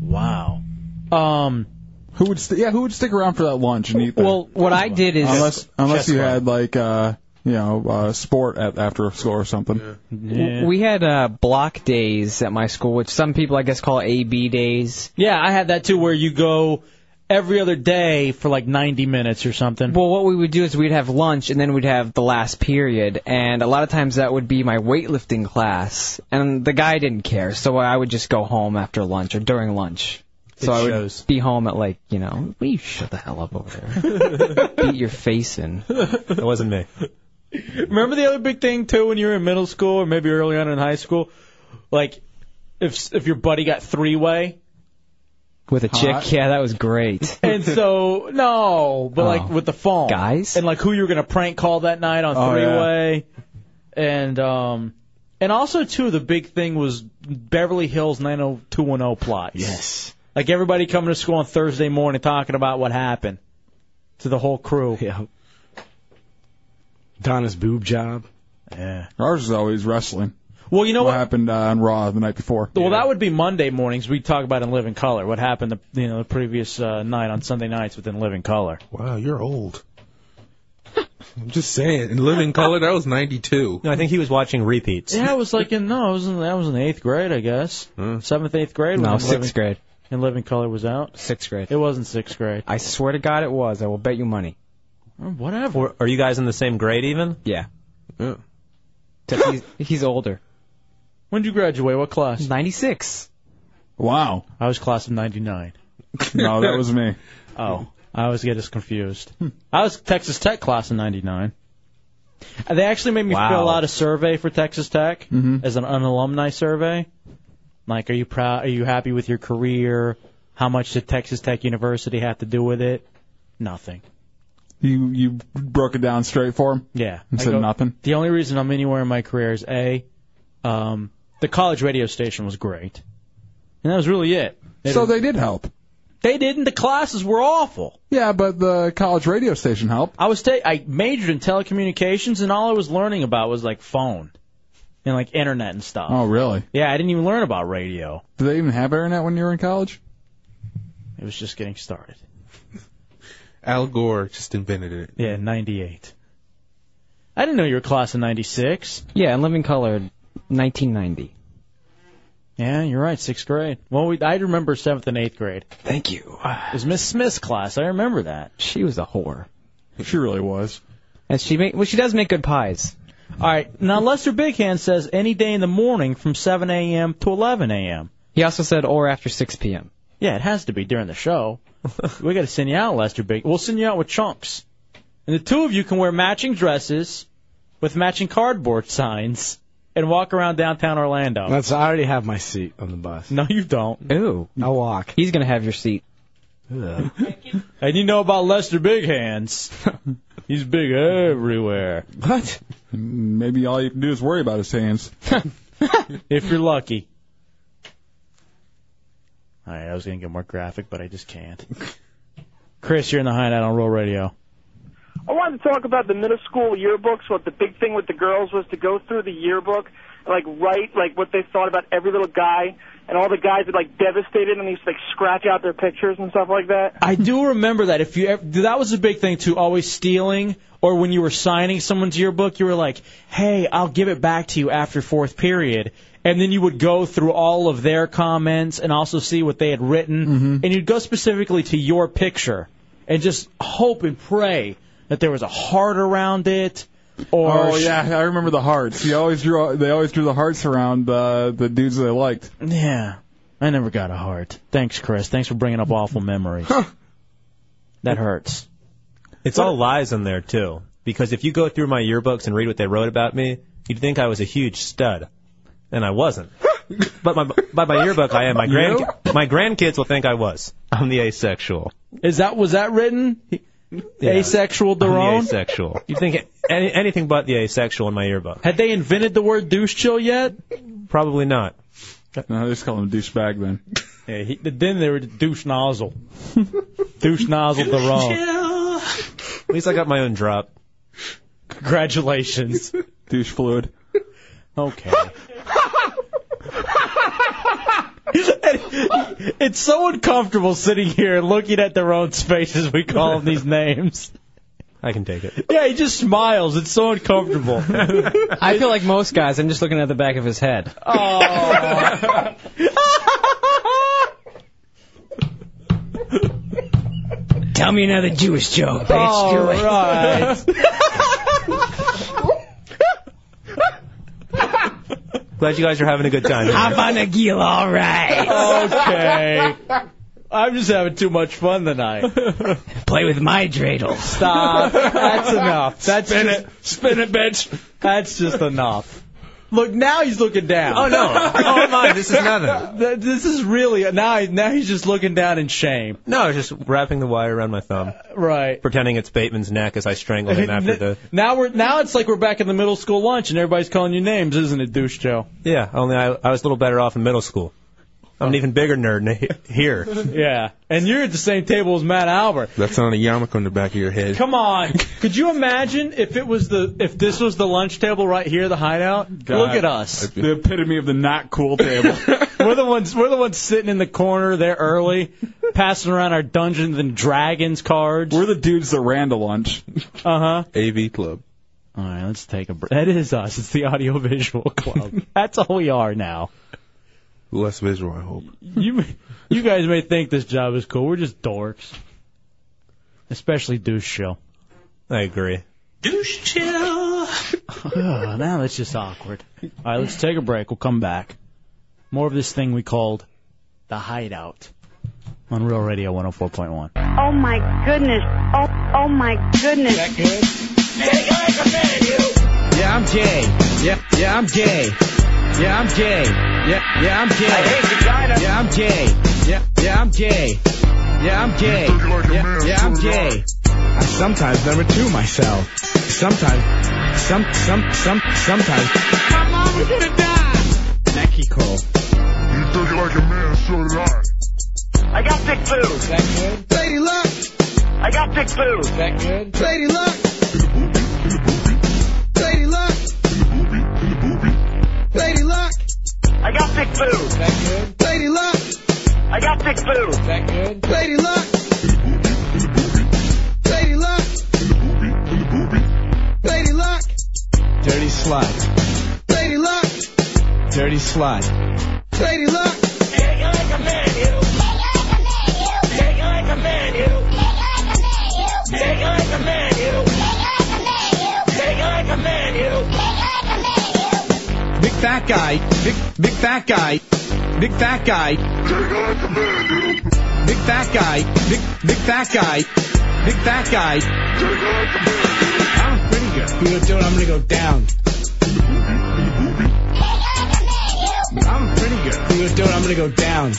Speaker 3: Wow. Um.
Speaker 4: Who would st- yeah? Who would stick around for that lunch and eat?
Speaker 13: Well, what I did is
Speaker 4: unless unless you
Speaker 13: Chess
Speaker 4: had like uh you know uh, sport at, after school or something.
Speaker 13: W- We had uh, block days at my school, which some people I guess call AB days.
Speaker 3: Yeah, I had that too, where you go every other day for like 90 minutes or something.
Speaker 13: Well, what we would do is we'd have lunch and then we'd have the last period, and a lot of times that would be my weightlifting class, and the guy didn't care, so I would just go home after lunch or during lunch. So I would be home at like you know, will you shut the hell up over there? Beat your face in.
Speaker 9: That wasn't me.
Speaker 3: Remember the other big thing too when you were in middle school or maybe early on in high school, like if if your buddy got three way.
Speaker 13: With a
Speaker 3: Hot.
Speaker 13: chick, yeah, that was great.
Speaker 3: And so no, but like with the phone, Oh. guys, and like who you were gonna prank call that night on
Speaker 13: Oh,
Speaker 3: three
Speaker 13: yeah.
Speaker 3: way, and um, and also too the big thing was Beverly Hills 90210 plots. Yes, like everybody coming to school on Thursday morning talking about what happened to the whole crew.
Speaker 5: Yeah, Donna's boob job.
Speaker 3: Yeah.
Speaker 4: Ours is always wrestling.
Speaker 3: Well, you know
Speaker 4: what, happened uh, on Raw the night before.
Speaker 3: Well, that would be Monday mornings. We talk about in Living Color what happened the you know the previous uh, night on Sunday nights within Living Color.
Speaker 6: Wow, you're old. I'm just saying. In Living Color, that was 92.
Speaker 9: No, I think he was watching repeats.
Speaker 3: Yeah, it was like in no, it was in, that was in eighth grade, I guess.
Speaker 4: Hmm.
Speaker 3: Seventh, eighth grade.
Speaker 13: No,
Speaker 3: when
Speaker 13: sixth grade.
Speaker 3: And Living Color was out.
Speaker 13: Sixth grade.
Speaker 3: It wasn't sixth grade.
Speaker 13: I swear to God, it was. I will bet you money.
Speaker 3: Whatever.
Speaker 9: Or, are you guys in the same grade even?
Speaker 13: Yeah.
Speaker 6: Yeah.
Speaker 13: He's, he's older.
Speaker 3: When did you graduate? What class?
Speaker 13: Ninety six.
Speaker 4: Wow.
Speaker 3: I was class of 99.
Speaker 4: No, that was me.
Speaker 3: Oh, I always get us confused. I was Texas Tech class of 99. Uh, They actually made me
Speaker 5: Wow.
Speaker 3: fill out a survey for Texas Tech
Speaker 4: Mm-hmm.
Speaker 3: as an, an alumni survey. Like, are you proud? Are you happy with your career? How much did Texas Tech University have to do with it? Nothing.
Speaker 4: You you broke it down straight for him.
Speaker 3: Yeah.
Speaker 4: And
Speaker 3: I
Speaker 4: said
Speaker 3: go-
Speaker 4: nothing.
Speaker 3: The only reason I'm anywhere in my career is a, um, the college radio station was great, and that was really it.
Speaker 4: So they did help.
Speaker 3: They didn't. The classes were awful.
Speaker 4: Yeah, but Uh, the college radio station helped.
Speaker 3: I was ta- I majored in telecommunications, and all I was learning about was like phone and like internet and stuff.
Speaker 4: Oh, really?
Speaker 3: Yeah, I didn't even learn about radio.
Speaker 4: Did they even have internet when you were in college?
Speaker 3: It was just getting started.
Speaker 6: Al Gore just invented it.
Speaker 3: Yeah, 98. I didn't know you were class of 96.
Speaker 13: Yeah, and Living Color, 1990.
Speaker 3: Yeah, you're right. Sixth grade. Well, we, I remember seventh and eighth grade.
Speaker 13: Thank you. It
Speaker 3: was Miss Smith's class. I remember that.
Speaker 13: She was a whore.
Speaker 4: She really was.
Speaker 13: And she make well, she does make good pies.
Speaker 3: All right, now Lester Big Hand says any day in the morning from 7 a.m. to 11 a.m.
Speaker 13: He also said or after 6 p.m.
Speaker 3: Yeah, it has to be during the show. we got to send you out, Lester Big. We'll send you out with chunks, and the two of you can wear matching dresses with matching cardboard signs and walk around downtown Orlando.
Speaker 18: That's I already have my seat on the bus.
Speaker 3: No, you don't.
Speaker 13: Ooh.
Speaker 18: I'll walk.
Speaker 13: He's gonna have your seat.
Speaker 3: and you know about Lester Big Hands. He's big everywhere.
Speaker 4: What? Maybe all you can do is worry about his hands.
Speaker 3: if you're lucky. All right, I was gonna get more graphic, but I just can't. Chris, you're in the hideout on Roll Radio.
Speaker 24: I wanted to talk about the middle school yearbooks. What the big thing with the girls was to go through the yearbook, and, like write like what they thought about every little guy, and all the guys were like devastated, and they used to like scratch out their pictures and stuff like that.
Speaker 3: I do remember that. If you ever, that was a big thing too, always stealing, or when you were signing someone's yearbook, you were like, "Hey, I'll give it back to you after fourth period," and then you would go through all of their comments and also see what they had written,
Speaker 4: Mm-hmm.
Speaker 3: and you'd go specifically to your picture and just hope and pray that there was a heart around it. Or
Speaker 4: oh yeah, I remember the hearts. You always drew. They always drew the hearts around uh, the dudes they liked.
Speaker 3: Yeah. I never got a heart. Thanks, Chris. Thanks for bringing up awful memories. That hurts.
Speaker 9: It's all lies in there too, because if you go through my yearbooks and read what they wrote about me, you'd think I was a huge stud, and I wasn't. but my, by my yearbook, I am. My grand my grandkids will think I was. I'm the asexual.
Speaker 3: Is that was that written? Asexual
Speaker 9: I'm the
Speaker 3: Daron?
Speaker 9: asexual. You think any, anything but the asexual in my yearbook?
Speaker 3: Had they invented the word douche chill yet?
Speaker 9: Probably not.
Speaker 4: No, they just call him douchebag then.
Speaker 3: Yeah, he, then they were douche nozzle. douche nozzle Daron.
Speaker 9: At least I got my own drop.
Speaker 3: Congratulations.
Speaker 4: Douche fluid.
Speaker 3: Okay. it's so uncomfortable sitting here looking at their own space as we call them these names.
Speaker 9: I can take it.
Speaker 3: Yeah, he just smiles. It's so uncomfortable.
Speaker 13: I feel like most guys. I'm just looking at the back of his head. Tell me another Jewish joke. bitch.
Speaker 5: All
Speaker 13: Do it.
Speaker 5: right.
Speaker 9: Glad you guys are having a good time.
Speaker 13: Hop on a gill, all
Speaker 3: right. Okay. I'm just having too much fun tonight.
Speaker 13: Play with my dreidel.
Speaker 3: Stop. That's enough. That's
Speaker 5: Spin
Speaker 3: just, it. Spin it, bitch. That's just enough. Look, now he's looking down.
Speaker 5: Oh, no. Oh, my, this is nothing.
Speaker 3: Th- This is really now. Now he's just looking down in shame. Uh,
Speaker 9: No, just wrapping the wire around my thumb,
Speaker 3: Right.
Speaker 9: pretending it's Bateman's neck as I strangle him after the.
Speaker 3: Now we're now it's like we're back in the middle school lunch and everybody's calling you names, isn't it, douche Joe?
Speaker 9: Yeah, only I, I was a little better off in middle school. I'm an even bigger nerd than he- here.
Speaker 3: Yeah. And you're at the same table as Matt Albert.
Speaker 6: That's on a yarmulke on the back of your head.
Speaker 3: Come on. Could you imagine if it was the if this was the lunch table right here, the hideout?
Speaker 4: God.
Speaker 3: Look at us.
Speaker 4: The epitome of the not cool table.
Speaker 3: we're the ones we're the ones sitting in the corner there early, passing around our Dungeons and Dragons cards.
Speaker 4: We're the dudes that ran to lunch.
Speaker 3: Uh huh.
Speaker 6: AV Club.
Speaker 3: All right, let's take a break. That is us. It's the audio visual club. That's all we are now.
Speaker 6: Less visual, I hope.
Speaker 3: You you guys may think this job is cool. We're just dorks. Especially douche show.
Speaker 9: I agree.
Speaker 3: Douche
Speaker 22: Oh,
Speaker 3: chill. Ah, now that's just awkward. All right, let's take a break. We'll come back. More of this thing we called The Hideout on Real Radio 104.1.
Speaker 22: Oh my goodness. Oh, oh my goodness.
Speaker 5: Yeah, I'm gay. Yeah, yeah, I'm gay. Yeah, I'm gay. Yeah, yeah, I'm gay. I hate vagina. Yeah, I'm gay. Yeah, yeah, I'm gay. Yeah, I'm gay. Yeah, yeah, I'm gay.
Speaker 18: I sometimes number two myself. Sometimes, some, some, some, sometimes.
Speaker 5: My mom is gonna die.
Speaker 18: Necky Cole. You took it like a man, so did I.
Speaker 5: I got dick food. Is that good? Lady luck. I got dick food. Is that good? Lady luck. Lady luck. Lady luck. I got dick food. Is that good? Lady luck. I got dick food. Is that good? Lady luck. Lady luck. Lady luck.
Speaker 18: Dirty slut.
Speaker 5: Lady luck.
Speaker 18: Dirty slut.
Speaker 5: Lady luck. Take it like a man, you. Take it like a man, you. Take it like a man, you. Take it like a man, you.
Speaker 18: Big fat guy. Big big fat guy. Big fat guy. Big fat guy. Big big fat guy. Big fat guy. I'm pretty good. You don't do it, I'm gonna go down. I'm pretty good. You don't do it, I'm gonna go down.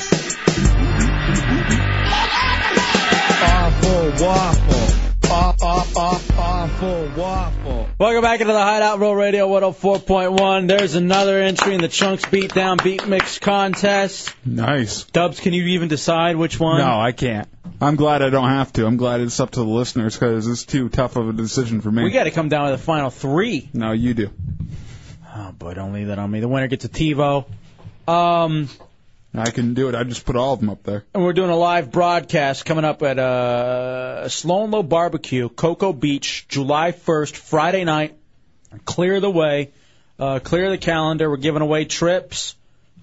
Speaker 5: Awful waffle. Aw, aw, aw, awful waffle.
Speaker 3: Welcome back into the Hideout Roll Radio 104.1. There's another entry in the Chunks Beatdown Beat Mix contest.
Speaker 4: Nice.
Speaker 3: Dubs, can you even decide which one?
Speaker 4: No, I can't. I'm glad I don't have to. I'm glad it's up to the listeners because it's too tough of a decision for me.
Speaker 3: We got to come down to the final three.
Speaker 4: No, you do.
Speaker 3: Oh boy, don't leave that on me. The winner gets a TiVo. Um,
Speaker 4: I can do it. I just put all of them up there.
Speaker 3: And we're doing a live broadcast coming up at uh, Sloan Low Barbecue, Cocoa Beach, July 1st, Friday night. Clear the way, uh, clear the calendar. We're giving away trips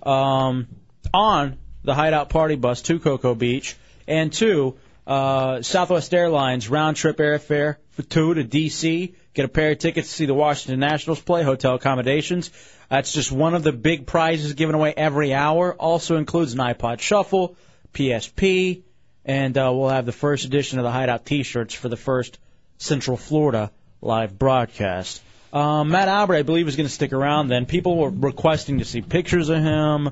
Speaker 3: um, on the Hideout Party Bus to Cocoa Beach and to uh, Southwest Airlines round trip airfare for two to D.C. Get a pair of tickets to see the Washington Nationals play, hotel accommodations. That's just one of the big prizes given away every hour. Also includes an iPod Shuffle, PSP, and uh, we'll have the first edition of the Hideout T-shirts for the first Central Florida live broadcast. Um, Matt Albert, I believe, is going to stick around. Then people were requesting to see pictures of him.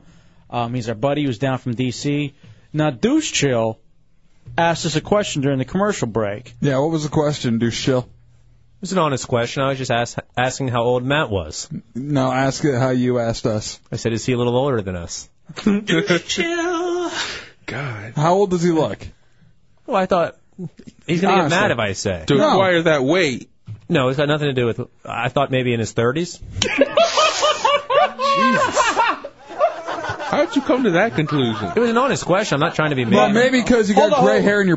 Speaker 3: Um, he's our buddy who's down from D.C. Now, Deuce Chill asked us a question during the commercial break.
Speaker 4: Yeah, what was the question, douche chill?
Speaker 9: It was an honest question. I was just ask, asking how old Matt was.
Speaker 4: No, ask it how you asked us.
Speaker 9: I said, is he a little older than us?
Speaker 4: Chill. God. How old does he look?
Speaker 9: Well, I thought he's going to get
Speaker 4: Honestly.
Speaker 9: mad if I say.
Speaker 6: To acquire that weight.
Speaker 9: No, it's got nothing to do with. I thought maybe in his 30s.
Speaker 6: How'd you come to that conclusion?
Speaker 9: It was an honest question. I'm not trying to be mean.
Speaker 4: Well, maybe because you
Speaker 9: Hold
Speaker 4: got
Speaker 9: on,
Speaker 4: gray
Speaker 9: hold on.
Speaker 4: hair and you're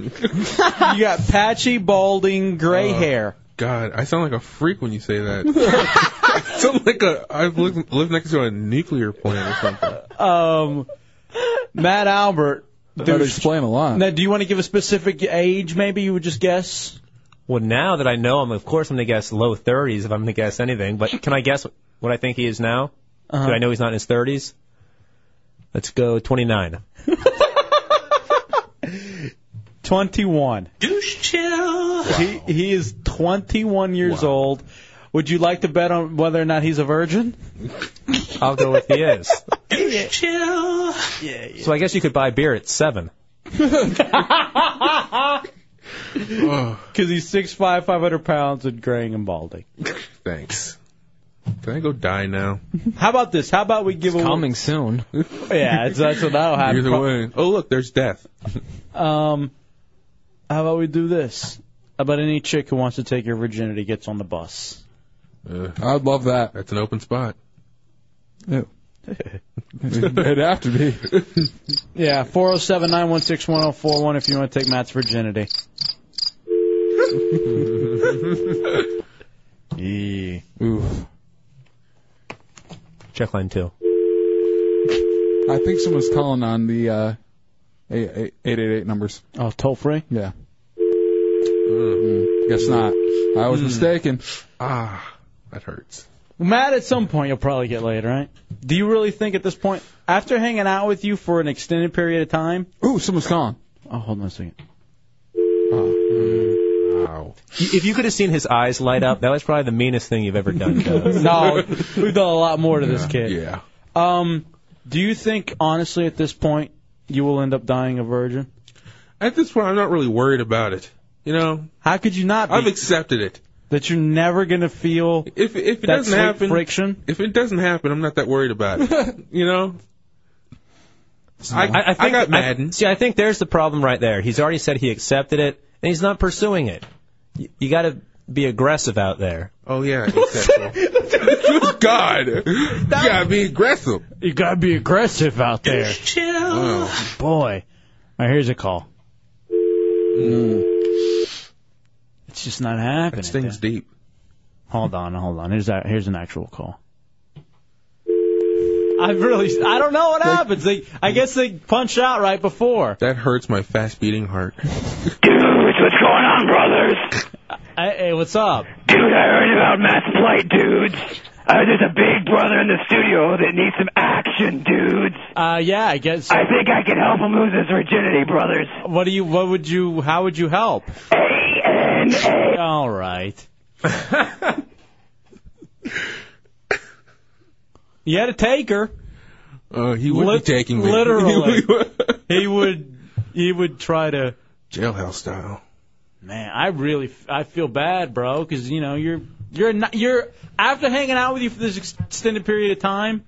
Speaker 3: you got patchy, balding, gray
Speaker 6: Uh,
Speaker 3: hair.
Speaker 6: God, I sound like a freak when you say that. I sound like a I've lived, lived next to a nuclear plant or something.
Speaker 3: Um, Matt Albert.
Speaker 4: That would
Speaker 3: Deuce-
Speaker 4: explain a lot.
Speaker 3: Now, do you want to give a specific age? Maybe you would just guess.
Speaker 9: Well, now that I know him, of course I'm going to guess low 30s if I'm going to guess anything. But can I guess what I think he is now?
Speaker 3: Uh-huh.
Speaker 9: Do I know he's not in his 30s? Let's go 29.
Speaker 3: 21.
Speaker 5: Douche chill.
Speaker 3: He he is 21 years old. Would you like to bet on whether or not he's a virgin?
Speaker 9: I'll go with he is.
Speaker 5: Douche chill.
Speaker 9: So I guess you could buy beer at 7.
Speaker 3: Because he's 6'5", 500 pounds and graying and balding.
Speaker 6: Thanks. Can I go die now?
Speaker 3: How about this? How about we give away?
Speaker 6: coming
Speaker 3: soon. yeah, it's, that's what that'll happen.
Speaker 6: Either way. Oh look, there's death.
Speaker 3: Um, how about we do this? How about any chick who wants to take your virginity gets on the bus?
Speaker 4: I'd love that.
Speaker 6: That's an open spot.
Speaker 4: It'd have to be.
Speaker 3: Yeah, 407 916 1041 if you want to take Matt's virginity. Eee.
Speaker 4: Oof.
Speaker 9: Check line two.
Speaker 4: I think someone's calling on the uh, eight- eight- 888 numbers.
Speaker 3: Oh, toll free?
Speaker 4: Yeah.
Speaker 3: Hmm.
Speaker 4: Mm, Guess not. I was mistaken.
Speaker 6: Ah, that hurts.
Speaker 3: Matt, at some point you'll probably get laid, right? Do you really think at this point, after hanging out with you for an extended period of time?
Speaker 4: Ooh, someone's calling.
Speaker 3: Oh, hold on a second.
Speaker 9: Y- Ah. If you could have seen his eyes light up, that was probably the meanest thing you've ever done. To us.
Speaker 3: no, we've done a lot more to this kid.
Speaker 9: Yeah.
Speaker 3: Um, do you think honestly at this point you will end up dying a virgin?
Speaker 6: At this point, I'm not really worried about it. You know,
Speaker 3: how could you not? Be?
Speaker 6: I've accepted it.
Speaker 3: That you're never gonna feel
Speaker 6: if if it
Speaker 3: that
Speaker 6: doesn't
Speaker 3: sleep
Speaker 6: happen
Speaker 3: friction.
Speaker 6: If it doesn't happen, I'm not that worried about it. you know. I, I,
Speaker 9: think
Speaker 6: got Madden.
Speaker 9: see, I think there's the problem right there. He's already said he accepted it, and he's not pursuing it. You, you got to be aggressive out there.
Speaker 6: Oh yeah. Good God. You gotta be aggressive.
Speaker 3: You gotta be aggressive out there.
Speaker 5: Chill.
Speaker 3: Boy. All right, here's a call. It's just not happening. This thing's
Speaker 6: deep.
Speaker 3: Hold on, hold on. Here's that. Here's an actual call.
Speaker 9: I
Speaker 3: really, I don't know what happens. They, I guess they punch out right before.
Speaker 6: That hurts my fast beating heart.
Speaker 5: What's going on, brothers?
Speaker 3: Hey, what's up?
Speaker 5: Dude, I heard about mass plight, dudes. Uh, there's a big brother in the studio that needs some action, dudes.
Speaker 3: Uh, yeah, I guess.
Speaker 5: I think I can help him lose his virginity, brothers.
Speaker 3: What do you? What would you? How would you help? All right. you had to take her.
Speaker 6: Uh, he would
Speaker 3: Lit-
Speaker 6: be taking me.
Speaker 3: Literally, he would. He would try to.
Speaker 6: Jailhouse style.
Speaker 3: Man, I really, I feel bad, bro, because you know you're you're not you're after hanging out with you for this extended period of time,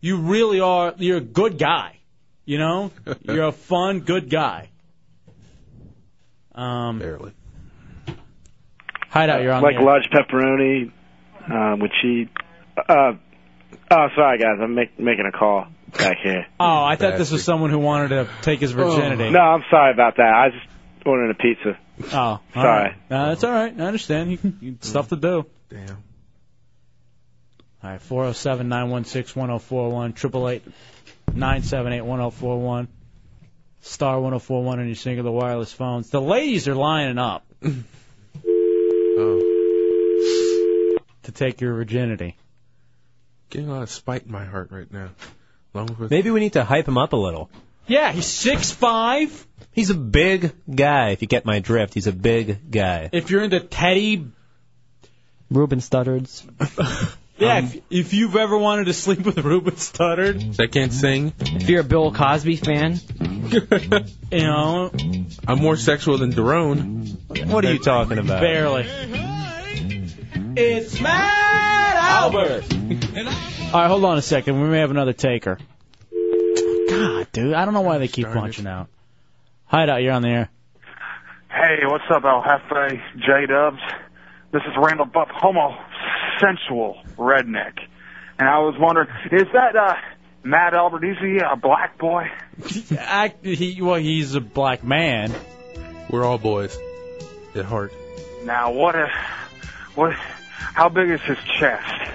Speaker 3: you really are you're a good guy, you know, you're a fun good guy. Um,
Speaker 6: barely.
Speaker 3: Hideout, you're on
Speaker 17: like
Speaker 3: the air.
Speaker 17: large pepperoni um, with cheese. Uh, oh, sorry guys, I'm make, making a call back here. Oh.
Speaker 3: Oh, I thought this was someone who wanted to take his virginity.
Speaker 17: No, I'm sorry about that. I just ordered a pizza.
Speaker 3: Oh, all
Speaker 17: Sorry.
Speaker 3: right. No, that's Uh, all right. I understand. You, you stuff to do. Damn. All right, four zero seven nine one six one zero four one triple eight nine seven eight one zero four one star one zero four one on your singular wireless phones. The ladies are lining up to take your virginity.
Speaker 6: Getting a lot of spite in my heart right now. Along with
Speaker 9: Maybe we need to hype him up a little.
Speaker 3: Yeah, he's six five.
Speaker 9: He's a big guy. If you get my drift, he's a big guy.
Speaker 3: If you're into Teddy,
Speaker 9: Ruben Stuttards.
Speaker 3: yeah, if, if you've ever wanted to sleep with Ruben Studdard,
Speaker 6: I can't sing.
Speaker 3: if you're a Bill Cosby fan, you know,
Speaker 6: I'm more sexual than Daron.
Speaker 9: What are you talking about?
Speaker 3: barely. It's Matt Albert. All right, hold on a second. We may have another taker. God, dude, I don't know why they keep punching out. Hideout, you're on the air.
Speaker 2: Hey, what's up, El Jefe, J Dubs? This is Randall Buff, homosexual redneck. And I was wondering, is that uh, Matt Albert? Is he a black boy?
Speaker 3: Act, he, well, he's a black man.
Speaker 6: We're all boys at heart.
Speaker 2: Now, what a, what, how big is his chest?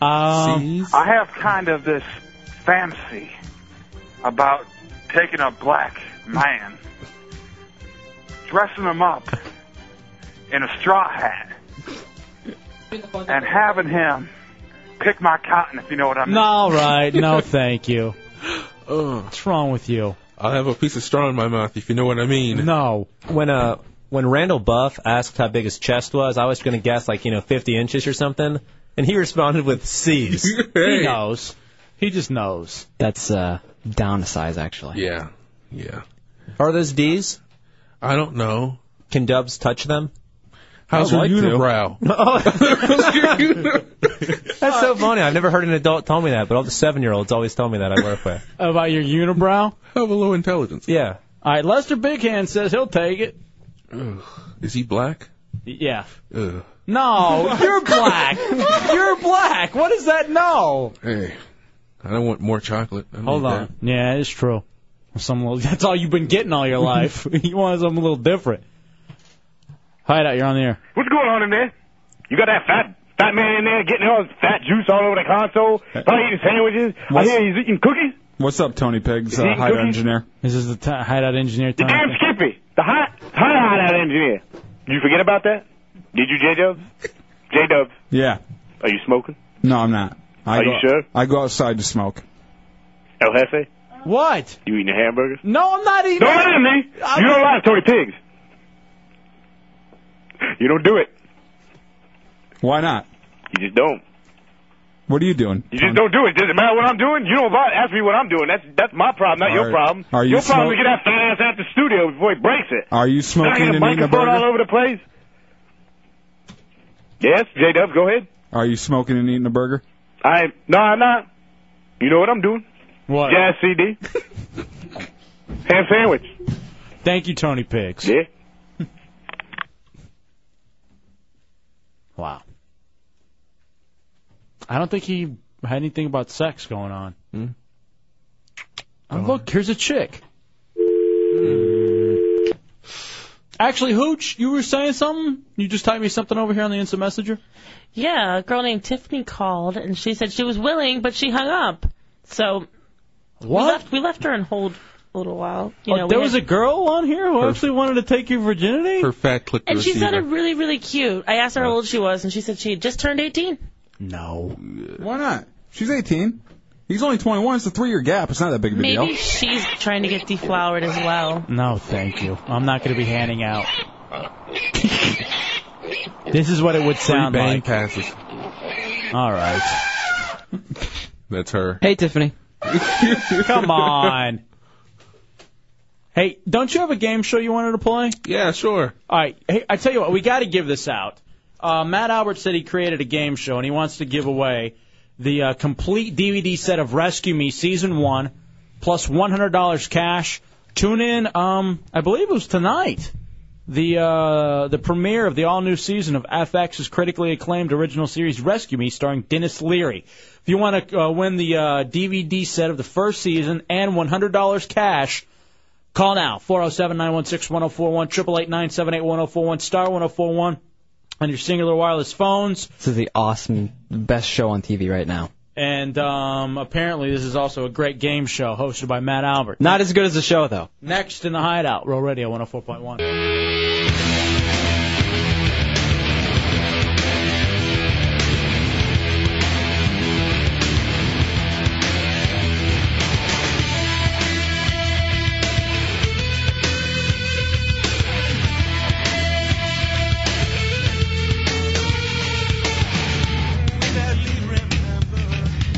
Speaker 3: Um,
Speaker 2: I have kind of this fancy about taking a black man, dressing him up in a straw hat, and having him pick my cotton, if you know what I mean.
Speaker 3: no, all right, no, thank you. What's wrong with you?
Speaker 6: I'll have a piece of straw in my mouth if you know what I mean.
Speaker 3: No.
Speaker 9: When uh when Randall Buff asked how big his chest was, I was going to guess like you know 50 inches or something, and he responded with C's.
Speaker 3: He knows. He just knows.
Speaker 13: That's uh, down a size, actually.
Speaker 6: Yeah. Yeah.
Speaker 9: Are those D's?
Speaker 6: I don't know.
Speaker 9: Can Dubs touch them?
Speaker 6: How's your
Speaker 9: I'd like to. Oh.
Speaker 6: unibrow?
Speaker 9: That's so funny. I've never heard an adult tell me that, but all the seven-year-olds always tell me that I work with.
Speaker 3: About your unibrow?
Speaker 6: Have a low intelligence.
Speaker 9: Yeah.
Speaker 3: All right, Lester Big Hand says he'll take it.
Speaker 6: Ugh. Is he black?
Speaker 3: Yeah.
Speaker 6: Ugh.
Speaker 3: No, you're black. you're black. What does that know?
Speaker 6: Hey, I don't want more chocolate. I don't
Speaker 3: Hold
Speaker 6: need
Speaker 3: on. Yeah, it's true. Some little, that's all you've been getting all your life. you want something a little different. Hideout, you're on the air.
Speaker 20: What's going on in there? You got that fat fat man in there getting all his fat juice all over the console? Probably eating sandwiches. I hear he's eating cookies.
Speaker 4: What's up, Tony Pigs?
Speaker 20: Is he
Speaker 4: Uh, hideout
Speaker 20: cooking?
Speaker 4: engineer.
Speaker 3: This is the t- hideout engineer.
Speaker 20: The damn Skippy, the hot hot hot out engineer. Did you forget about that? Did you, J Dubs? J Dubs.
Speaker 4: Yeah.
Speaker 12: Are you smoking?
Speaker 4: No, I'm not. I
Speaker 12: Are
Speaker 4: go,
Speaker 12: you sure?
Speaker 4: I go outside to smoke.
Speaker 12: El Jefe?
Speaker 3: What?
Speaker 12: You eating a hamburger?
Speaker 3: No, I'm not eating.
Speaker 12: Don't lie to me. You don't lie to Tony Pigs. You don't do it.
Speaker 4: Why not?
Speaker 12: You just don't.
Speaker 4: What are you doing?
Speaker 12: You just don't do it. Doesn't matter what I'm doing. You don't bother- ask me what I'm doing. That's that's my problem, not your
Speaker 4: Are-
Speaker 12: problem.
Speaker 4: are you
Speaker 12: your problem is
Speaker 4: smoke-
Speaker 12: get that fat ass out the studio before he breaks it.
Speaker 4: Are
Speaker 12: Now
Speaker 4: you
Speaker 12: I got
Speaker 4: smoking
Speaker 12: a
Speaker 4: and eating a
Speaker 12: microphone all
Speaker 4: burger?
Speaker 12: over the place. Yes, J Dub, go ahead.
Speaker 4: Are you smoking and eating a burger?
Speaker 12: I no, I'm not. You know what I'm doing?
Speaker 3: What?
Speaker 12: Jazz CD. Ham sandwich.
Speaker 3: Thank you, Tony Pigs.
Speaker 12: Yeah.
Speaker 3: wow. I don't think he had anything about sex going on. Oh, look, here's a chick. Mm. Actually, Hooch, you were saying something? You just typed me something over here on the instant messenger?
Speaker 10: Yeah, a girl named Tiffany called and she said she was willing, but she hung up. So
Speaker 3: What?
Speaker 10: We left, we left her on hold a little while. You
Speaker 3: Oh,
Speaker 10: know, we
Speaker 3: there was
Speaker 10: had-
Speaker 3: a girl on here who actually wanted to take your virginity?
Speaker 6: Her fat clip
Speaker 10: and she sounded really, really cute. I asked her how old she was, and she said she had just turned 18.
Speaker 3: No.
Speaker 4: Why not? She's 18. He's only 21. It's a three-year gap. It's not that big of a
Speaker 10: Maybe
Speaker 4: deal.
Speaker 10: she's trying to get deflowered as well.
Speaker 3: No, thank you. I'm not going to be handing out. this is what it would sound
Speaker 6: Free bang
Speaker 3: like.
Speaker 6: passes.
Speaker 3: All right.
Speaker 6: That's her.
Speaker 3: Hey, Tiffany. Come on. Hey, don't you have a game show you wanted to play?
Speaker 6: Yeah, sure.
Speaker 3: All right. Hey, I tell you what, we got to give this out. Uh, Matt Albert said he created a game show and he wants to give away the uh, complete DVD set of Rescue Me Season 1 plus $100 cash. Tune in, um, I believe it was tonight. The uh, the premiere of the all new season of FX's critically acclaimed original series Rescue Me, starring Dennis Leary. If you want to uh, win the uh, DVD set of the first season and $100 cash, Call now, 407 916 1041, 888 978 1041, star 1041 on your singular wireless phones.
Speaker 13: This is the awesome, best show on TV right now.
Speaker 3: And um, apparently, this is also a great game show hosted by Matt Albert.
Speaker 13: Not as good as the show though.
Speaker 3: Next in the Hideout, Roll Radio 104.1.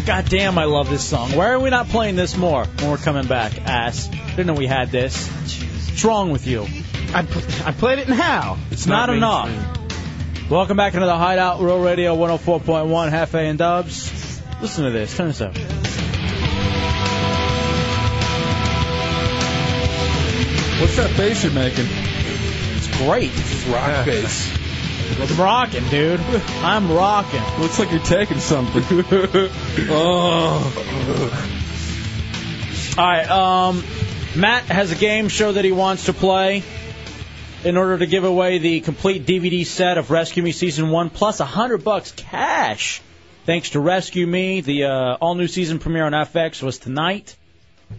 Speaker 3: God damn, I love this song. Why are we not playing this more when we're coming back, ass? Didn't know we had this. What's wrong with you? I, I played it now. It's not,
Speaker 5: not
Speaker 3: enough. Welcome back into the Hideout, Roll Radio 104.1, Hefe and Dubs. Listen to this. Turn this up.
Speaker 4: What's that face you're making?
Speaker 3: It's great.
Speaker 4: rock face.
Speaker 3: I'm rocking, dude. I'm rocking.
Speaker 4: Looks like you're taking something. oh.
Speaker 3: All right. Um, Matt has a game show that he wants to play in order to give away the complete DVD set of Rescue Me Season 1 plus 100 bucks cash. Thanks to Rescue Me, the uh, all new season premiere on FX was tonight.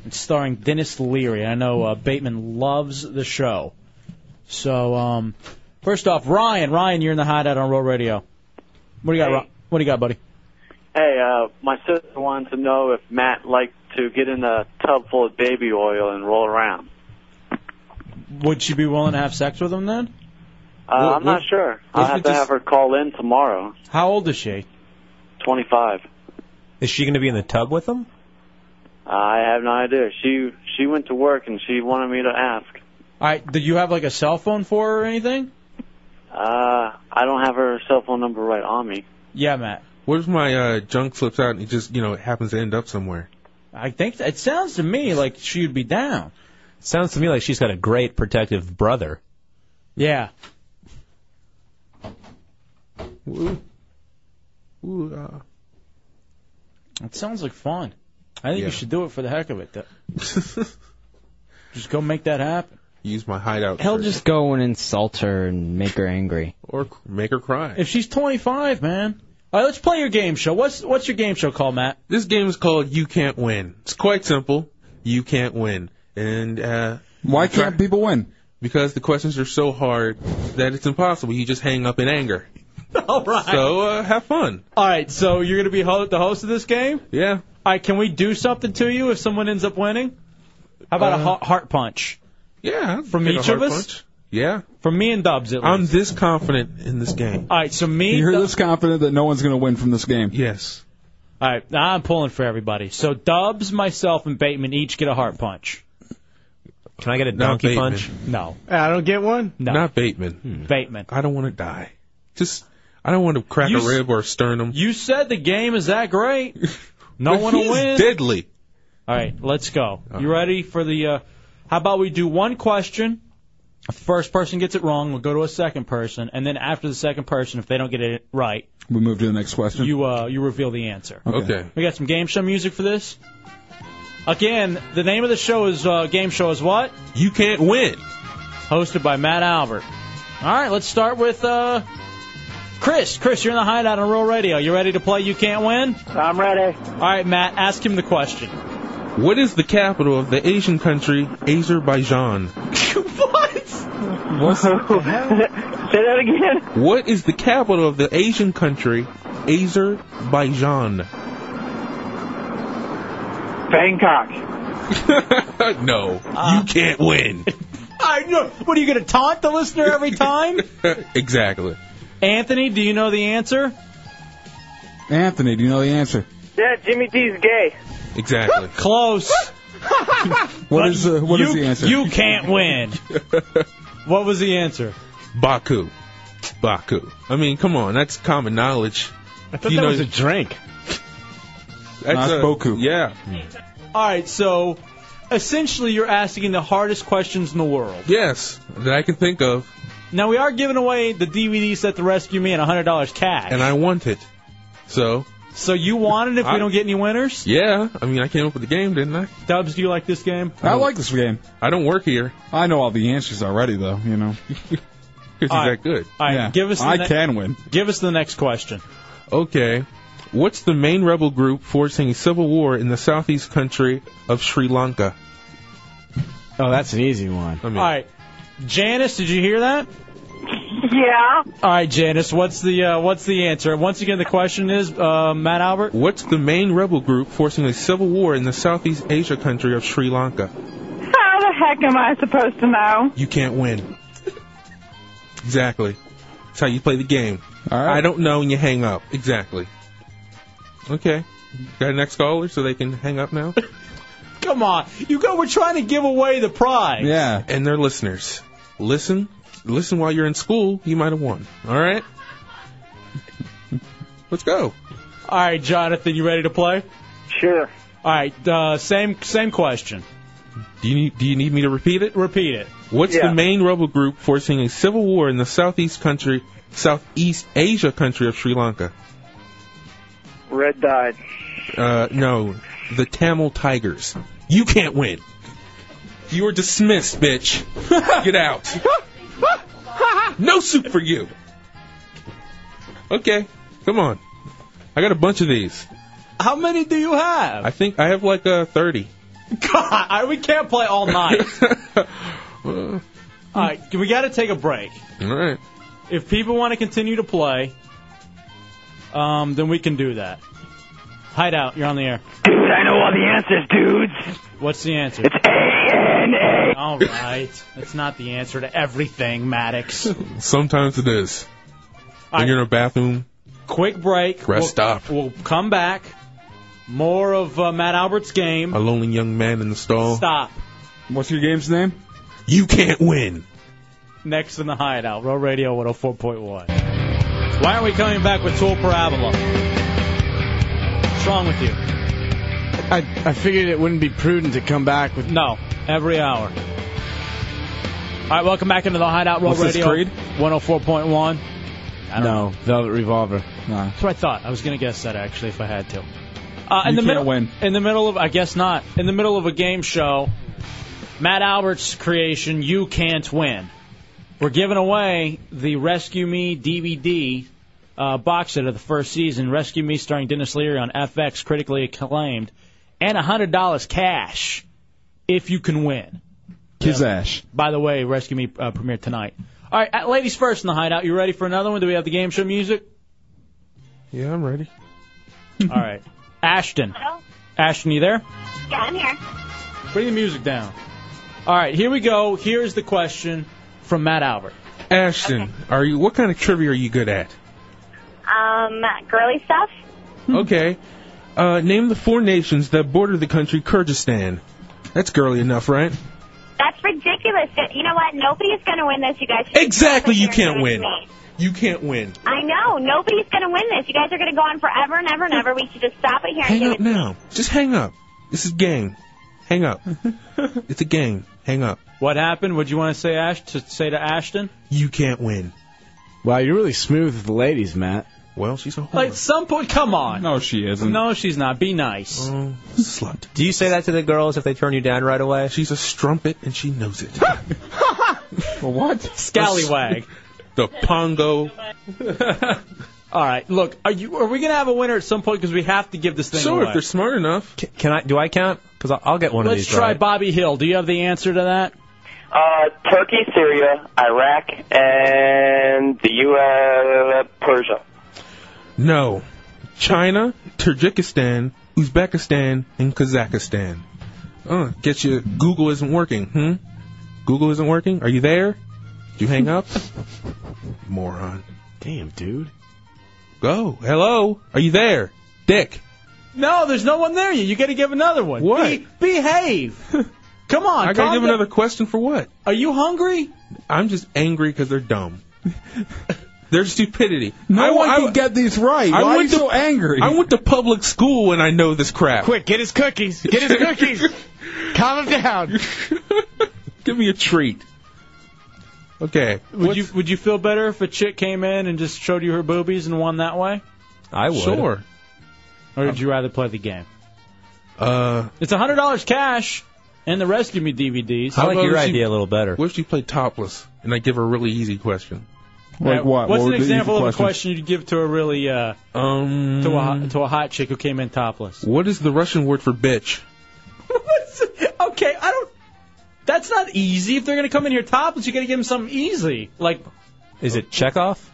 Speaker 3: It's starring Dennis Leary. I know uh, Bateman loves the show. So, um, first off, Ryan, Ryan, you're in the hideout on Roll Radio. What do you got? Ro- What do you got, buddy?
Speaker 1: Hey, uh, my sister wanted to know if Matt liked to get in a tub full of baby oil and roll around.
Speaker 3: Would she be willing to have sex with him then?
Speaker 1: Uh,
Speaker 3: Well,
Speaker 1: I'm not
Speaker 3: well,
Speaker 1: sure. I'll
Speaker 3: if
Speaker 1: have
Speaker 3: it
Speaker 1: to
Speaker 3: just-
Speaker 1: have her call in tomorrow.
Speaker 3: How old is she?
Speaker 1: 25.
Speaker 9: Is she going to be in the tub with him?
Speaker 1: I have no idea. She she went to work and she wanted me to ask.
Speaker 3: All right, did you have like a cell phone for her or anything?
Speaker 1: Uh, I don't have her cell phone number right on me.
Speaker 3: Yeah, Matt.
Speaker 6: What if my uh, junk slips out and it just, you know, it happens to end up somewhere?
Speaker 3: I think it sounds to me like she'd be down.
Speaker 9: Sounds to me like she's got a great protective brother.
Speaker 3: Yeah.
Speaker 6: Ooh. Ooh, uh,
Speaker 3: It sounds like fun. I think
Speaker 6: Yeah.
Speaker 3: you should do it for the heck of it. though. just go make that happen.
Speaker 6: use my hideout.
Speaker 13: He'll
Speaker 6: first.
Speaker 13: just go and insult her and make her angry.
Speaker 6: Or make her cry.
Speaker 3: If she's 25, man. All right, let's play your game show. What's what's your game show called, Matt?
Speaker 6: This game is called You Can't Win. It's quite simple. You can't win. And uh,
Speaker 4: why can't people win?
Speaker 6: Because the questions are so hard that it's impossible. You just hang up in anger. All right. So uh, have fun.
Speaker 3: All right, so you're going to be ho- the host of this game?
Speaker 6: Yeah.
Speaker 3: All right, can we do something to you if someone ends up winning? How about a
Speaker 6: Uh,
Speaker 3: ha- heart punch?
Speaker 6: Yeah.
Speaker 3: From
Speaker 6: Get a
Speaker 3: each
Speaker 6: hard
Speaker 3: of us?
Speaker 6: punch. Yeah.
Speaker 3: From me and Dubs, at
Speaker 6: I'm this confident in this game.
Speaker 3: All right, so me.
Speaker 4: You're this confident that no one's going to win from this game.
Speaker 6: Yes.
Speaker 3: All right, now I'm pulling for everybody. So Dubs, myself, and Bateman each get a heart punch.
Speaker 9: Can I get a
Speaker 6: Not
Speaker 9: donkey
Speaker 6: Bateman.
Speaker 9: punch?
Speaker 3: No.
Speaker 6: I don't get one.
Speaker 3: No. Hmm.
Speaker 6: Not Bateman.
Speaker 3: Bateman.
Speaker 6: I don't want to die. Just I don't want to crack
Speaker 3: You
Speaker 6: a
Speaker 3: s-
Speaker 6: rib or a sternum.
Speaker 3: You said the game is that great. No one will
Speaker 6: He's
Speaker 3: win.
Speaker 6: Deadly.
Speaker 3: All right, let's go. You ready for the? Uh, how about we do one question? If the first person gets it wrong, we'll go to a second person, and then after the second person, if they don't get it right,
Speaker 4: We move to the next question.
Speaker 3: you uh, you reveal the answer.
Speaker 4: Okay.
Speaker 3: We got some game show music for this. Again, the name of the show is uh, game show is what?
Speaker 6: You can't win.
Speaker 3: Hosted by Matt Albert. All right, let's start with uh, Chris. Chris, you're in the hideout on Rural Radio. You ready to play? You can't win. I'm ready. All right, Matt, ask him the question.
Speaker 6: What is the capital of the Asian country Azerbaijan?
Speaker 3: What's
Speaker 24: Say that again.
Speaker 6: What is the capital of the Asian country Azerbaijan?
Speaker 24: Bangkok.
Speaker 6: no, you can't win.
Speaker 3: I know. What are you going to taunt the listener every time?
Speaker 6: exactly.
Speaker 3: Anthony, do you know the answer?
Speaker 4: Anthony, do you know the answer?
Speaker 24: Yeah, Jimmy D's gay.
Speaker 6: Exactly.
Speaker 3: Close.
Speaker 4: What is uh, what
Speaker 3: you,
Speaker 4: is the answer?
Speaker 3: You can't win. what was the answer?
Speaker 6: Baku. Baku. I mean, come on, that's common knowledge. I
Speaker 3: thought that was a
Speaker 6: drink.
Speaker 3: That's
Speaker 6: a-
Speaker 3: Boku.
Speaker 6: Yeah.
Speaker 3: All right, so essentially you're asking the hardest questions in the world.
Speaker 6: Yes, that I can think of,
Speaker 3: Now we are giving away the DVD set to rescue me and $100 cash.
Speaker 6: and I want it. So,
Speaker 3: so you want it if we
Speaker 6: I-
Speaker 3: don't get any winners?
Speaker 6: yeah, I mean, I came up with the game, didn't I?
Speaker 3: Dubs, do you like this game?
Speaker 4: I like this game.
Speaker 6: I don't work here.
Speaker 4: I know all the answers already, though. You know.
Speaker 6: Because he's
Speaker 3: All right.
Speaker 6: that good.
Speaker 3: All right,
Speaker 4: Yeah.
Speaker 3: give us the
Speaker 4: I
Speaker 3: ne-
Speaker 4: can win.
Speaker 3: Give us the next question.
Speaker 6: Okay. What's the main rebel group forcing civil war in the southeast country of Sri Lanka?
Speaker 15: Oh, that's an easy one.
Speaker 6: I mean,
Speaker 3: All right. Janice, did you hear that?
Speaker 22: Yeah.
Speaker 3: All right, Janice, what's the uh, what's the answer? Once again, the question is uh, Matt Albert.
Speaker 6: What's the main rebel group forcing a civil war in the Southeast Asia country of Sri Lanka?
Speaker 22: How the heck am I supposed to know?
Speaker 6: You can't win. exactly. That's how you play the game.
Speaker 4: All right.
Speaker 6: I don't know, and you hang up. Exactly. Okay. Got a next caller so they can hang up now?
Speaker 3: Come on, you go. We're trying to give away the prize.
Speaker 4: Yeah.
Speaker 6: And they're listeners. Listen. Listen while you're in school. You might have won. All right? Let's go.
Speaker 3: All right, Jonathan, you ready to play?
Speaker 1: Sure.
Speaker 3: All right, uh, same same question.
Speaker 6: Do you need, do you need me to repeat it?
Speaker 3: Repeat it.
Speaker 6: What's
Speaker 3: Yeah.
Speaker 6: the main rebel group forcing a civil war in the southeast country, Southeast Asia country of Sri Lanka?
Speaker 1: Red died.
Speaker 6: Uh, no, the Tamil Tigers. You can't win. You are dismissed, bitch. Get out. No soup for you. Okay, come on. I got a bunch of these.
Speaker 3: How many do you have?
Speaker 6: I think I have like uh, 30.
Speaker 3: God, I, we can't play all night.
Speaker 6: Uh,
Speaker 3: all right, we got to take a break.
Speaker 6: all right.
Speaker 3: If people want to continue to play, um, then we can do that. Hideout, you're on the air.
Speaker 14: Dude, I know all the answers, dudes.
Speaker 3: What's the answer?
Speaker 14: It's A-N-A.
Speaker 3: All right, that's not the answer to everything, Maddox.
Speaker 6: Sometimes it is. When
Speaker 3: Alright.
Speaker 6: you're in a bathroom,
Speaker 3: Quick break.
Speaker 6: Rest
Speaker 3: we'll,
Speaker 6: up.
Speaker 3: We'll come back. More of uh, Matt Albert's game.
Speaker 6: a lonely young man in the stall.
Speaker 3: Stop.
Speaker 4: What's your game's name?
Speaker 6: You can't win.
Speaker 3: Next in the hideout, Row Radio 104.1. Why aren't we coming back with Tool Parabola? What's wrong with you?
Speaker 15: I, I figured it wouldn't be prudent to come back with.
Speaker 3: No, every hour. All right, welcome back into the hideout, Row
Speaker 15: What's this,
Speaker 3: Radio
Speaker 15: Creed?
Speaker 3: 104.1. I don't know.
Speaker 15: No, Velvet Revolver.
Speaker 3: That's what I thought. I was going to guess that actually if I had to. Uh, in the
Speaker 4: You can't
Speaker 3: middle,
Speaker 4: win.
Speaker 3: in the middle of, I guess not. In the middle of a game show, Matt Albert's creation, you can't win. We're giving away the Rescue Me DVD uh, box set of the first season, Rescue Me, starring Dennis Leary on FX, critically acclaimed, and hundred dollars cash if you can win.
Speaker 4: Kizash.
Speaker 3: By the way, Rescue Me uh, premiered tonight. All right, at ladies first in the hideout. You ready for another one? Do we have the game show music?
Speaker 6: Yeah, I'm ready.
Speaker 3: All right. Ashton. Ashton, you there?
Speaker 16: Yeah, I'm here.
Speaker 3: Bring the music down. All right, here we go. Here's the question from Matt Albert.
Speaker 6: Ashton, are you? What kind of trivia are you good at?
Speaker 16: Um, girly stuff.
Speaker 6: okay. Uh, name the four nations that border the country Kyrgyzstan. That's girly enough, right?
Speaker 16: That's ridiculous. You know what? Nobody's going to win this. You guys. should-
Speaker 6: Exactly. You can't win. You can't win.
Speaker 16: I know. Nobody's going to win this. You guys are going to go on forever and ever and ever. We should just stop it here. and
Speaker 6: Hang
Speaker 16: give
Speaker 6: up now. Just hang up. This is game. Hang up. it's a game. Hang up.
Speaker 3: What happened? Would you want to say Ash to say to Ashton?
Speaker 6: You can't win.
Speaker 18: Wow, you're really smooth with the ladies, Matt.
Speaker 6: Well, she's a
Speaker 3: Like some point, come on.
Speaker 18: No, she isn't.
Speaker 3: No, she's not. Be nice.
Speaker 6: slut.
Speaker 9: Do you say that to the girls if they turn you down right away?
Speaker 6: She's a strumpet and she knows it.
Speaker 3: what? Scallywag.
Speaker 6: The Pongo.
Speaker 3: All right. Look, are you? Are we gonna have a winner at some point? Because we have to give this thing away.
Speaker 6: smart enough.
Speaker 9: Can, I? Do I count? Because I'll, I'll get one of
Speaker 3: Let's
Speaker 9: these.
Speaker 3: try
Speaker 9: right.
Speaker 3: Bobby Hill. Do you have the answer to that?
Speaker 21: Uh, Turkey, Syria, Iraq, and the U.S. Persia.
Speaker 6: No. China, Tajikistan, Uzbekistan, and Kazakhstan. Uh, get you. Google isn't working. Hmm. Google isn't working. Are you there? Did you hang up? Moron.
Speaker 18: Damn, dude.
Speaker 6: Go. Hello. Are you there, Dick?
Speaker 3: No, there's no one there. You you got to give another one.
Speaker 6: What?
Speaker 3: Be- behave. Come on.
Speaker 6: I gotta
Speaker 3: calm
Speaker 6: give
Speaker 3: down.
Speaker 6: another question for what?
Speaker 3: Are you hungry?
Speaker 6: I'm just angry because they're dumb. Their stupidity.
Speaker 4: No
Speaker 6: I,
Speaker 4: one
Speaker 6: I-
Speaker 4: can get these right.
Speaker 6: I
Speaker 4: Why are you
Speaker 6: went to-
Speaker 4: so angry?
Speaker 6: I went to public school and I know this crap.
Speaker 18: Quick, get his cookies. Get his cookies. Calm him down.
Speaker 6: Give me a treat. Okay.
Speaker 3: Would you Would you feel better if a chick came in and just showed you her boobies and won that way?
Speaker 9: I would.
Speaker 6: Sure.
Speaker 3: Or would you rather play the game?
Speaker 6: Uh,
Speaker 3: It's a hundred dollars cash and the Rescue Me DVDs.
Speaker 6: How about if she-
Speaker 9: little better.
Speaker 6: What if you play topless and I give her a really easy question?
Speaker 3: Uh, What's an example of a question you'd give to a really uh,
Speaker 6: um
Speaker 3: to a hot- to a hot chick who came in topless?
Speaker 6: What is the Russian word for bitch?
Speaker 3: okay, I don't. That's not easy. If they're gonna come in here topless, you gotta give them something easy. Like
Speaker 9: Is it Chekhov?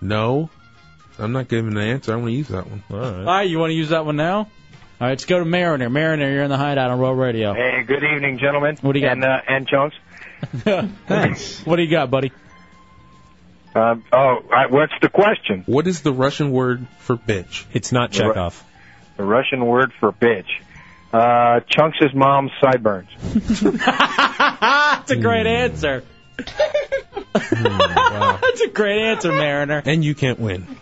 Speaker 6: No. I'm not giving an answer. I'm going to use that one.
Speaker 9: All right.
Speaker 3: All right, you want to use that one now? All right, let's go to Mariner. Mariner, you're in the hideout on Roll Radio.
Speaker 19: Hey, good evening, gentlemen.
Speaker 3: What do you got?
Speaker 19: And, uh, and chunks.
Speaker 3: Thanks. What do you got, buddy?
Speaker 19: Um, oh, I, what's the question?
Speaker 6: What is the Russian word for bitch?
Speaker 9: It's not
Speaker 19: The Ru-
Speaker 9: Chekhov.
Speaker 19: The Russian word for bitch. Uh, Chunks' mom's sideburns.
Speaker 3: That's Ah, a great
Speaker 6: Hmm.
Speaker 3: answer. That's a great answer, Mariner.
Speaker 6: And you can't win. Oh,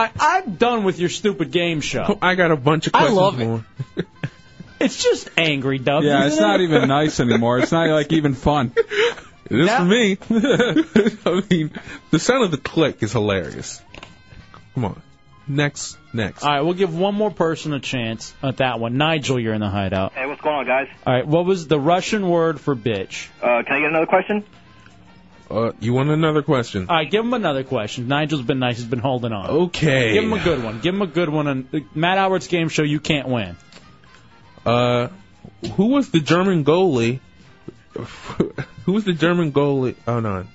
Speaker 3: I, I'm done with your stupid game show.
Speaker 6: I got a bunch of
Speaker 3: I
Speaker 6: questions.
Speaker 3: love it.
Speaker 6: more.
Speaker 3: It's just angry, Doug.
Speaker 4: Yeah,
Speaker 3: isn't
Speaker 4: it's not
Speaker 3: it?
Speaker 4: even nice anymore. It's not like even fun.
Speaker 6: It is for me. I mean, the sound of the click is hilarious. Come on. Next, next.
Speaker 3: All right, we'll give one more person a chance at that one. Nigel, you're in the hideout.
Speaker 23: Hey, what's going on, guys?
Speaker 3: All right, what was the Russian word for bitch?
Speaker 23: Uh, can I get another question?
Speaker 6: Uh, you want another question?
Speaker 3: All right, give him another question. Nigel's been nice. He's been holding on.
Speaker 6: Okay.
Speaker 3: Give him a good one. Give him a good one. On Matt Albert's game show, you can't win.
Speaker 6: Uh, who was the German goalie? who was the German goalie? Oh no, I'm
Speaker 3: All right,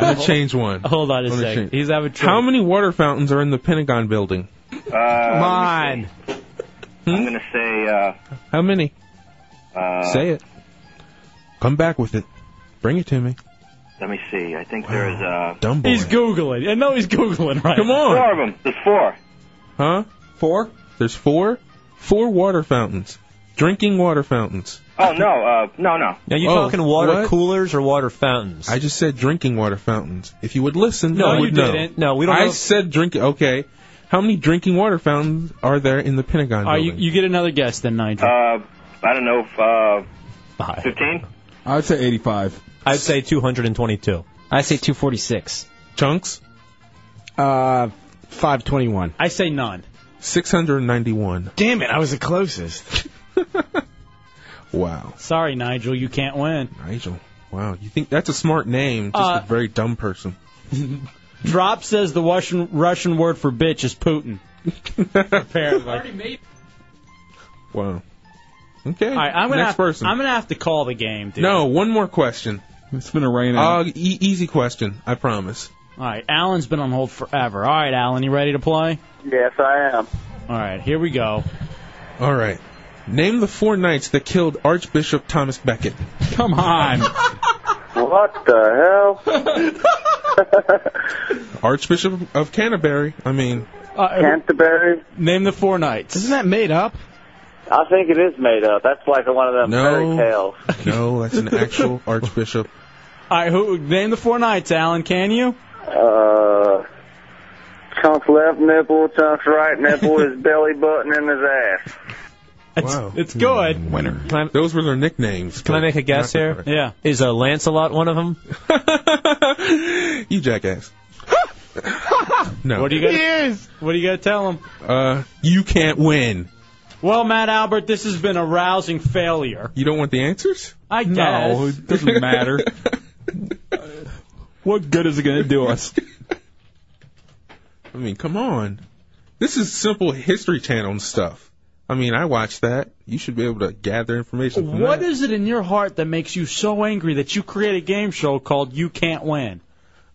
Speaker 6: gonna
Speaker 3: hold-
Speaker 6: change one.
Speaker 3: Hold on a
Speaker 6: I'm gonna
Speaker 3: second.
Speaker 6: change-
Speaker 3: He's having
Speaker 6: How
Speaker 3: trouble.
Speaker 6: many water fountains are in the Pentagon building?
Speaker 23: Uh, Come
Speaker 6: on.
Speaker 23: I'm going to say,
Speaker 6: How many?
Speaker 23: uh, uh,
Speaker 6: Say it. Come back with it. Bring it to me.
Speaker 23: let me see. I think there's, uh,
Speaker 6: Dumb boy.
Speaker 3: He's googling. I know he's googling right.
Speaker 6: Come on.
Speaker 23: four of them. There's four.
Speaker 6: Huh? Four? There's four? Four water fountains. Drinking water fountains.
Speaker 23: Oh, no, uh, no, no.
Speaker 9: Now you
Speaker 6: Oh,
Speaker 9: talking water
Speaker 6: what?
Speaker 9: coolers or water fountains?
Speaker 6: I just said drinking water fountains. If you would listen,
Speaker 9: No,
Speaker 6: I
Speaker 9: you
Speaker 6: would know.
Speaker 9: didn't. No, we don't
Speaker 6: I
Speaker 9: know-
Speaker 6: said drinking. Okay. How many drinking water fountains are there in the Pentagon
Speaker 3: All right, you,
Speaker 6: building?
Speaker 3: you get another guess then, Nigel.
Speaker 23: Uh, I don't know, uh, 15?
Speaker 4: I'd say 85.
Speaker 9: I'd say 222.
Speaker 13: I say 246.
Speaker 6: Chunks?
Speaker 18: Uh, 521.
Speaker 3: I say none.
Speaker 6: 691.
Speaker 18: Damn it, I was the closest.
Speaker 6: Wow.
Speaker 3: Sorry, Nigel, you can't win.
Speaker 6: Nigel. Wow. You think that's a smart name? Just
Speaker 3: Uh,
Speaker 6: a very dumb person.
Speaker 3: Drop says the Russian Russian word for bitch is Putin. Apparently.
Speaker 6: Wow. Okay.
Speaker 3: All right, I'm gonna
Speaker 6: Next
Speaker 3: have,
Speaker 6: person.
Speaker 3: I'm gonna have to call the game, dude.
Speaker 6: No, one more question.
Speaker 4: It's been a rain
Speaker 6: Uh, e- easy question, I promise.
Speaker 3: All right, Alan's been on hold forever. All right, Alan, you ready to play?
Speaker 23: Yes, I am.
Speaker 3: All right, here we go.
Speaker 6: All right. Name the four knights that killed Archbishop Thomas Becket.
Speaker 3: Come on.
Speaker 23: What the
Speaker 6: Archbishop of Canterbury. I mean,
Speaker 23: hell? Canterbury.
Speaker 3: Uh, Name the four knights.
Speaker 15: Isn't that made up?
Speaker 23: I think it is made up. That's like one of them fairy tales.
Speaker 6: no, that's an actual archbishop.
Speaker 3: All right, who name the four knights, Alan? Can you?
Speaker 23: Uh, chunks left nipple, chunks right nipple, his belly button, and his ass.
Speaker 6: wow.
Speaker 3: It's good.
Speaker 6: Hmm, Winner. Those were their nicknames.
Speaker 9: Can I make a guess here?
Speaker 3: Yeah.
Speaker 9: Is uh, Lancelot one of them?
Speaker 6: you jackass. no.
Speaker 3: What do you got? What do you got to tell him?
Speaker 6: Uh, you can't win.
Speaker 3: Well, Matt Albert, this has been a rousing failure.
Speaker 6: You don't want the answers?
Speaker 3: I guess.
Speaker 4: No, it doesn't matter. what good is it going to do us?
Speaker 6: I mean, come on. This is simple History Channel and stuff. I mean, I watch that. You should be able to gather information from
Speaker 3: What
Speaker 6: that.
Speaker 3: is it in your heart that makes you so angry that you create a game show called You Can't Win?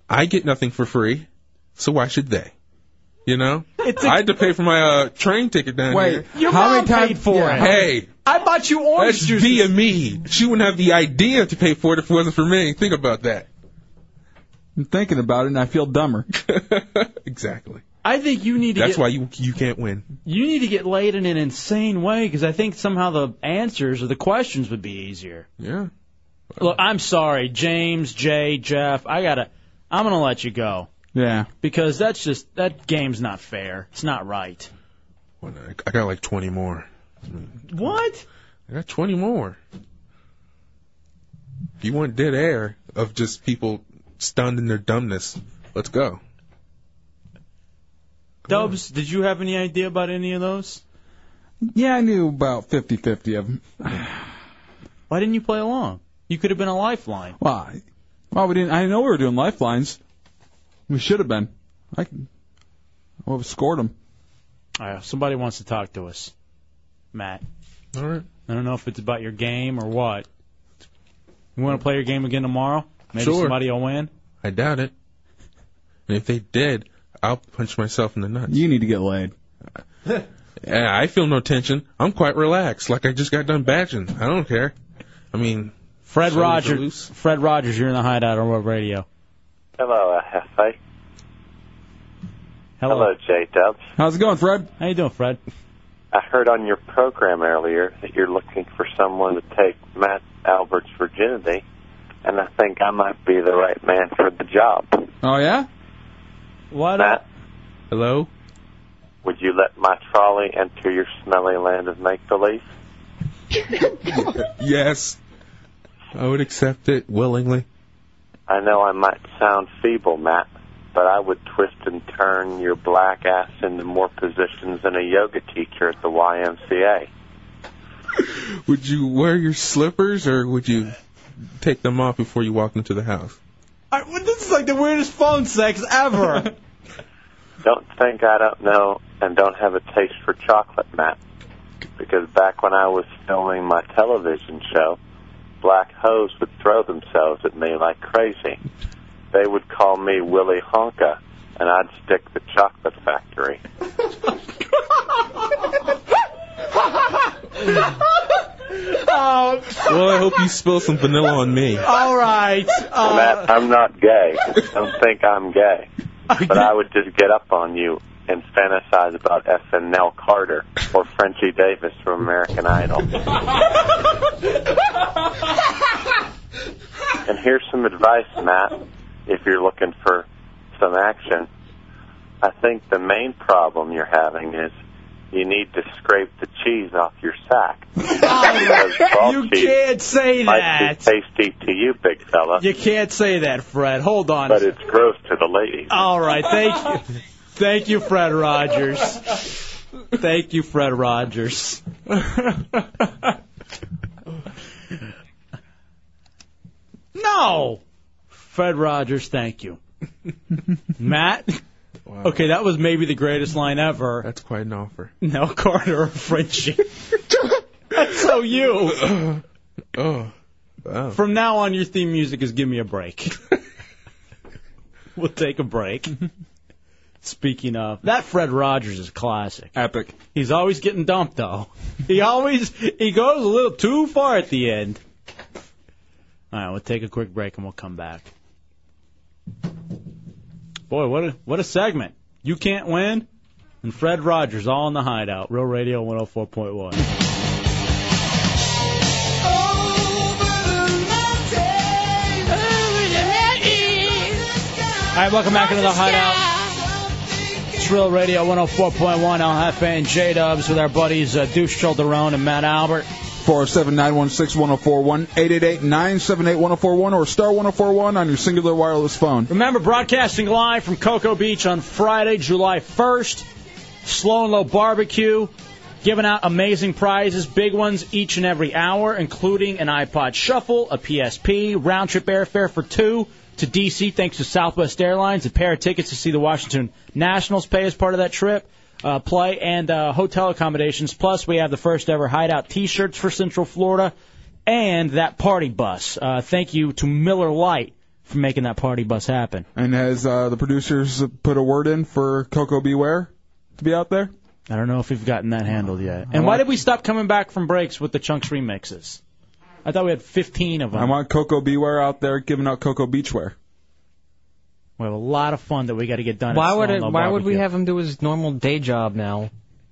Speaker 6: I get nothing for free, so why should they? You know?
Speaker 3: It's a-
Speaker 6: I had to pay for my uh, train ticket down
Speaker 4: Wait,
Speaker 6: here.
Speaker 3: Your mom paid for it.
Speaker 6: Hey,
Speaker 3: I bought you orange
Speaker 6: that's
Speaker 3: juice.
Speaker 6: via me. She wouldn't have the idea to pay for it if it wasn't for me. Think about that.
Speaker 4: I'm thinking about it and I feel dumber.
Speaker 6: Exactly.
Speaker 3: I think you need to.
Speaker 6: That's
Speaker 3: get,
Speaker 6: why you you can't win.
Speaker 3: You need to get laid in an insane way because I think somehow the answers or the questions would be easier.
Speaker 6: Yeah.
Speaker 3: Look, I'm sorry, James, Jay, Jeff. I gotta. I'm gonna let you go
Speaker 4: Yeah.
Speaker 3: because that's just that game's not fair. It's not right.
Speaker 6: Well, I- I got like 20 more.
Speaker 3: What?
Speaker 6: I got 20 more. If you want dead air of just people stunned in their dumbness, let's go.
Speaker 3: Dubs, did you have any idea about any of those?
Speaker 4: Yeah, I knew about 50-50 of them.
Speaker 3: Why didn't you play along? You could have been a lifeline.
Speaker 4: Why? Well, we didn't. I didn't know we were doing lifelines. We should have been. I would have scored them.
Speaker 3: All right, somebody wants to talk to us, Matt.
Speaker 6: All right.
Speaker 3: I don't know if it's about your game or what. You want to play your game again tomorrow? Maybe
Speaker 6: Sure.
Speaker 3: somebody will win.
Speaker 6: I doubt it. And if they did, I'll punch myself in the nuts.
Speaker 4: You need to get laid.
Speaker 6: Yeah, I feel no tension. I'm quite relaxed, like I just got done batching. I don't care. I mean,
Speaker 3: Fred
Speaker 6: Shoulders are
Speaker 3: Rogers.
Speaker 6: loose.
Speaker 3: Fred Rogers, you're in the hideout on World Radio.
Speaker 23: Hello, uh, Hefe.
Speaker 3: Hello.
Speaker 23: J Dubs.
Speaker 4: How's it going, Fred?
Speaker 3: How you doing, Fred?
Speaker 23: I heard on your program earlier that you're looking for someone to take Matt Albert's virginity, and I think I might be the right man for the job.
Speaker 4: Oh yeah.
Speaker 3: What?
Speaker 23: Matt,
Speaker 6: Hello?
Speaker 23: would you let my trolley enter your smelly land of make believe?
Speaker 6: yes. I would accept it willingly.
Speaker 23: I know I might sound feeble, Matt, but I would twist and turn your black ass into more positions than a yoga teacher at the YMCA.
Speaker 6: Would you wear your slippers or would you take them off before you walk into the house?
Speaker 3: I, this is like the weirdest phone sex ever.
Speaker 23: Don't think I don't know and don't have a taste for chocolate, Matt. Because back when I was filming my television show, black hoes would throw themselves at me like crazy. They would call me Willie Honka, and I'd stick the chocolate factory.
Speaker 3: oh,
Speaker 6: Well, I hope you spill some vanilla on me.
Speaker 3: all right. Uh,
Speaker 23: Matt, I'm not gay. Don't think I'm gay. But I would just get up on you and fantasize about SNL Carter or Frenchie Davis from American Idol. And here's some advice, Matt, if you're looking for some action. I think the main problem you're having is you need to scrape the cheese off your sack. Because ball
Speaker 3: you
Speaker 23: cheese
Speaker 3: can't say
Speaker 23: might be
Speaker 3: that.
Speaker 23: tasty to you, big fella,
Speaker 3: You can't say that, Fred. Hold on.
Speaker 23: but it's gross to the ladies.
Speaker 3: All right. Thank you. Thank you, Fred Rogers. Thank you, Fred Rogers. no. Fred Rogers, thank you. Matt? Okay, that was maybe the greatest line ever.
Speaker 6: That's quite an offer.
Speaker 3: No, Carter or Frenchie. That's so you.
Speaker 6: Oh,
Speaker 3: From now on, your theme music is "Give Me a Break." we'll take a break. Speaking of that, Fred Rogers is classic.
Speaker 4: Epic.
Speaker 3: He's always getting dumped though. He always he goes a little too far at the end. All right, we'll take a quick break and we'll come back. Boy, what a what a segment! You can't win, and Fred Rogers all in the hideout. Real Radio 104.1. All right, welcome back into the hideout. Trill Radio 104.1, Al Jefe and J Dubs with our buddies uh, Deuce Childerone and Matt Albert.
Speaker 4: 407 916 1041, 888 978 1041, or star 1041 on your singular wireless phone.
Speaker 3: Remember, broadcasting live from Cocoa Beach on Friday, July 1st. Slow and Low Barbecue, giving out amazing prizes, big ones each and every hour, including an iPod Shuffle, a PSP, round trip airfare for two to D.C. thanks to Southwest Airlines, a pair of tickets to see the Washington Nationals pay as part of that trip. Uh, play and uh, hotel accommodations. Plus, we have the first ever hideout T-shirts for Central Florida, and that party bus. Uh, thank you to Miller Lite for making that party bus happen.
Speaker 4: And has uh, the producers put a word in for Coco Beware to be out there?
Speaker 3: I don't know if we've gotten that handled yet. And why did we stop coming back from breaks with the chunks remixes? I thought we had 15 of them.
Speaker 4: I want Coco Beware out there giving out Coco Beachwear.
Speaker 3: We have a lot of fun that we got to get done. at
Speaker 13: Why would
Speaker 3: Slow
Speaker 13: it,
Speaker 3: Mo
Speaker 13: Why would we
Speaker 3: Barbecue.
Speaker 13: have him do his normal day job now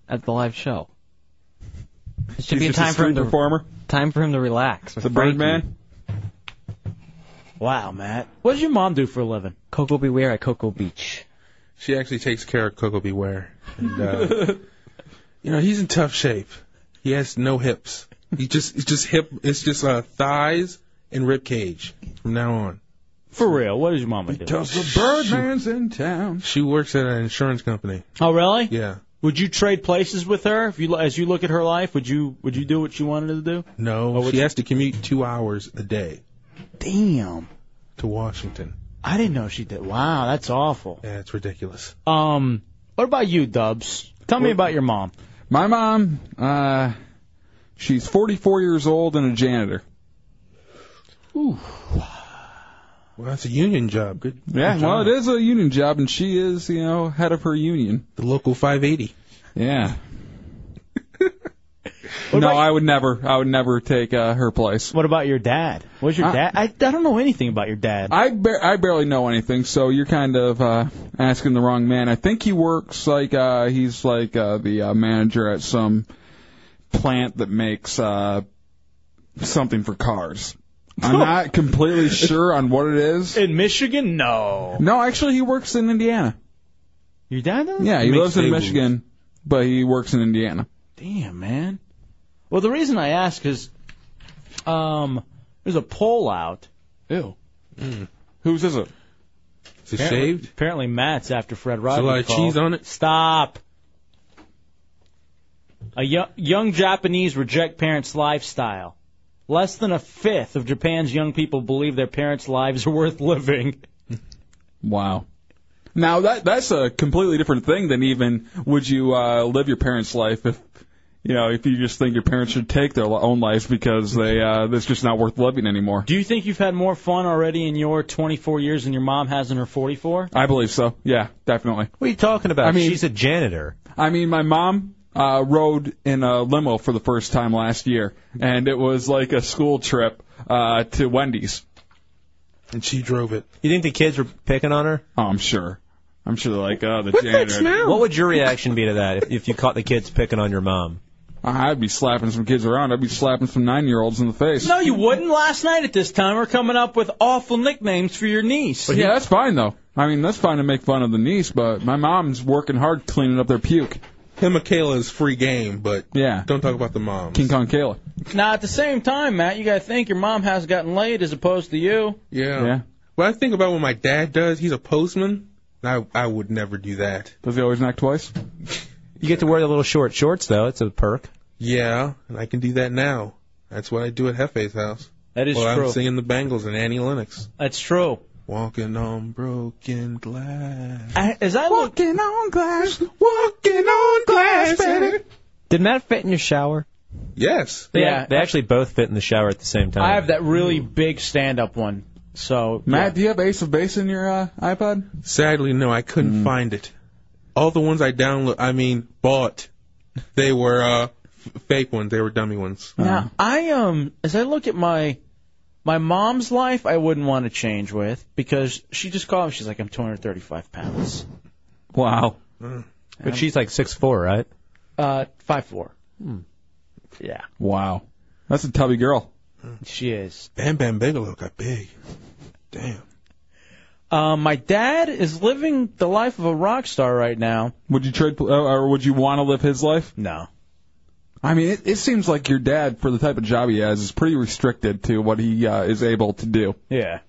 Speaker 13: at the live show? It
Speaker 3: He's
Speaker 13: should be a
Speaker 3: just a
Speaker 13: time for him
Speaker 3: street
Speaker 13: to
Speaker 3: performer?
Speaker 13: Time for him to relax.
Speaker 3: The Birdman? Wow, Matt. What does your mom do for a living?
Speaker 13: Coco Beware at Cocoa Beach.
Speaker 6: She actually takes care of Coco Beware. And, uh, you know, he's in tough shape. He has no hips. He just it's just hip it's just uh, thighs and rib cage from now on.
Speaker 3: For real, what does your mama do?
Speaker 4: Because the Birdman's in town.
Speaker 6: She works at an insurance company.
Speaker 3: Oh, really?
Speaker 6: Yeah.
Speaker 3: Would you trade places with her if you as you look at her life? Would you would you do what she wanted to do?
Speaker 6: No,
Speaker 3: Oh, what-
Speaker 6: she has to commute two hours a day
Speaker 3: Damn,
Speaker 6: to Washington.
Speaker 3: I didn't know she did. Wow, that's awful.
Speaker 6: Yeah, it's ridiculous.
Speaker 3: Um, what about you, Dubs? Tell me about your mom.
Speaker 4: My mom, uh, she's 44 years old and a janitor.
Speaker 6: Well, that's a union job. Good.
Speaker 4: Yeah,
Speaker 6: good
Speaker 4: well,
Speaker 6: job.
Speaker 4: it is a union job, and she is, you know, head of her union.
Speaker 6: The local 580.
Speaker 4: Yeah. no, I would never. I would never take uh, her place.
Speaker 3: What about your dad? Was your dad? Uh, I, I don't know anything about your dad.
Speaker 4: I bar- I barely know anything, so you're kind of uh, asking the wrong man. I think he works like uh, he's like uh, the uh, manager at some plant that makes uh, something for cars. I'm not completely sure on what it is.
Speaker 3: In Michigan, no.
Speaker 4: No, actually, he works in Indiana.
Speaker 3: Your dad does?
Speaker 4: Yeah, he
Speaker 3: Makes
Speaker 4: lives in
Speaker 3: tables.
Speaker 4: Michigan, but he works in Indiana.
Speaker 3: Damn, man. Well, the reason I ask is, um, there's a poll out. Ew.
Speaker 4: Mm. Whose is it?
Speaker 6: Is it
Speaker 3: apparently,
Speaker 6: shaved?
Speaker 3: Apparently, Matt's after Fred Rogers.
Speaker 6: There's a lot of
Speaker 3: called.
Speaker 6: cheese on it.
Speaker 3: Stop. A young, young Japanese reject parents' lifestyle. Less than a fifth of Japan's young people believe their parents' lives are worth living.
Speaker 4: Wow. Now that that's a completely different thing than even would you uh, live your parents' life if you know if you just think your parents should take their li- own lives because they uh, it's just not worth living anymore.
Speaker 3: Do you think you've had more fun already in your 24 years than your mom has in her 44?
Speaker 4: I believe so. Yeah, definitely.
Speaker 3: What are you talking about?
Speaker 4: I mean-
Speaker 3: She's a janitor.
Speaker 4: I mean, my mom uh, rode in a limo for the first time last year, and it was like a school trip uh, to Wendy's.
Speaker 6: And she drove it.
Speaker 9: You think the kids were picking on her?
Speaker 4: Oh, I'm sure. I'm sure they're like, oh, the janitor.
Speaker 9: What would your reaction be to that if, if you caught the kids picking on your mom?
Speaker 4: Ah, I'd be slapping some kids around. I'd be slapping some nine-year-olds in the face.
Speaker 3: No, you wouldn't. Last night at this time, we're coming up with awful nicknames for your niece.
Speaker 4: yeah, that's fine though. I mean, that's fine to make fun of the niece, but my mom's working hard cleaning up their puke.
Speaker 6: Him and Kayla is free game, but
Speaker 4: yeah,
Speaker 6: don't talk about the mom.
Speaker 4: King Kong Kayla.
Speaker 3: Now, at the same time, Matt, you got to think your mom has gotten laid as opposed to you.
Speaker 6: Yeah.
Speaker 4: Yeah.
Speaker 6: Well, I think about what my dad does. He's a postman. I I would never do that.
Speaker 4: Does he always knock twice?
Speaker 9: You get to wear the little short shorts though. It's a perk.
Speaker 6: Yeah, and I can do that now. That's what I do at Hefe's house.
Speaker 3: That is
Speaker 6: While
Speaker 3: true.
Speaker 6: I'm singing the Bangles and Annie Lennox.
Speaker 3: That's true.
Speaker 6: Walking on broken glass.
Speaker 3: I, as I
Speaker 4: walking on glass, walking on glass, baby.
Speaker 13: Did Matt fit in your shower?
Speaker 6: Yes.
Speaker 9: They,
Speaker 3: Yeah.
Speaker 9: they actually both fit in the shower at the same time.
Speaker 3: I have that really big stand-up one. So
Speaker 4: Matt, do you have Ace of Base in your uh, iPod?
Speaker 6: Sadly, no, I
Speaker 3: Mm.
Speaker 6: couldn't find it. All the ones I download, I mean, bought, they were uh, f- fake ones. They were dummy ones.
Speaker 3: Now I um as I look at my my mom's life I wouldn't want to change with because she just called me, she's like, I'm two hundred thirty five pounds.
Speaker 9: Wow.
Speaker 6: Mm.
Speaker 9: But she's like six four, right?
Speaker 3: Uh five four. Yeah.
Speaker 4: Wow. That's a tubby girl.
Speaker 3: She is.
Speaker 6: Bam Bam Bigelow got big.
Speaker 3: Um my dad is living the life of a rock star right now.
Speaker 4: Would you trade, uh, or would you want to live his life?
Speaker 3: No.
Speaker 4: I mean, it, it seems like your dad, for the type of job he has, is pretty restricted to what he uh, is able to do.
Speaker 3: Yeah.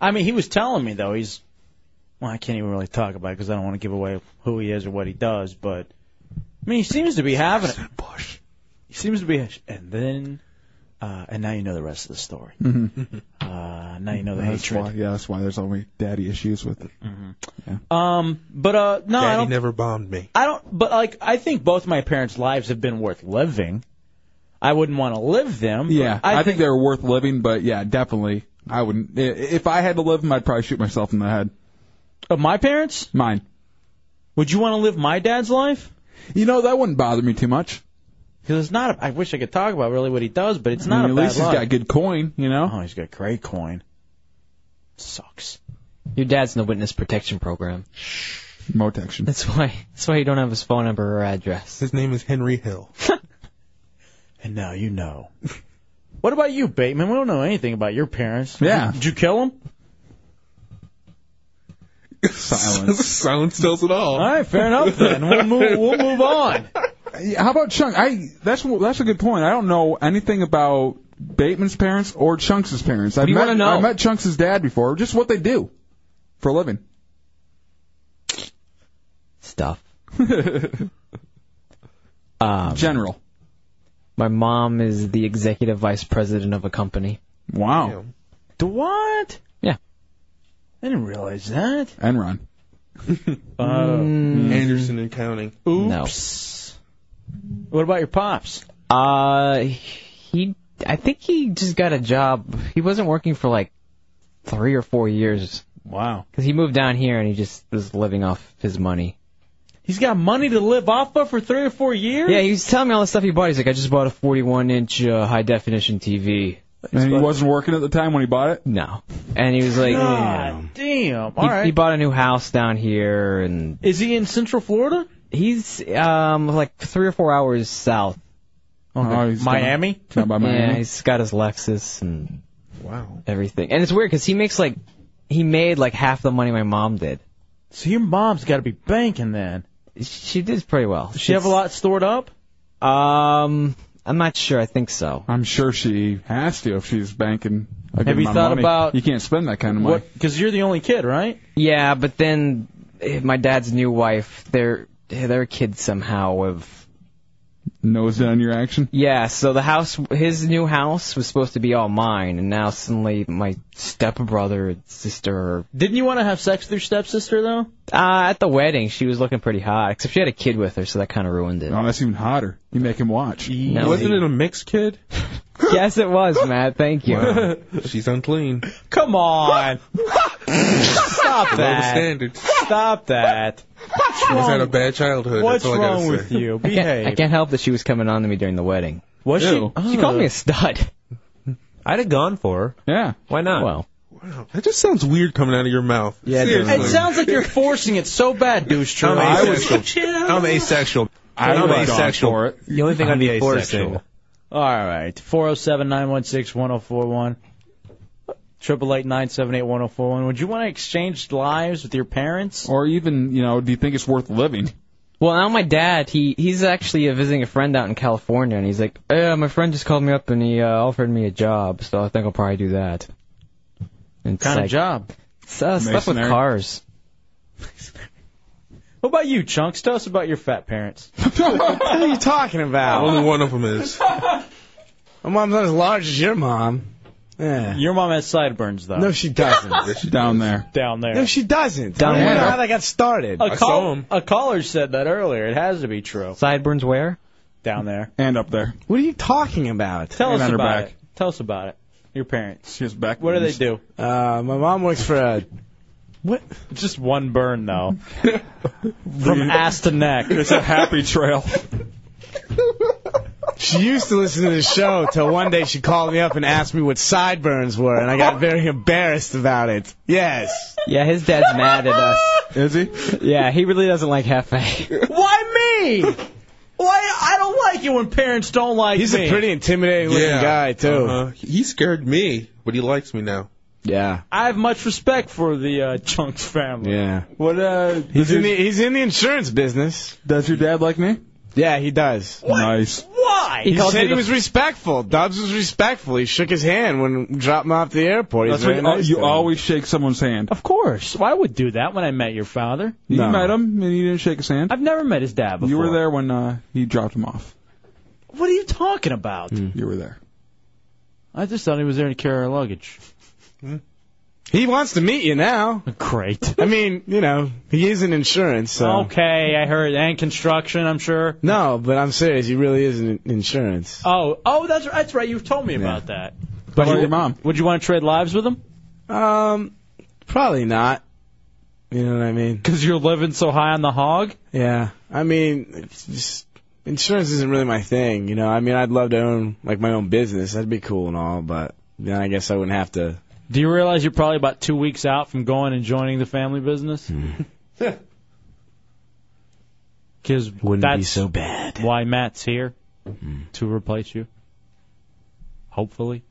Speaker 3: I mean he was telling me though, he's well, I can't even really talk about it because I don't want to give away who he is or what he does, but I mean he seems to be having it. He seems to be and then uh and now you know the rest of the story.
Speaker 4: Mm-hmm.
Speaker 3: Uh, now you know the
Speaker 4: that's
Speaker 3: hatred.
Speaker 4: Why, yeah, that's why there's only daddy issues with it.
Speaker 3: Um, but uh, no, I
Speaker 6: Daddy
Speaker 3: don't.
Speaker 6: never bombed me.
Speaker 3: I don't. But like, I think both my parents' lives have been worth living. I wouldn't want to live them.
Speaker 4: Yeah,
Speaker 3: I
Speaker 4: I, think, they're worth living, but yeah, definitely. I wouldn't. i- If I had to live them, I'd probably shoot myself in the head.
Speaker 3: Of my parents?
Speaker 4: Mine.
Speaker 3: Would you want to live my dad's life?
Speaker 4: You know, that wouldn't bother me too much.
Speaker 3: Because it's not. A, I wish I could talk about really what he does, but it's
Speaker 4: I
Speaker 3: not
Speaker 4: mean,
Speaker 3: a
Speaker 4: at
Speaker 3: bad
Speaker 4: least he's
Speaker 3: life.
Speaker 4: got good coin, you know?
Speaker 3: Oh, he's got great coin. Sucks.
Speaker 13: Your dad's in the witness protection program.
Speaker 4: Protection.
Speaker 13: That's why. That's why you don't have his phone number or address.
Speaker 6: His name is Henry Hill.
Speaker 3: And now you know. what about you, Bateman? We don't know anything about your parents.
Speaker 4: Yeah.
Speaker 3: Did you kill him?
Speaker 4: Silence.
Speaker 6: Silence tells it all.
Speaker 3: All right, fair enough then. We'll move, we'll move on.
Speaker 4: Yeah, How about Chunk? I that's that's a good point. I don't know anything about Bateman's parents or Chunks' parents. I
Speaker 13: do you
Speaker 4: met
Speaker 13: wanna know?
Speaker 4: I met Chunks' dad before. Just what they do for a living.
Speaker 13: Stuff.
Speaker 4: Um, General.
Speaker 13: My mom is the executive vice president of a company.
Speaker 4: Wow.
Speaker 3: The what?
Speaker 13: Yeah.
Speaker 3: I didn't realize that.
Speaker 4: Enron.
Speaker 13: Mm.
Speaker 6: Anderson and Counting.
Speaker 3: Oops. What about your pops?
Speaker 13: Uh, he. I think he just got a job. He wasn't working for like three or four years.
Speaker 3: Wow.
Speaker 13: Because he moved down here and he just was living off his money.
Speaker 3: He's got money to live off of for three or four years?
Speaker 13: Yeah, he was telling me all the stuff he bought. He's like, I just bought a 41 inch uh, high definition TV.
Speaker 4: And he wasn't working at the time when he bought it.
Speaker 13: No. And he was like,
Speaker 3: God damn. All
Speaker 13: he,
Speaker 3: right.
Speaker 13: he bought a new house down here and.
Speaker 3: Is he in Central Florida?
Speaker 13: He's um like three or four hours south.
Speaker 4: Oh, he's
Speaker 3: Miami?
Speaker 4: down- down by Miami.
Speaker 13: Yeah, he's got his Lexus and
Speaker 6: wow
Speaker 13: everything. And it's weird because he makes like he made like half the money my mom did.
Speaker 3: So your mom's got to be banking then.
Speaker 13: She did pretty well.
Speaker 3: Does she have a lot stored up?
Speaker 13: Um, I'm not sure. I think so.
Speaker 4: I'm sure she has to if she's banking. A good
Speaker 13: Have you
Speaker 4: amount of
Speaker 13: thought
Speaker 4: money.
Speaker 13: about-
Speaker 4: You can't spend that kind of money.
Speaker 3: What? Because you're the only kid, right?
Speaker 13: Yeah, but then eh, my dad's new wife, their their kids somehow have.
Speaker 4: Nose down your action.
Speaker 13: Yeah, so the house, his new house was supposed to be all mine, and now suddenly my stepbrother and sister are
Speaker 3: Didn't you want to have sex with your stepsister though?
Speaker 13: Uh, at the wedding, she was looking pretty hot, except she had a kid with her, so that kind of ruined it.
Speaker 4: Oh, that's even hotter. You make him watch.
Speaker 13: No, Wasn't he-
Speaker 6: it a mixed kid?
Speaker 13: yes, it was, Matt. Thank you.
Speaker 6: Wow. She's unclean.
Speaker 3: Come on. Stop
Speaker 6: Low
Speaker 3: that.
Speaker 6: standards.
Speaker 3: Stop that. What's
Speaker 6: She was had
Speaker 3: wrong?
Speaker 6: a bad childhood.
Speaker 3: What's
Speaker 6: That's all I
Speaker 3: wrong
Speaker 6: gotta
Speaker 3: with
Speaker 6: say.
Speaker 3: you?
Speaker 13: I can't, I
Speaker 3: Behave.
Speaker 13: can't help that she was coming on to me during the wedding.
Speaker 3: Was
Speaker 13: Ew.
Speaker 3: she? Ah.
Speaker 13: She called me a stud.
Speaker 9: I'd have gone for her.
Speaker 4: Yeah.
Speaker 9: Why not?
Speaker 13: Well,
Speaker 6: Wow, that just sounds weird coming out of your mouth.
Speaker 13: Yeah, it does.
Speaker 6: Seriously.
Speaker 3: It sounds like you're forcing it so bad, douche
Speaker 6: I'm
Speaker 3: church.
Speaker 6: asexual. I'm asexual.
Speaker 4: I
Speaker 6: I'm
Speaker 4: would have gone
Speaker 6: asexual.
Speaker 4: for it.
Speaker 9: The only thing I'd
Speaker 3: I'm
Speaker 9: be
Speaker 3: asexual.
Speaker 9: asexual.
Speaker 3: All right. 407 916 1041. 888 978 1041. Would you want to exchange lives with your parents?
Speaker 4: Or even, you know, do you think it's worth living?
Speaker 13: Well, now my dad, he he's actually uh, visiting a friend out in California, and he's like, "Yeah, my friend just called me up and he uh, offered me a job, so I think I'll probably do that." And it's
Speaker 3: Kind
Speaker 13: like,
Speaker 3: of job.
Speaker 13: it's, uh, stuff with
Speaker 4: Masonry.
Speaker 13: cars.
Speaker 3: What about you, Chunks? Tell us about your fat parents.
Speaker 18: What are you talking about?
Speaker 6: Only one of them is.
Speaker 18: My mom's not as large as your mom. Yeah.
Speaker 3: Your mom has sideburns, though.
Speaker 18: No, she doesn't.
Speaker 4: Down there.
Speaker 3: Down there.
Speaker 18: No, she doesn't.
Speaker 13: Down
Speaker 18: I don't
Speaker 13: there.
Speaker 18: know how that got started.
Speaker 3: a,
Speaker 6: saw
Speaker 3: call- a caller said that earlier. It has to be true.
Speaker 13: Sideburns where?
Speaker 3: down there.
Speaker 4: And up there.
Speaker 3: What are you talking about? Tell
Speaker 4: And
Speaker 3: us
Speaker 4: on her
Speaker 3: about
Speaker 4: back.
Speaker 3: it. Tell us about it. Your parents.
Speaker 4: She was back.
Speaker 3: What do they do?
Speaker 7: Uh, my mom works for a.
Speaker 3: What? Just one burn though. From ass to neck.
Speaker 4: It's a happy trail.
Speaker 7: She used to listen to the show till one day she called me up and asked me what sideburns were, and I got very embarrassed about it. Yes.
Speaker 13: Yeah, his dad's mad at us.
Speaker 4: Is he?
Speaker 13: Yeah, he really doesn't like Hefe.
Speaker 3: Why me? Why I don't like it when parents don't like
Speaker 7: He's
Speaker 3: me.
Speaker 7: a pretty intimidating looking guy too.
Speaker 6: Uh-huh. He scared me, but he likes me now.
Speaker 7: Yeah.
Speaker 3: I have much respect for the uh, Chunks family.
Speaker 7: Yeah.
Speaker 4: What? Uh,
Speaker 7: He's in the he's in the insurance business.
Speaker 4: Does your dad like me?
Speaker 7: Yeah, he does.
Speaker 4: Nice.
Speaker 3: Why?
Speaker 7: He,
Speaker 4: calls
Speaker 7: said
Speaker 4: you
Speaker 7: he
Speaker 4: the-
Speaker 7: was respectful. Dubs was respectful. He shook his hand when we dropped him off at the airport. He's
Speaker 4: That's what
Speaker 7: very
Speaker 4: you, uh,
Speaker 7: nice
Speaker 4: you
Speaker 7: to him.
Speaker 4: always shake someone's hand.
Speaker 3: Of course. Well, I would do that when I met your father.
Speaker 4: You
Speaker 3: No.
Speaker 4: met him and you didn't shake his hand.
Speaker 3: I've never met his dad before.
Speaker 4: You were there when uh, he dropped him off.
Speaker 3: What are you talking about?
Speaker 4: Hmm. You were there.
Speaker 3: I just thought he was there to carry our luggage.
Speaker 7: He wants to meet you now.
Speaker 3: Great.
Speaker 7: I mean, you know, he is in insurance, so.
Speaker 3: Okay, I heard and construction. I'm sure.
Speaker 7: No, but I'm serious. He really is in insurance.
Speaker 3: Oh, oh, that's that's right. You've told me about that.
Speaker 7: But
Speaker 3: Would
Speaker 7: he-
Speaker 3: you- Would you want to trade lives with him?
Speaker 7: Um, probably not. You know what I mean?
Speaker 3: Because you're living so high on the hog.
Speaker 7: Yeah. I mean, it's just, insurance isn't really my thing. You know, I mean, I'd love to own like my own business. That'd be cool and all, but then I guess I wouldn't have to.
Speaker 3: Do you realize you're probably about two weeks out from going and joining the family business?
Speaker 7: Hmm.
Speaker 3: Because
Speaker 7: Wouldn't
Speaker 3: that's
Speaker 7: be so bad. Hmm.
Speaker 3: Why Matt's here to replace you? Hopefully.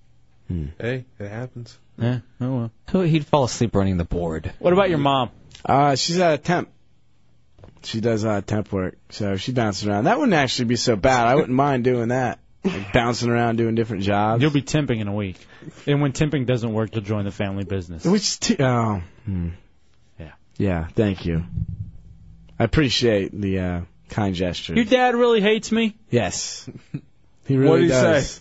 Speaker 6: Hey, it happens.
Speaker 3: Yeah. Oh well.
Speaker 13: He'd fall asleep running the board.
Speaker 3: What about your mom?
Speaker 7: Uh, she's a temp. She does uh, temp work, so she bounces around. That wouldn't actually be so bad. I wouldn't mind doing that, like bouncing around doing different jobs.
Speaker 3: You'll be temping in a week, and when temping doesn't work, you'll join the family business.
Speaker 7: Which t- oh, hmm.
Speaker 3: Yeah.
Speaker 7: yeah. Thank you. I appreciate the uh, kind gesture.
Speaker 3: Your dad really hates me.
Speaker 7: Yes. He really
Speaker 3: What'd he
Speaker 7: does.
Speaker 3: say?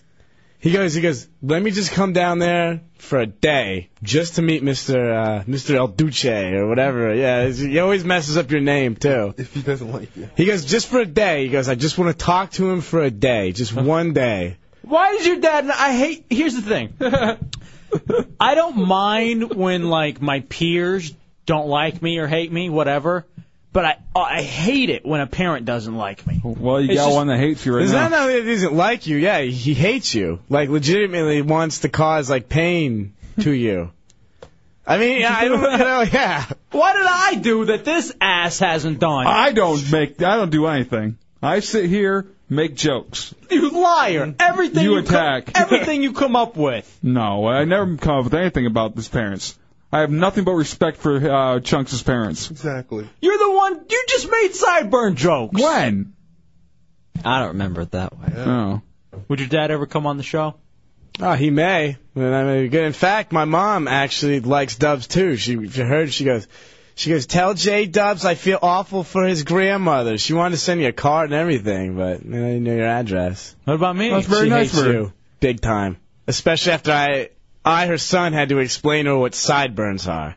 Speaker 7: He goes. He goes. Let me just come down there for a day just to meet Mister uh, Mister El Duce or whatever. Yeah, it's- he always messes up your name too.
Speaker 6: If he doesn't like you.
Speaker 7: He goes just for a day. He goes. I just want to talk to him for a day, just one day.
Speaker 3: Why is your dad? I hate. Here's the thing. I don't mind when like my peers don't like me or hate me, whatever. But I I hate it when a parent doesn't like me.
Speaker 4: Well, you
Speaker 3: It's
Speaker 4: got
Speaker 3: just-
Speaker 4: one that hates you right
Speaker 7: It's
Speaker 4: now.
Speaker 7: not that he doesn't like you. Yeah, he hates you. Like legitimately wants to cause like pain to you. I mean, I don't you know. Yeah.
Speaker 3: What did I do that this ass hasn't done?
Speaker 4: I don't make. I don't do anything. I sit here make jokes.
Speaker 3: You liar! Everything
Speaker 4: You
Speaker 3: Mm-hmm. you co-
Speaker 4: attack.
Speaker 3: everything you come up with.
Speaker 4: No, I never come up with anything about his parents. I have nothing but respect for uh, Chunks' parents.
Speaker 6: Exactly.
Speaker 3: You're the one. You just made sideburn jokes.
Speaker 4: When?
Speaker 13: I don't remember it that way.
Speaker 4: Oh.
Speaker 3: Would your dad ever come on the show?
Speaker 7: Oh, he may. And I may be good. In fact, my mom actually likes Dubs too. She, she heard. She goes. She goes. Tell Jay Dubs I feel awful for his grandmother. She wanted to send you a card and everything, but you know, I didn't know your address.
Speaker 3: What about me?
Speaker 7: She hates you, big time. Especially after I, I her son had to explain to her what sideburns are.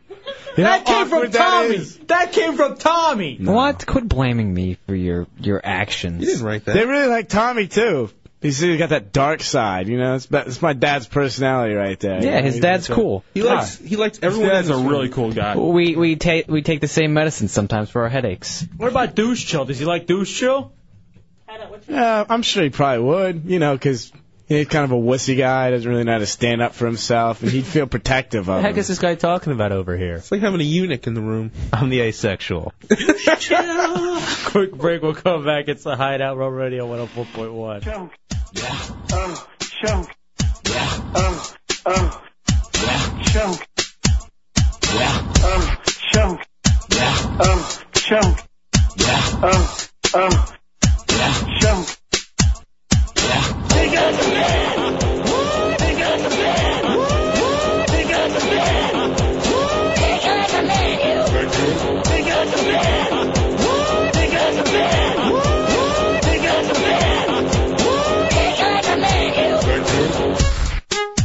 Speaker 7: You know
Speaker 3: That
Speaker 7: how
Speaker 3: came from
Speaker 7: awkward that
Speaker 3: Tommy.
Speaker 7: is?
Speaker 3: That, came from Tommy.
Speaker 13: What? Quit blaming me for your your actions. You
Speaker 6: didn't write
Speaker 7: They really like Tommy too. He's he's got that dark side, you know. It's, ba- it's my dad's personality right there.
Speaker 13: Yeah,
Speaker 7: You know,
Speaker 13: his
Speaker 7: he's Ah.
Speaker 13: dad's
Speaker 7: like that-
Speaker 13: cool.
Speaker 6: He likes he likes everyone. in this room.
Speaker 4: cool guy.
Speaker 13: We we take we take the same medicine sometimes for our headaches.
Speaker 3: What about douche chill? Does he like douche chill?
Speaker 7: Yeah, I'm sure he probably would, you know, because he's kind of a wussy guy. Doesn't really know how to stand up for himself, and he'd feel protective
Speaker 9: The
Speaker 7: of
Speaker 9: heck
Speaker 7: him.
Speaker 9: is this guy talking about over here?
Speaker 6: It's like having a eunuch in the room.
Speaker 9: I'm the asexual.
Speaker 3: Quick break. We'll come back. It's the Hideout Road Radio 104.1.
Speaker 14: Oh, choke. Oh, oh. Choke. Oh, choke. Oh, choke. Oh, oh. Choke. They got the man. They got the man. They got the man. They got the man, you. They got the man. They got the man. They got the man. They got the man, you.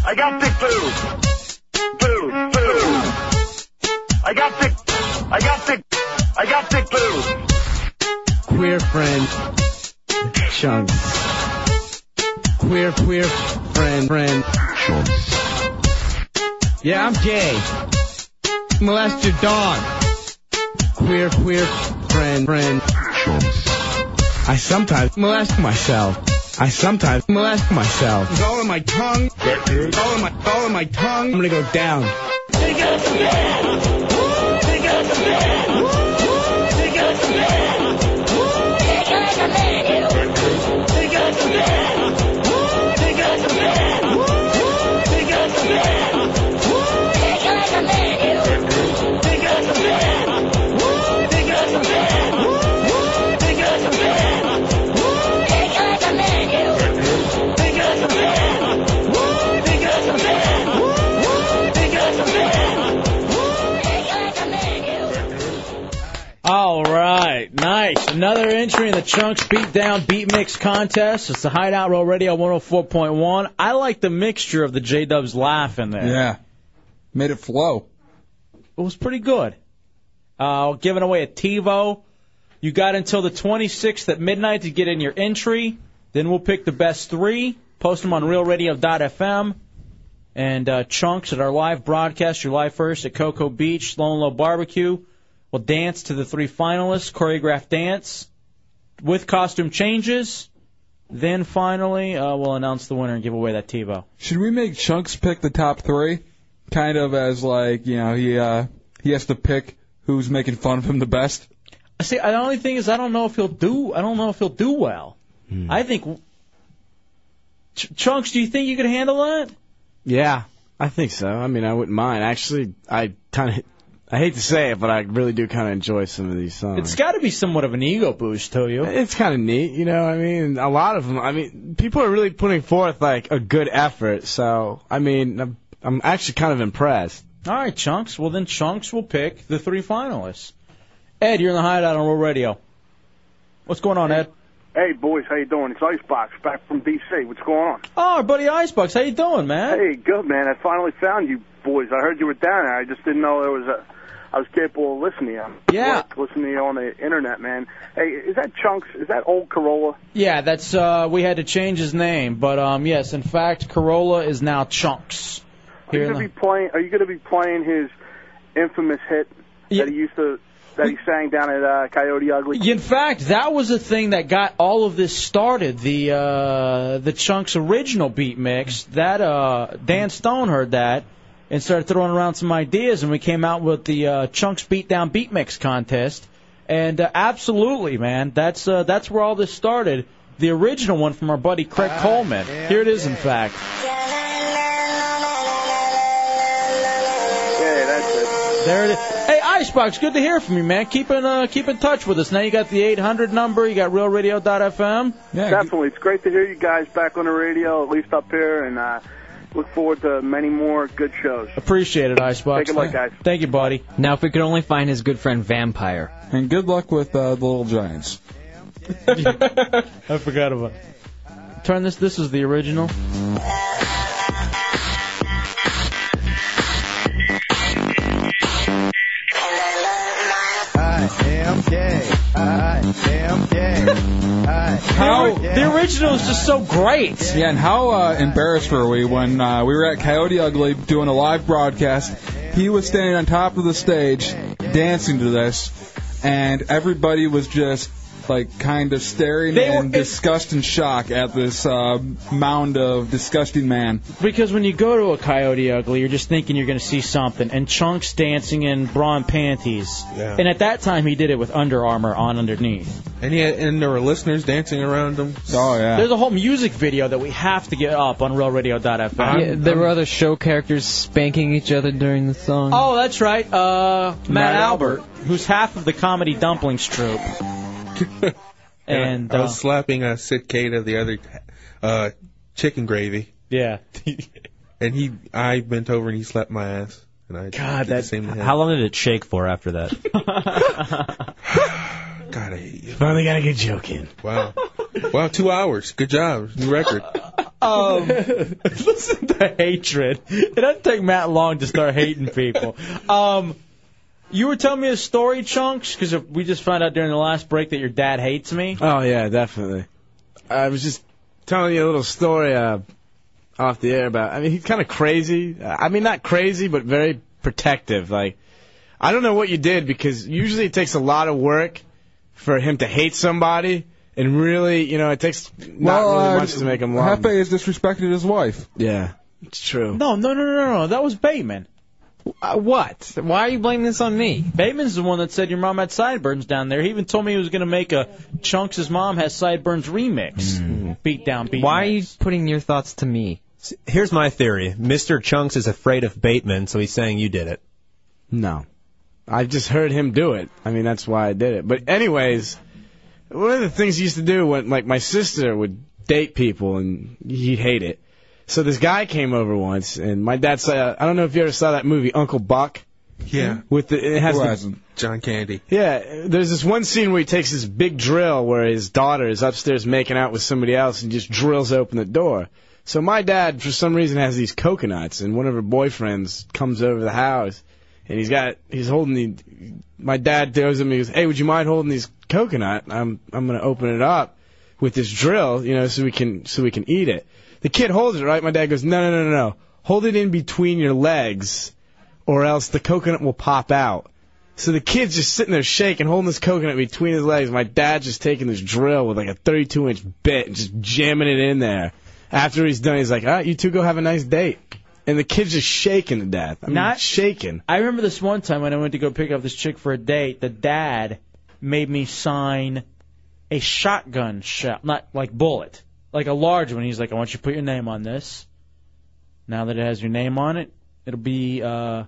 Speaker 14: I got big boobs. Boob, boob. I got big, I got big, I got big boobs.
Speaker 7: Queer friend. Chunks. queer, queer friend, friend. Yeah, I'm gay. Molest your dog. Queer, queer friend, friend.
Speaker 18: I sometimes molest myself. I sometimes molest myself.
Speaker 7: It's all in my tongue. It's all in my, all in my tongue. I'm gonna go down.
Speaker 3: All right, nice. Another entry in the Chunks Beatdown Beat Mix contest. It's the Hideout Roll Radio 104.1. I like the mixture of the J Dubs laugh in there.
Speaker 4: Yeah. Made it flow.
Speaker 3: It was pretty good. Uh, giving away a TiVo. You got until the 26th at midnight to get in your entry. Then we'll pick the best three, post them on RealRadio.fm, and uh, Chunks at our live broadcast, July 1st at Cocoa Beach, Slow and Low Barbecue. We'll dance to the three finalists, choreographed dance with costume changes. Then finally, uh, we'll announce the winner and give away that TiVo.
Speaker 4: Should we make Chunks pick the top three? Kind of as like, you know, he uh he has to pick who's making fun of him the best.
Speaker 3: See, the only thing is, I don't know if he'll do. I don't know if he'll do well. I think. Ch- Chunks, do you think you could handle that?
Speaker 7: Yeah, I think so. I mean, I wouldn't mind. Actually, I kind of, I hate to say it, but I really do kind of enjoy some of these songs.
Speaker 3: It's got to be somewhat of an ego boost to you.
Speaker 7: It's kind of neat, you know. what I mean, a lot of them. I mean, people are really putting forth like a good effort. So, I mean, I'm, I'm actually kind of impressed.
Speaker 3: All right, Chunks. Well, then Chunks will pick the three finalists. Ed, you're in the hideout on Roll Radio. What's going on, Ed?
Speaker 2: Hey boys, how you doing? It's Icebox back from DC. What's going on?
Speaker 3: Oh, our buddy Icebox, how you doing, man?
Speaker 2: Hey, good man. I finally found you boys. I heard you were down there. I just didn't know there was a. I was capable of listening. I'm
Speaker 3: Yeah.
Speaker 2: like, listening to you on the internet, man. Hey, is that Chunks? Is that old Corolla?
Speaker 3: Yeah, that's uh we had to change his name, but um yes, in fact, Corolla is now Chunks.
Speaker 2: Are you
Speaker 3: Here in
Speaker 2: gonna
Speaker 3: the-
Speaker 2: be playing? Are you gonna be playing his infamous hit that he used to that he sang down at uh, Coyote Ugly?
Speaker 3: In fact, that was the thing that got all of this started. The uh, the Chunks original beat mix that uh, Dan Stone heard that and started throwing around some ideas, and we came out with the uh, Chunks Beatdown Beat Mix contest. And uh, absolutely, man, that's uh, that's where all this started. The original one from our buddy Craig Coleman. Here it is, in fact.
Speaker 2: Yeah, that's it.
Speaker 3: There it is. Hey, Icebox, good to hear from you, man. Keep in uh, keep in touch with us. Now you got the 800 number. You got RealRadio.fm.
Speaker 2: Definitely, it's great to hear you guys back on the radio, at least up here, and uh, look forward to many more good shows.
Speaker 3: Appreciate it, Icebox.
Speaker 2: Take a look, guys.
Speaker 3: Thank you, buddy.
Speaker 13: Now, if we could only find his good friend Vampire.
Speaker 4: And good luck with uh, the Little Giants.
Speaker 3: I forgot about. Turn this. This is the original.
Speaker 4: How
Speaker 3: the original is just so great.
Speaker 4: Yeah, and how uh, embarrassed were we when uh, we were at Coyote Ugly doing a live broadcast? He was standing on top of the stage dancing to this, and everybody was just like kind of staring
Speaker 3: They were-
Speaker 4: in disgust and shock at this uh, mound of disgusting man.
Speaker 3: Because when you go to a Coyote Ugly, you're just thinking you're going to see something. And Chunks dancing in bra and panties.
Speaker 6: Yeah.
Speaker 3: And at that time, he did it with Under Armour on underneath.
Speaker 6: And he had, and there were listeners dancing around him.
Speaker 4: Oh
Speaker 3: There's a whole music video that we have to get up on RealRadio.fm.
Speaker 13: Yeah, there were other show characters spanking each other during the song.
Speaker 3: Oh, that's right. Uh, Matt,
Speaker 13: Matt
Speaker 3: Albert, who's half of the Comedy Dumplings troupe. And,
Speaker 6: I
Speaker 3: uh,
Speaker 6: was slapping a Sid Cata the other uh, chicken gravy.
Speaker 3: Yeah.
Speaker 6: and he, I bent over and he slapped my ass. And I
Speaker 3: God,
Speaker 6: did the
Speaker 3: that-
Speaker 6: same to him.
Speaker 9: How long did it shake for after that?
Speaker 6: God, I hate you.
Speaker 7: Finally got a good joke in.
Speaker 6: Wow. wow, two hours. Good job. New record.
Speaker 3: Um, listen to hatred. It doesn't take Matt long to start hating people. Um, you were telling me a story, Chunks, because we just found out during the last break that your dad hates me.
Speaker 7: Oh yeah, definitely. I was just telling you a little story uh, off the air about. I mean, he's kind of crazy. I mean, not crazy, but very protective. Like, I don't know what you did because usually it takes a lot of work for him to hate somebody, and really, you know, it takes not really much to make him love.
Speaker 4: Hefe has disrespected his wife.
Speaker 7: Yeah, it's true.
Speaker 3: No, no, no, no, no. That was Bateman.
Speaker 15: Uh, what? Why are you blaming this on me?
Speaker 3: Bateman's the one that said your mom had sideburns down there. He even told me he was going to make a Chunks' mom has sideburns remix.
Speaker 15: Hmm.
Speaker 3: Beat down, beat
Speaker 9: Why
Speaker 3: are you
Speaker 15: putting your thoughts to me?
Speaker 9: Here's my theory. Mr. Chunks is afraid of Bateman, so he's saying you did it.
Speaker 7: No. I just heard him do it. I mean, that's why I did it. But anyways, one of the things he used to do when, like, my sister would date people and he'd hate it. So this guy came over once, and my dad saw. I don't know if you ever saw that movie Uncle Buck.
Speaker 6: Yeah.
Speaker 7: With the hmm? it has
Speaker 6: Who
Speaker 7: the-
Speaker 6: hasn't? John Candy.
Speaker 7: yeah, there's this one scene where he takes this big drill where his daughter is upstairs making out with somebody else and just drills open the door. So my dad, for some reason, has these coconuts, and one of her boyfriends comes over the house, and he's got he's holding the. My dad goes to me, he goes, "Hey, would you mind holding these coconut? I'm I'm gonna open it up with this drill, you know, so we can so we can eat it." The kid holds it, right? My dad goes, "No, no, no, no, no. Hold it in between your legs, or else the coconut will pop out." So the kid's just sitting there shaking, holding this coconut between his legs. My dad's just taking this drill with like a 32 inch bit and just jamming it in there. After he's done, he's like, all right, you two go have a nice date. And the kid's just shaking to death. I mean,
Speaker 3: Not-
Speaker 7: shaking.
Speaker 3: I remember this one time when I went to go pick up this chick for a date. The dad made me sign a shotgun shell, not like bullet, like a large one. He's like, "I want you to put your name on this. Now that it has your name on it, it'll be uh,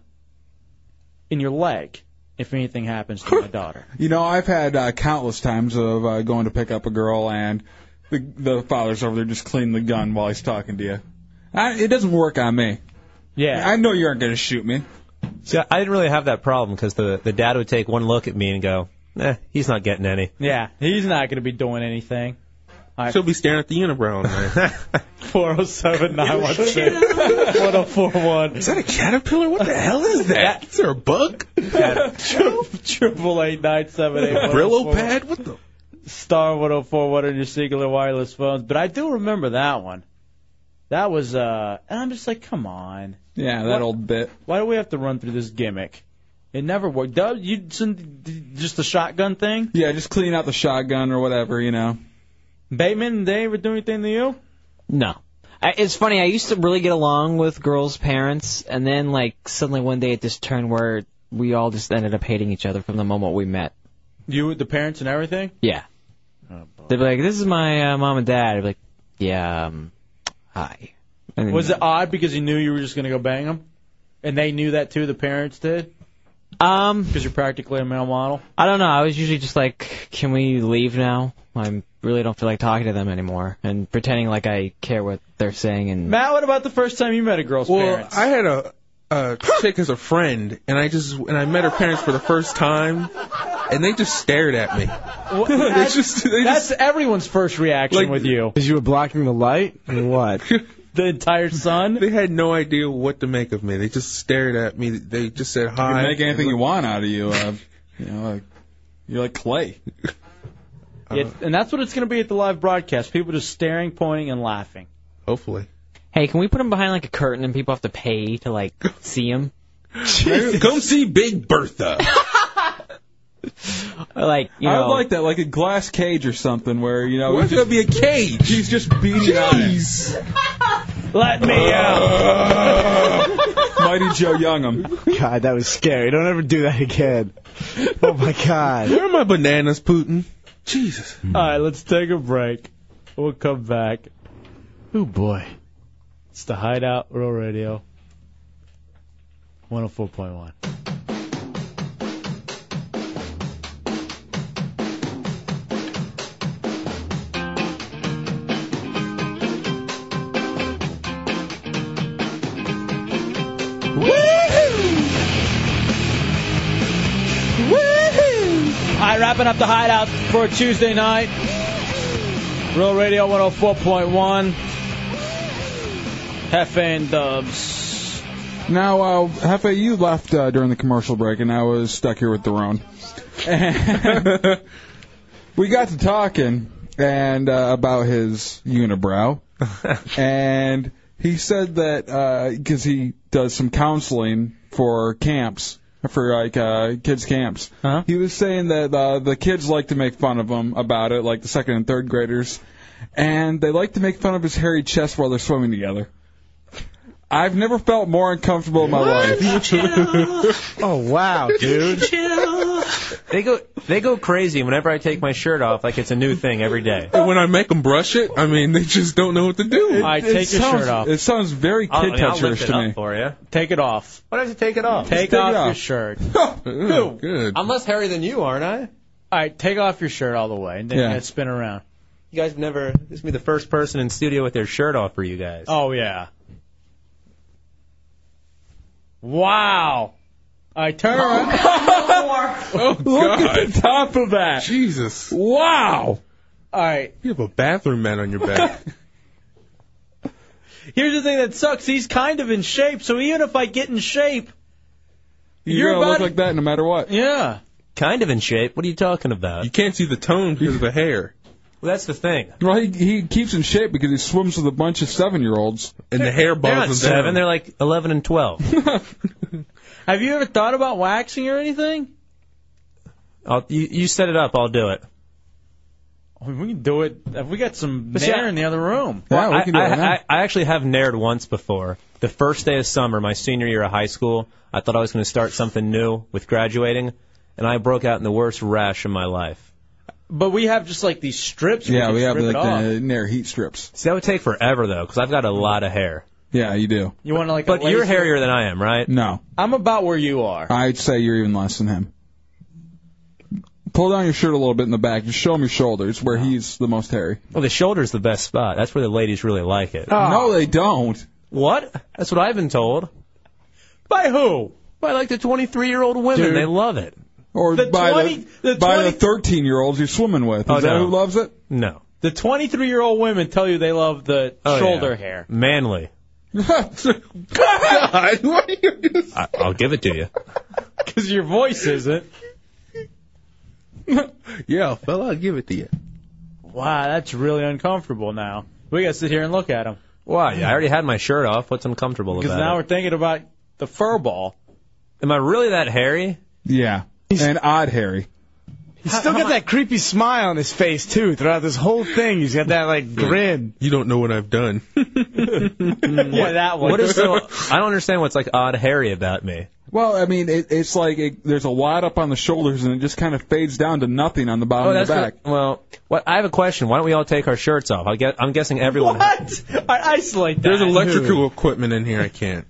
Speaker 3: in your leg if anything happens to my daughter."
Speaker 4: You know, I've had uh, countless times of uh, going to pick up a girl and the the father's over there just cleaning the gun while he's talking to you. I, it doesn't work on me.
Speaker 3: Yeah.
Speaker 4: I know you aren't going to shoot me.
Speaker 9: See, I didn't really have that problem because the, the dad would take one look at me and go, eh, he's not getting any.
Speaker 3: Yeah, he's not going to be doing anything.
Speaker 6: She'll be staring at the unibrow. Man.
Speaker 3: 407 916 1041. Is
Speaker 6: that a caterpillar? What the hell is that? Is there a bug?
Speaker 3: Triple eight nine seven eight.
Speaker 6: Brillo pad? What the?
Speaker 3: Star 1041 on your singular wireless phones. But I do remember that one. That was, uh, and I'm just like, come on.
Speaker 4: Yeah, that
Speaker 3: What-
Speaker 4: old bit.
Speaker 3: Why do we have to run through this gimmick? It never worked. Dub, you just the shotgun thing?
Speaker 4: Yeah, just clean out the shotgun or whatever, you know.
Speaker 3: Bateman, they ever do anything to you?
Speaker 13: No. I, it's funny. I used to really get along with girls' parents, and then like suddenly one day it just turned where we all just ended up hating each other from the moment we met.
Speaker 3: You, the parents, and everything?
Speaker 13: Yeah. They'd be like, "This is my uh, mom and dad." I'd be like, "Yeah, um, hi." And then-
Speaker 3: Was it odd because you knew you were just going to go bang them? And they knew that too, the parents did?
Speaker 13: Um.
Speaker 3: Because you're practically a male model?
Speaker 13: I don't know. I was usually just like, "Can we leave now?" I really don't feel like talking to them anymore, and pretending like I care what they're saying. And
Speaker 3: Matt, what about the first time you met a girl's
Speaker 6: Well,
Speaker 3: parents?
Speaker 6: I had a a chick as a friend, and I just and I met her parents for the first time, and they just stared at me.
Speaker 3: Well,
Speaker 6: They
Speaker 3: that's,
Speaker 6: just- they
Speaker 3: that's everyone's first reaction with you.
Speaker 7: Because you were blocking the light? And what?
Speaker 3: the entire sun.
Speaker 6: They had no idea what to make of me. They just stared at me. They just said
Speaker 4: You
Speaker 6: hi.
Speaker 4: can make anything you want out of you. Uh, you know, like you're like clay.
Speaker 3: It, and that's what it's going to be at the live broadcast. People just staring, pointing, and laughing.
Speaker 6: Hopefully.
Speaker 13: Hey, can we put them behind like a curtain and people have to pay to like see them?
Speaker 6: Come see Big Bertha.
Speaker 13: like you
Speaker 4: I
Speaker 13: know,
Speaker 4: would like that, like a glass cage or something, where you know.
Speaker 6: Why would
Speaker 4: he's
Speaker 6: there be a cage?
Speaker 4: He's just beating Jeez.
Speaker 3: Let me
Speaker 6: Uh,
Speaker 4: out. Mighty Joe um. Youngham.
Speaker 7: God, that was scary. Don't ever do that again. Oh my God.
Speaker 6: Where are my bananas, Putin? Jesus.
Speaker 3: All right, let's take a break. We'll come back. Oh boy, it's the Hideout Real Radio, 104.1. All right, wrapping up the hideout for Tuesday night. Real Radio 104.1. Hefe and Dubs.
Speaker 4: Now, uh, Hefe, you left uh, during the commercial break, and I was stuck here with Daron. we got to talking, and uh, about his unibrow, and he said that because he does some counseling for camps for like uh, kids camps.
Speaker 9: Uh-huh.
Speaker 4: He was saying that uh, the kids like to make fun of him about it, like the second and third graders, and they like to make fun of his hairy chest while they're swimming together. I've never felt more uncomfortable in my life.
Speaker 7: oh wow,
Speaker 9: dude. They go they go crazy whenever I take my shirt off, like it's a new thing every day.
Speaker 6: And when I make them brush it, I mean, they just don't know what to do.
Speaker 9: All right, It- it take your sounds- shirt off.
Speaker 4: It sounds very
Speaker 9: I'll- I
Speaker 4: kid
Speaker 9: mean, I'll lift
Speaker 4: toucherish
Speaker 9: it
Speaker 4: to
Speaker 9: up
Speaker 4: me.
Speaker 9: for you.
Speaker 3: Take it off.
Speaker 9: Why don't you take it off?
Speaker 3: Take, off, your shirt.
Speaker 9: Ew.
Speaker 6: Good.
Speaker 9: I'm less hairy than you, aren't I?
Speaker 3: All right, take off your shirt all the way, and then
Speaker 9: Yeah.
Speaker 3: yeah. spin around.
Speaker 9: You guys never. This will be the first person in studio with their shirt off for you guys.
Speaker 3: Oh yeah. Wow. I turn around. Look at the top of that.
Speaker 6: Oh, Jesus.
Speaker 3: Wow. All right.
Speaker 6: You have a bathroom mat on your back.
Speaker 3: Here's the thing that sucks. He's kind of in shape, so even if I get in shape,
Speaker 4: You're,
Speaker 3: Your
Speaker 4: gonna look
Speaker 3: body-
Speaker 4: like that no matter what.
Speaker 3: Yeah.
Speaker 9: Kind of in shape. What are you talking about?
Speaker 6: You can't see the tone because of the hair.
Speaker 9: Well, that's the thing.
Speaker 4: Well, he, he keeps in shape because he swims with a bunch of seven-year-olds,
Speaker 6: and the hair
Speaker 9: They're not seven. They're like eleven and twelve.
Speaker 3: have you ever thought about waxing or anything?
Speaker 9: I'll, you, you set it up. I'll do it.
Speaker 3: I mean, Oh, We can do it. Have We got some
Speaker 9: But see,
Speaker 3: nair
Speaker 9: I-
Speaker 3: in the other room.
Speaker 9: Well, I, I, I, I actually have nared once before. The first day of summer, my senior year of high school, I thought I was going to start something new with graduating, and I broke out in the worst rash of my life.
Speaker 3: But we have just like these strips.
Speaker 4: Yeah,
Speaker 3: can
Speaker 4: we have
Speaker 3: strip
Speaker 4: like
Speaker 3: it off.
Speaker 4: the near heat strips.
Speaker 9: See, that would take forever though, because I've got a lot of hair.
Speaker 4: Yeah, you do.
Speaker 3: You want to like? a
Speaker 9: But you're
Speaker 3: laser-
Speaker 9: hairier than I am, right?
Speaker 4: No,
Speaker 3: I'm about where you are.
Speaker 4: I'd say you're even less than him. Pull down your shirt a little bit in the back. Just show him your shoulders where he's the most hairy.
Speaker 9: Well, the shoulder's the best spot. That's where the ladies really like it.
Speaker 4: No, they don't.
Speaker 9: What? That's what I've been told.
Speaker 3: By who?
Speaker 9: By like the 23 year old women.
Speaker 4: Dude.
Speaker 9: They love it.
Speaker 4: Or
Speaker 3: The
Speaker 4: by
Speaker 3: 20
Speaker 4: the,
Speaker 3: the
Speaker 4: by
Speaker 3: 20
Speaker 4: the 13 year olds you're swimming with. Is
Speaker 9: Oh,
Speaker 4: that
Speaker 9: no.
Speaker 4: who loves it?
Speaker 9: No.
Speaker 3: The 23 year old women tell you they love the
Speaker 9: Oh,
Speaker 3: shoulder
Speaker 9: yeah.
Speaker 3: hair.
Speaker 9: Manly.
Speaker 4: God, what are you doing?
Speaker 9: I, I'll give it to you.
Speaker 3: Because your voice isn't.
Speaker 6: yeah, fella, I'll give it to you.
Speaker 3: Wow, that's really uncomfortable now. We got to sit here and look at him.
Speaker 9: Why? I already had my shirt off. What's uncomfortable
Speaker 3: Because
Speaker 9: about
Speaker 3: now
Speaker 9: it?
Speaker 3: we're thinking about the fur ball.
Speaker 9: Am I really that hairy?
Speaker 4: Yeah. And odd hairy.
Speaker 7: He's still got that creepy smile on his face too. Throughout this whole thing, he's got that like grin.
Speaker 6: You don't know what I've done.
Speaker 3: yeah, that one.
Speaker 9: What is so? I don't understand what's like odd hairy about me.
Speaker 4: Well, I mean, it, it's like it, there's a lot up on the shoulders and it just kind of fades down to nothing on the bottom
Speaker 9: oh,
Speaker 4: of
Speaker 9: that's
Speaker 4: the back.
Speaker 9: what- well. What I have a question. Why don't we all take our shirts off? I guess, I'm guessing everyone.
Speaker 3: What? I isolate that.
Speaker 6: There's electrical equipment in here. I can't.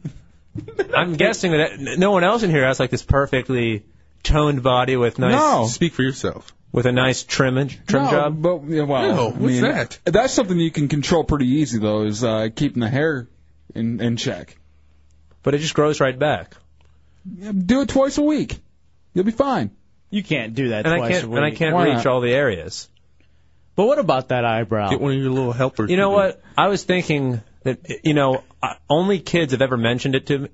Speaker 9: I'm guessing that no one else in here has like this perfectly toned body with nice
Speaker 4: No.
Speaker 6: Speak for yourself.
Speaker 9: with a nice trimmage trim
Speaker 4: no,
Speaker 9: job.
Speaker 4: But, yeah, well,
Speaker 6: No,
Speaker 4: I
Speaker 6: what's
Speaker 4: mean,
Speaker 6: that?
Speaker 4: Oh, That's something you can control pretty easy, though, is uh, keeping the hair in, in check.
Speaker 9: But it just grows right back.
Speaker 4: Do it twice a week. You'll be fine.
Speaker 3: You can't do that
Speaker 9: and I
Speaker 3: twice
Speaker 9: can't
Speaker 3: a week.
Speaker 9: and I can't
Speaker 3: Why
Speaker 9: reach
Speaker 3: not?
Speaker 9: all the areas.
Speaker 3: But what about that eyebrow?
Speaker 6: Get one of your little helpers.
Speaker 9: You know
Speaker 6: to do it.
Speaker 9: what? I was thinking that you know I- only kids have ever mentioned it to me.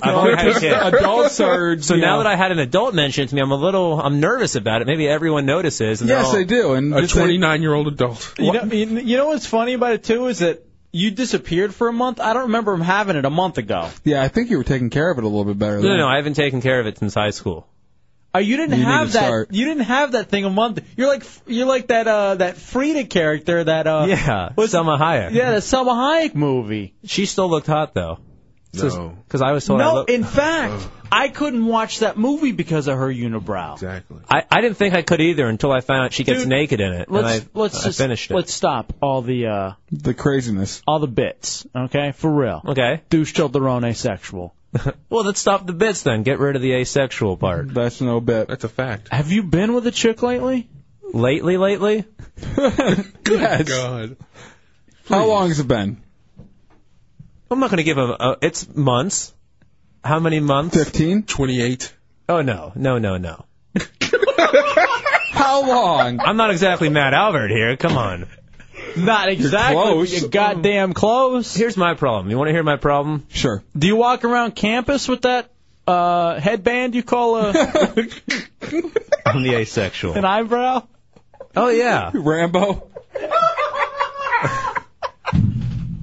Speaker 9: I've only had a kid.
Speaker 4: Adults are.
Speaker 9: So
Speaker 4: you
Speaker 9: now
Speaker 4: know-
Speaker 9: that I had an adult mention it to me, I'm a little I'm nervous about it. Maybe everyone notices. And they're
Speaker 4: Yes,
Speaker 9: all-
Speaker 4: they do. And
Speaker 6: A
Speaker 4: just they-
Speaker 6: 29 year old adult.
Speaker 3: You know, you you know what's funny about it too is that you disappeared for a month. I don't remember him having it a month ago.
Speaker 4: yeah, I think you were taking care of it a little bit better.
Speaker 9: No, no,
Speaker 4: than-
Speaker 9: no, I haven't taken care of it since high school.
Speaker 3: Uh, you didn't
Speaker 4: You need
Speaker 3: have
Speaker 4: to
Speaker 3: that.
Speaker 4: start.
Speaker 3: You didn't have that thing a month. You're like you're like that uh that Frida character that uh
Speaker 9: Yeah,
Speaker 3: was-
Speaker 9: Selma Hayek.
Speaker 3: yeah the Selma Hayek movie.
Speaker 9: She still looked hot though.
Speaker 6: No.
Speaker 9: Because I was told I
Speaker 3: no,
Speaker 9: looked.
Speaker 3: in fact, I couldn't watch that movie because of her unibrow.
Speaker 6: Exactly.
Speaker 9: I, I didn't think I could either until I found out she gets
Speaker 3: Dude,
Speaker 9: naked in it.
Speaker 3: Let's
Speaker 9: and I,
Speaker 3: let's
Speaker 9: I
Speaker 3: just
Speaker 9: finished it.
Speaker 3: let's stop all the uh
Speaker 4: The craziness.
Speaker 3: all the bits, okay? For real.
Speaker 9: Okay.
Speaker 3: Douche Childerone asexual.
Speaker 9: Well, let's stop the bits then. Get rid of the asexual part.
Speaker 4: That's no bet.
Speaker 6: That's a fact.
Speaker 3: Have you been with a chick lately?
Speaker 9: Lately, lately?
Speaker 4: yes.
Speaker 6: God.
Speaker 4: How long has it been?
Speaker 9: I'm not going to give a, a. It's months. How many months?
Speaker 4: 15?
Speaker 6: 28.
Speaker 9: Oh, no. No, no, no.
Speaker 4: How long?
Speaker 9: I'm not exactly Matt Albert here. Come on.
Speaker 3: Not exactly. but
Speaker 4: close.
Speaker 3: You're goddamn close.
Speaker 9: Here's my problem. You want to hear my problem?
Speaker 4: Sure.
Speaker 3: Do you walk around campus with that uh, headband you call a,
Speaker 9: I'm the asexual.
Speaker 3: an eyebrow?
Speaker 9: Oh, yeah.
Speaker 4: Rambo?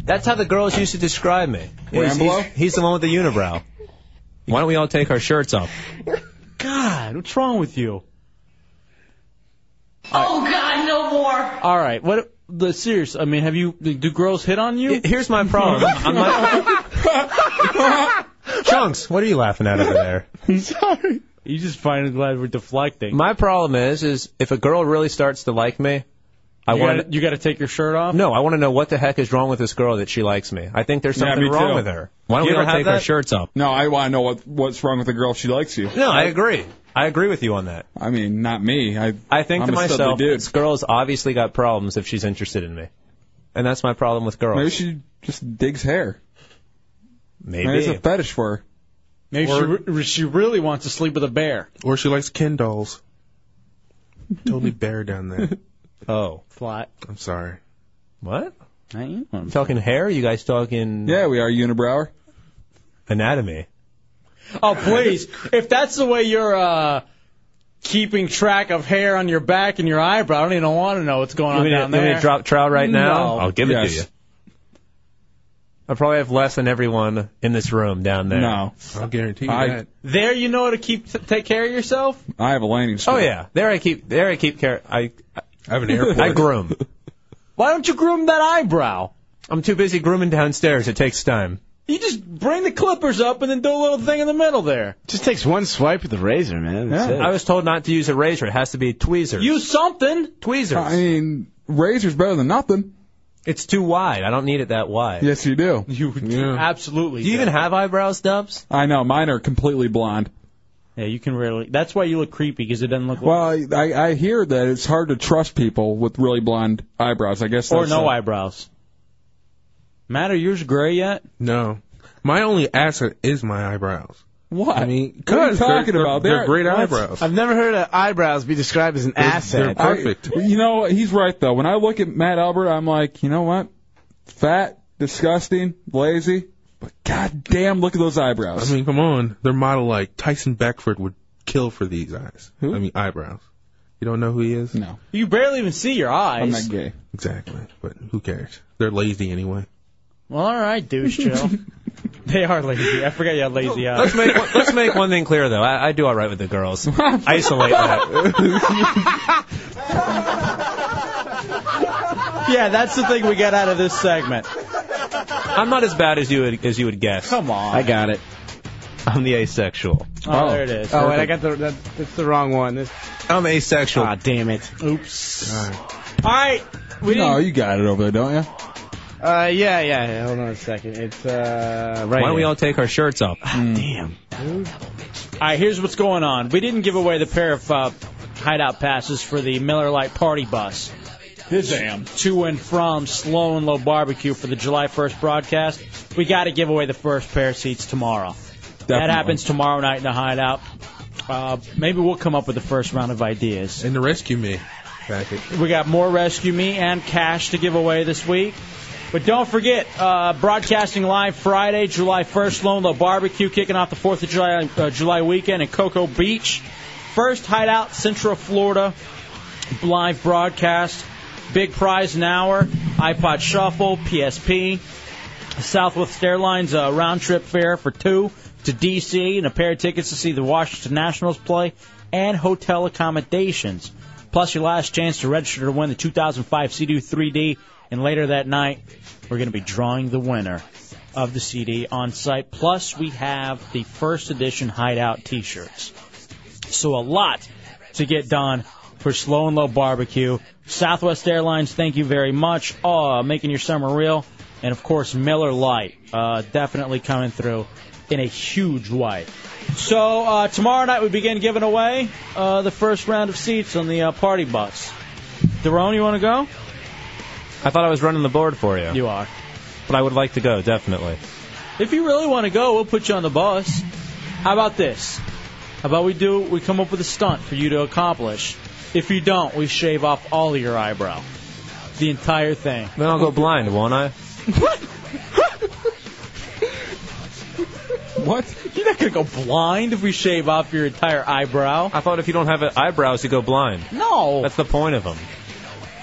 Speaker 9: That's how the girls used to describe me. He's, he's, he's the one with the unibrow. Why don't we all take our shirts off?
Speaker 3: God, what's wrong with you?
Speaker 5: Oh God, no more.
Speaker 3: All right, what? The serious. I mean, have you? Do girls hit on you?
Speaker 9: Here's my problem. I'm not- Chunks, what are you laughing at over there?
Speaker 3: I'm sorry. You just finally glad we're deflecting.
Speaker 9: My problem is, is if a girl really starts to like me, I
Speaker 3: you
Speaker 9: want
Speaker 3: gotta, you gotta take your shirt off.
Speaker 9: No, I want to know what the heck is wrong with this girl that she likes me. I think there's
Speaker 4: Yeah,
Speaker 9: something
Speaker 4: me
Speaker 9: wrong
Speaker 4: too.
Speaker 9: with her. Why don't
Speaker 4: You
Speaker 9: we all
Speaker 4: ever have
Speaker 9: take
Speaker 4: that?
Speaker 9: our shirts off?
Speaker 4: No, I want to know what what's wrong with the girl if she likes you.
Speaker 9: No, I agree. I agree with you on that.
Speaker 4: I mean, not me. I
Speaker 9: I think
Speaker 4: I'm
Speaker 9: to
Speaker 4: a studly
Speaker 9: myself,
Speaker 4: dude.
Speaker 9: this girl's obviously got problems if she's interested in me, and that's my problem with girls.
Speaker 4: Maybe she just digs hair.
Speaker 9: Maybe.
Speaker 4: it's a fetish for her.
Speaker 3: Maybe she, re- she really wants to sleep with a bear.
Speaker 6: Or she likes Ken dolls. Totally bear down there.
Speaker 9: Oh,
Speaker 3: flat.
Speaker 6: I'm sorry.
Speaker 9: What?
Speaker 3: I am.
Speaker 9: Talking hair? you guys talking?
Speaker 4: Yeah, we are unibrower.
Speaker 9: Anatomy.
Speaker 3: Oh please! if that's the way you're uh, keeping track of hair on your back and your eyebrow, I don't even want to know what's going
Speaker 9: You
Speaker 3: on
Speaker 9: want me to-
Speaker 3: down
Speaker 9: you want me
Speaker 3: there.
Speaker 9: to drop trowel right now?
Speaker 3: No.
Speaker 9: I'll give it to you. I probably have less than everyone in this room down there.
Speaker 3: No.
Speaker 6: I'll guarantee
Speaker 3: you that. There, you know how to keep t- take care of yourself.
Speaker 4: I have a landing
Speaker 9: Oh yeah, there I keep there I keep care. I I
Speaker 6: have an airport.
Speaker 9: I groom.
Speaker 3: Why don't you groom that eyebrow?
Speaker 9: I'm too busy grooming downstairs. It takes time.
Speaker 3: You just bring the clippers up and then do a little thing in the middle there.
Speaker 7: Just takes one swipe of the razor, man. That's it.
Speaker 9: I was told not to use a razor. It has to be tweezers.
Speaker 3: Use something.
Speaker 9: Tweezers.
Speaker 4: I mean, razor's better than nothing.
Speaker 9: It's too wide. I don't need it that wide.
Speaker 4: Yes, you do.
Speaker 3: You absolutely.
Speaker 9: Do you even have eyebrows, Dubs?
Speaker 4: I know mine are completely blonde.
Speaker 3: Yeah, you can rarely. That's why you look creepy because it doesn't look.
Speaker 4: Well, I, I I hear that it's hard to trust people with really blonde eyebrows. I guess
Speaker 3: Or
Speaker 4: that's,
Speaker 3: no
Speaker 4: uh,
Speaker 3: eyebrows. Matt, are yours gray yet?
Speaker 6: No. My only asset is my eyebrows.
Speaker 4: What?
Speaker 6: I mean, cause they're- they're- They're, great eyebrows.
Speaker 7: I've never heard of eyebrows be described as an asset.
Speaker 4: I- you know, he's right though. When I look at Matt Albert, I'm like, you know what? Fat, disgusting, lazy, but goddamn, look at those eyebrows.
Speaker 6: I mean, come on. They're model like Tyson Beckford would kill for these eyes.
Speaker 4: Who?
Speaker 6: I mean, eyebrows. You don't know who he is?
Speaker 4: No.
Speaker 3: You barely even see your eyes.
Speaker 4: I'm not gay.
Speaker 6: Exactly. But who cares? They're lazy anyway.
Speaker 3: Well, all right, douche chill. they are lazy. I forgot you had lazy eyes.
Speaker 9: Let's make one, let's make one thing clear though. I, I do all right with the girls. Isolate that.
Speaker 3: yeah, that's the thing we got out of this segment.
Speaker 9: I'm not as bad as you would, as you would guess.
Speaker 3: Come on. I
Speaker 9: got it. I'm the asexual.
Speaker 3: Oh, there it is.
Speaker 7: Oh, wait, I got the that, that's the wrong one. This,
Speaker 9: I'm asexual.
Speaker 7: Ah, damn it.
Speaker 3: Oops. All right. We
Speaker 4: no,
Speaker 7: didn't-
Speaker 4: you got it over there, don't you?
Speaker 7: Uh, yeah, yeah, yeah. Hold on a second. It's uh, right.
Speaker 9: Why don't we
Speaker 7: here.
Speaker 9: all take our shirts off?
Speaker 3: Ah,
Speaker 4: Mm.
Speaker 3: Damn. All right, here's what's going on. We didn't give away the pair of uh, hideout passes for the Miller Lite Party Bus. Damn. To and from Slow and Low Barbecue for the July 1st broadcast. We got to give away the first pair of seats tomorrow. That
Speaker 4: Definitely.
Speaker 3: happens tomorrow night in the hideout. Uh, maybe we'll come up with the first round of ideas.
Speaker 6: And the Rescue Me package.
Speaker 3: We got more Rescue Me and cash to give away this week. But don't forget, uh, broadcasting live Friday, July 1st, Lone Low Barbecue, kicking off the 4th of July, uh, July weekend in Cocoa Beach. First hideout, Central Florida, live broadcast. Big prize an hour, iPod Shuffle, PSP. Southwest Airlines uh, round trip fare for two to D.C. and a pair of tickets to see the Washington Nationals play and hotel accommodations. Plus, your last chance to register to win the 2005 CD 3D. And later that night, we're going to be drawing the winner of the CD on site. Plus, we have the first edition Hideout t shirts. So, a lot to get done for Slow and Low Barbecue. Southwest Airlines, thank you very much. Uh, making your summer real. And of course, Miller Lite, uh, definitely coming through in a huge way. So uh, tomorrow night we begin giving away uh, the first round of seats on the uh, party bus. Daron, you want to go?
Speaker 9: I thought I was running the board for you.
Speaker 3: You are.
Speaker 9: But I would like to go, definitely.
Speaker 3: If you really want to go, we'll put you on the bus. How about this? How about we do? We come up with a stunt for you to accomplish. If you don't, we shave off all of your eyebrow, the entire thing.
Speaker 9: Then I'll go blind, won't I?
Speaker 4: What?
Speaker 3: You're not gonna go blind if we shave off your entire eyebrow.
Speaker 9: I thought if you don't have eyebrows, you go blind.
Speaker 3: No.
Speaker 9: That's the point of them.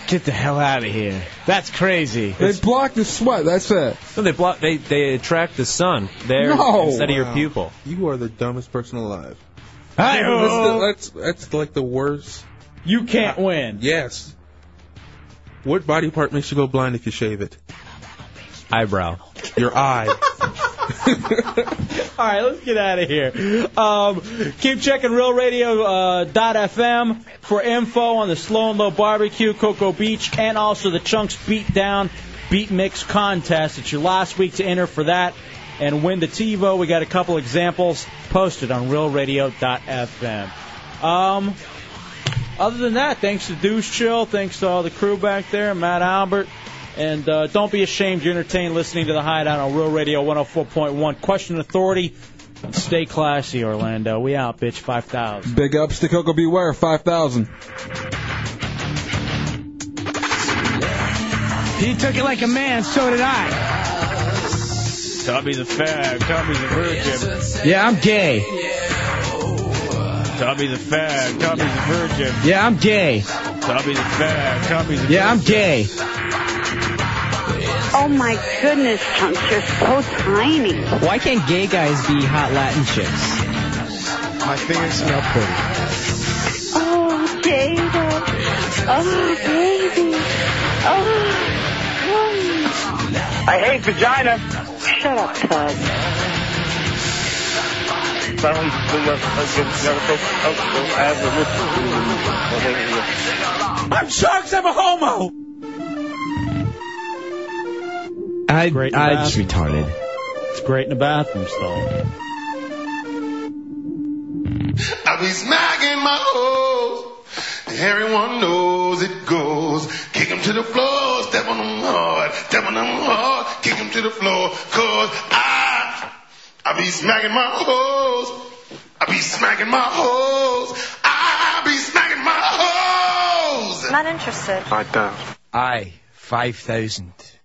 Speaker 7: Get the hell out of here. That's crazy.
Speaker 4: They block the sweat. That's it.
Speaker 9: No, they block. They they attract the sun there
Speaker 4: No.
Speaker 9: instead of your
Speaker 6: Wow.
Speaker 9: pupil.
Speaker 6: You are the dumbest person alive.
Speaker 9: Hi-ho!
Speaker 6: That's, the- that's, that's like the worst. You can't win. Yes. What body part makes you go blind if you shave it?
Speaker 9: Eyebrow.
Speaker 6: Your eye.
Speaker 3: All right, let's get out of here. Um, keep checking realradio.fm uh, dot FM for info on the Slow and Low Barbecue, Cocoa Beach, and also the Chunks Beat Down Beat Mix Contest. It's your last week to enter for that and win the TiVo. We got a couple examples posted on realradio.fm. Um, other than that, thanks to Deuce Chill, thanks to all the crew back there, Matt Albert, and uh, don't be ashamed. You're entertained listening to the Hideout on Real Radio 104.1. Question Authority. And Stay classy, Orlando. We out, bitch. Five thousand.
Speaker 4: Big ups to Coco Beware, 5,000.
Speaker 18: He took it like a man, so did I.
Speaker 5: Tommy's a fag. Tommy's a virgin.
Speaker 18: Yeah, I'm gay.
Speaker 5: Tommy's a fag. Tommy's a virgin.
Speaker 18: Yeah, I'm gay.
Speaker 5: Tommy's a fag. Tommy's a
Speaker 18: Yeah, I'm gay.
Speaker 22: Oh my goodness, chunks, you're so tiny.
Speaker 13: Why can't gay guys be hot Latin chicks?
Speaker 7: My fingers smell pretty.
Speaker 22: Oh, Jada. Oh, baby. Oh,
Speaker 21: I hate vagina.
Speaker 22: Shut up, Tug.
Speaker 21: uh, Oh,
Speaker 5: I'm Sharks. I'm a homo.
Speaker 7: I,
Speaker 5: I
Speaker 7: just retarded.
Speaker 3: It's great in the bathroom stall.
Speaker 8: I be smacking my hoes. Everyone knows it goes. Kick 'em to the floor, step on 'em hard, step on 'em hard, kick 'em to the floor. Cause I, I be smacking my hoes. I be smacking my hoes. I be smacking my hoes.
Speaker 16: Not interested.
Speaker 8: I don't.
Speaker 11: I, 5,000.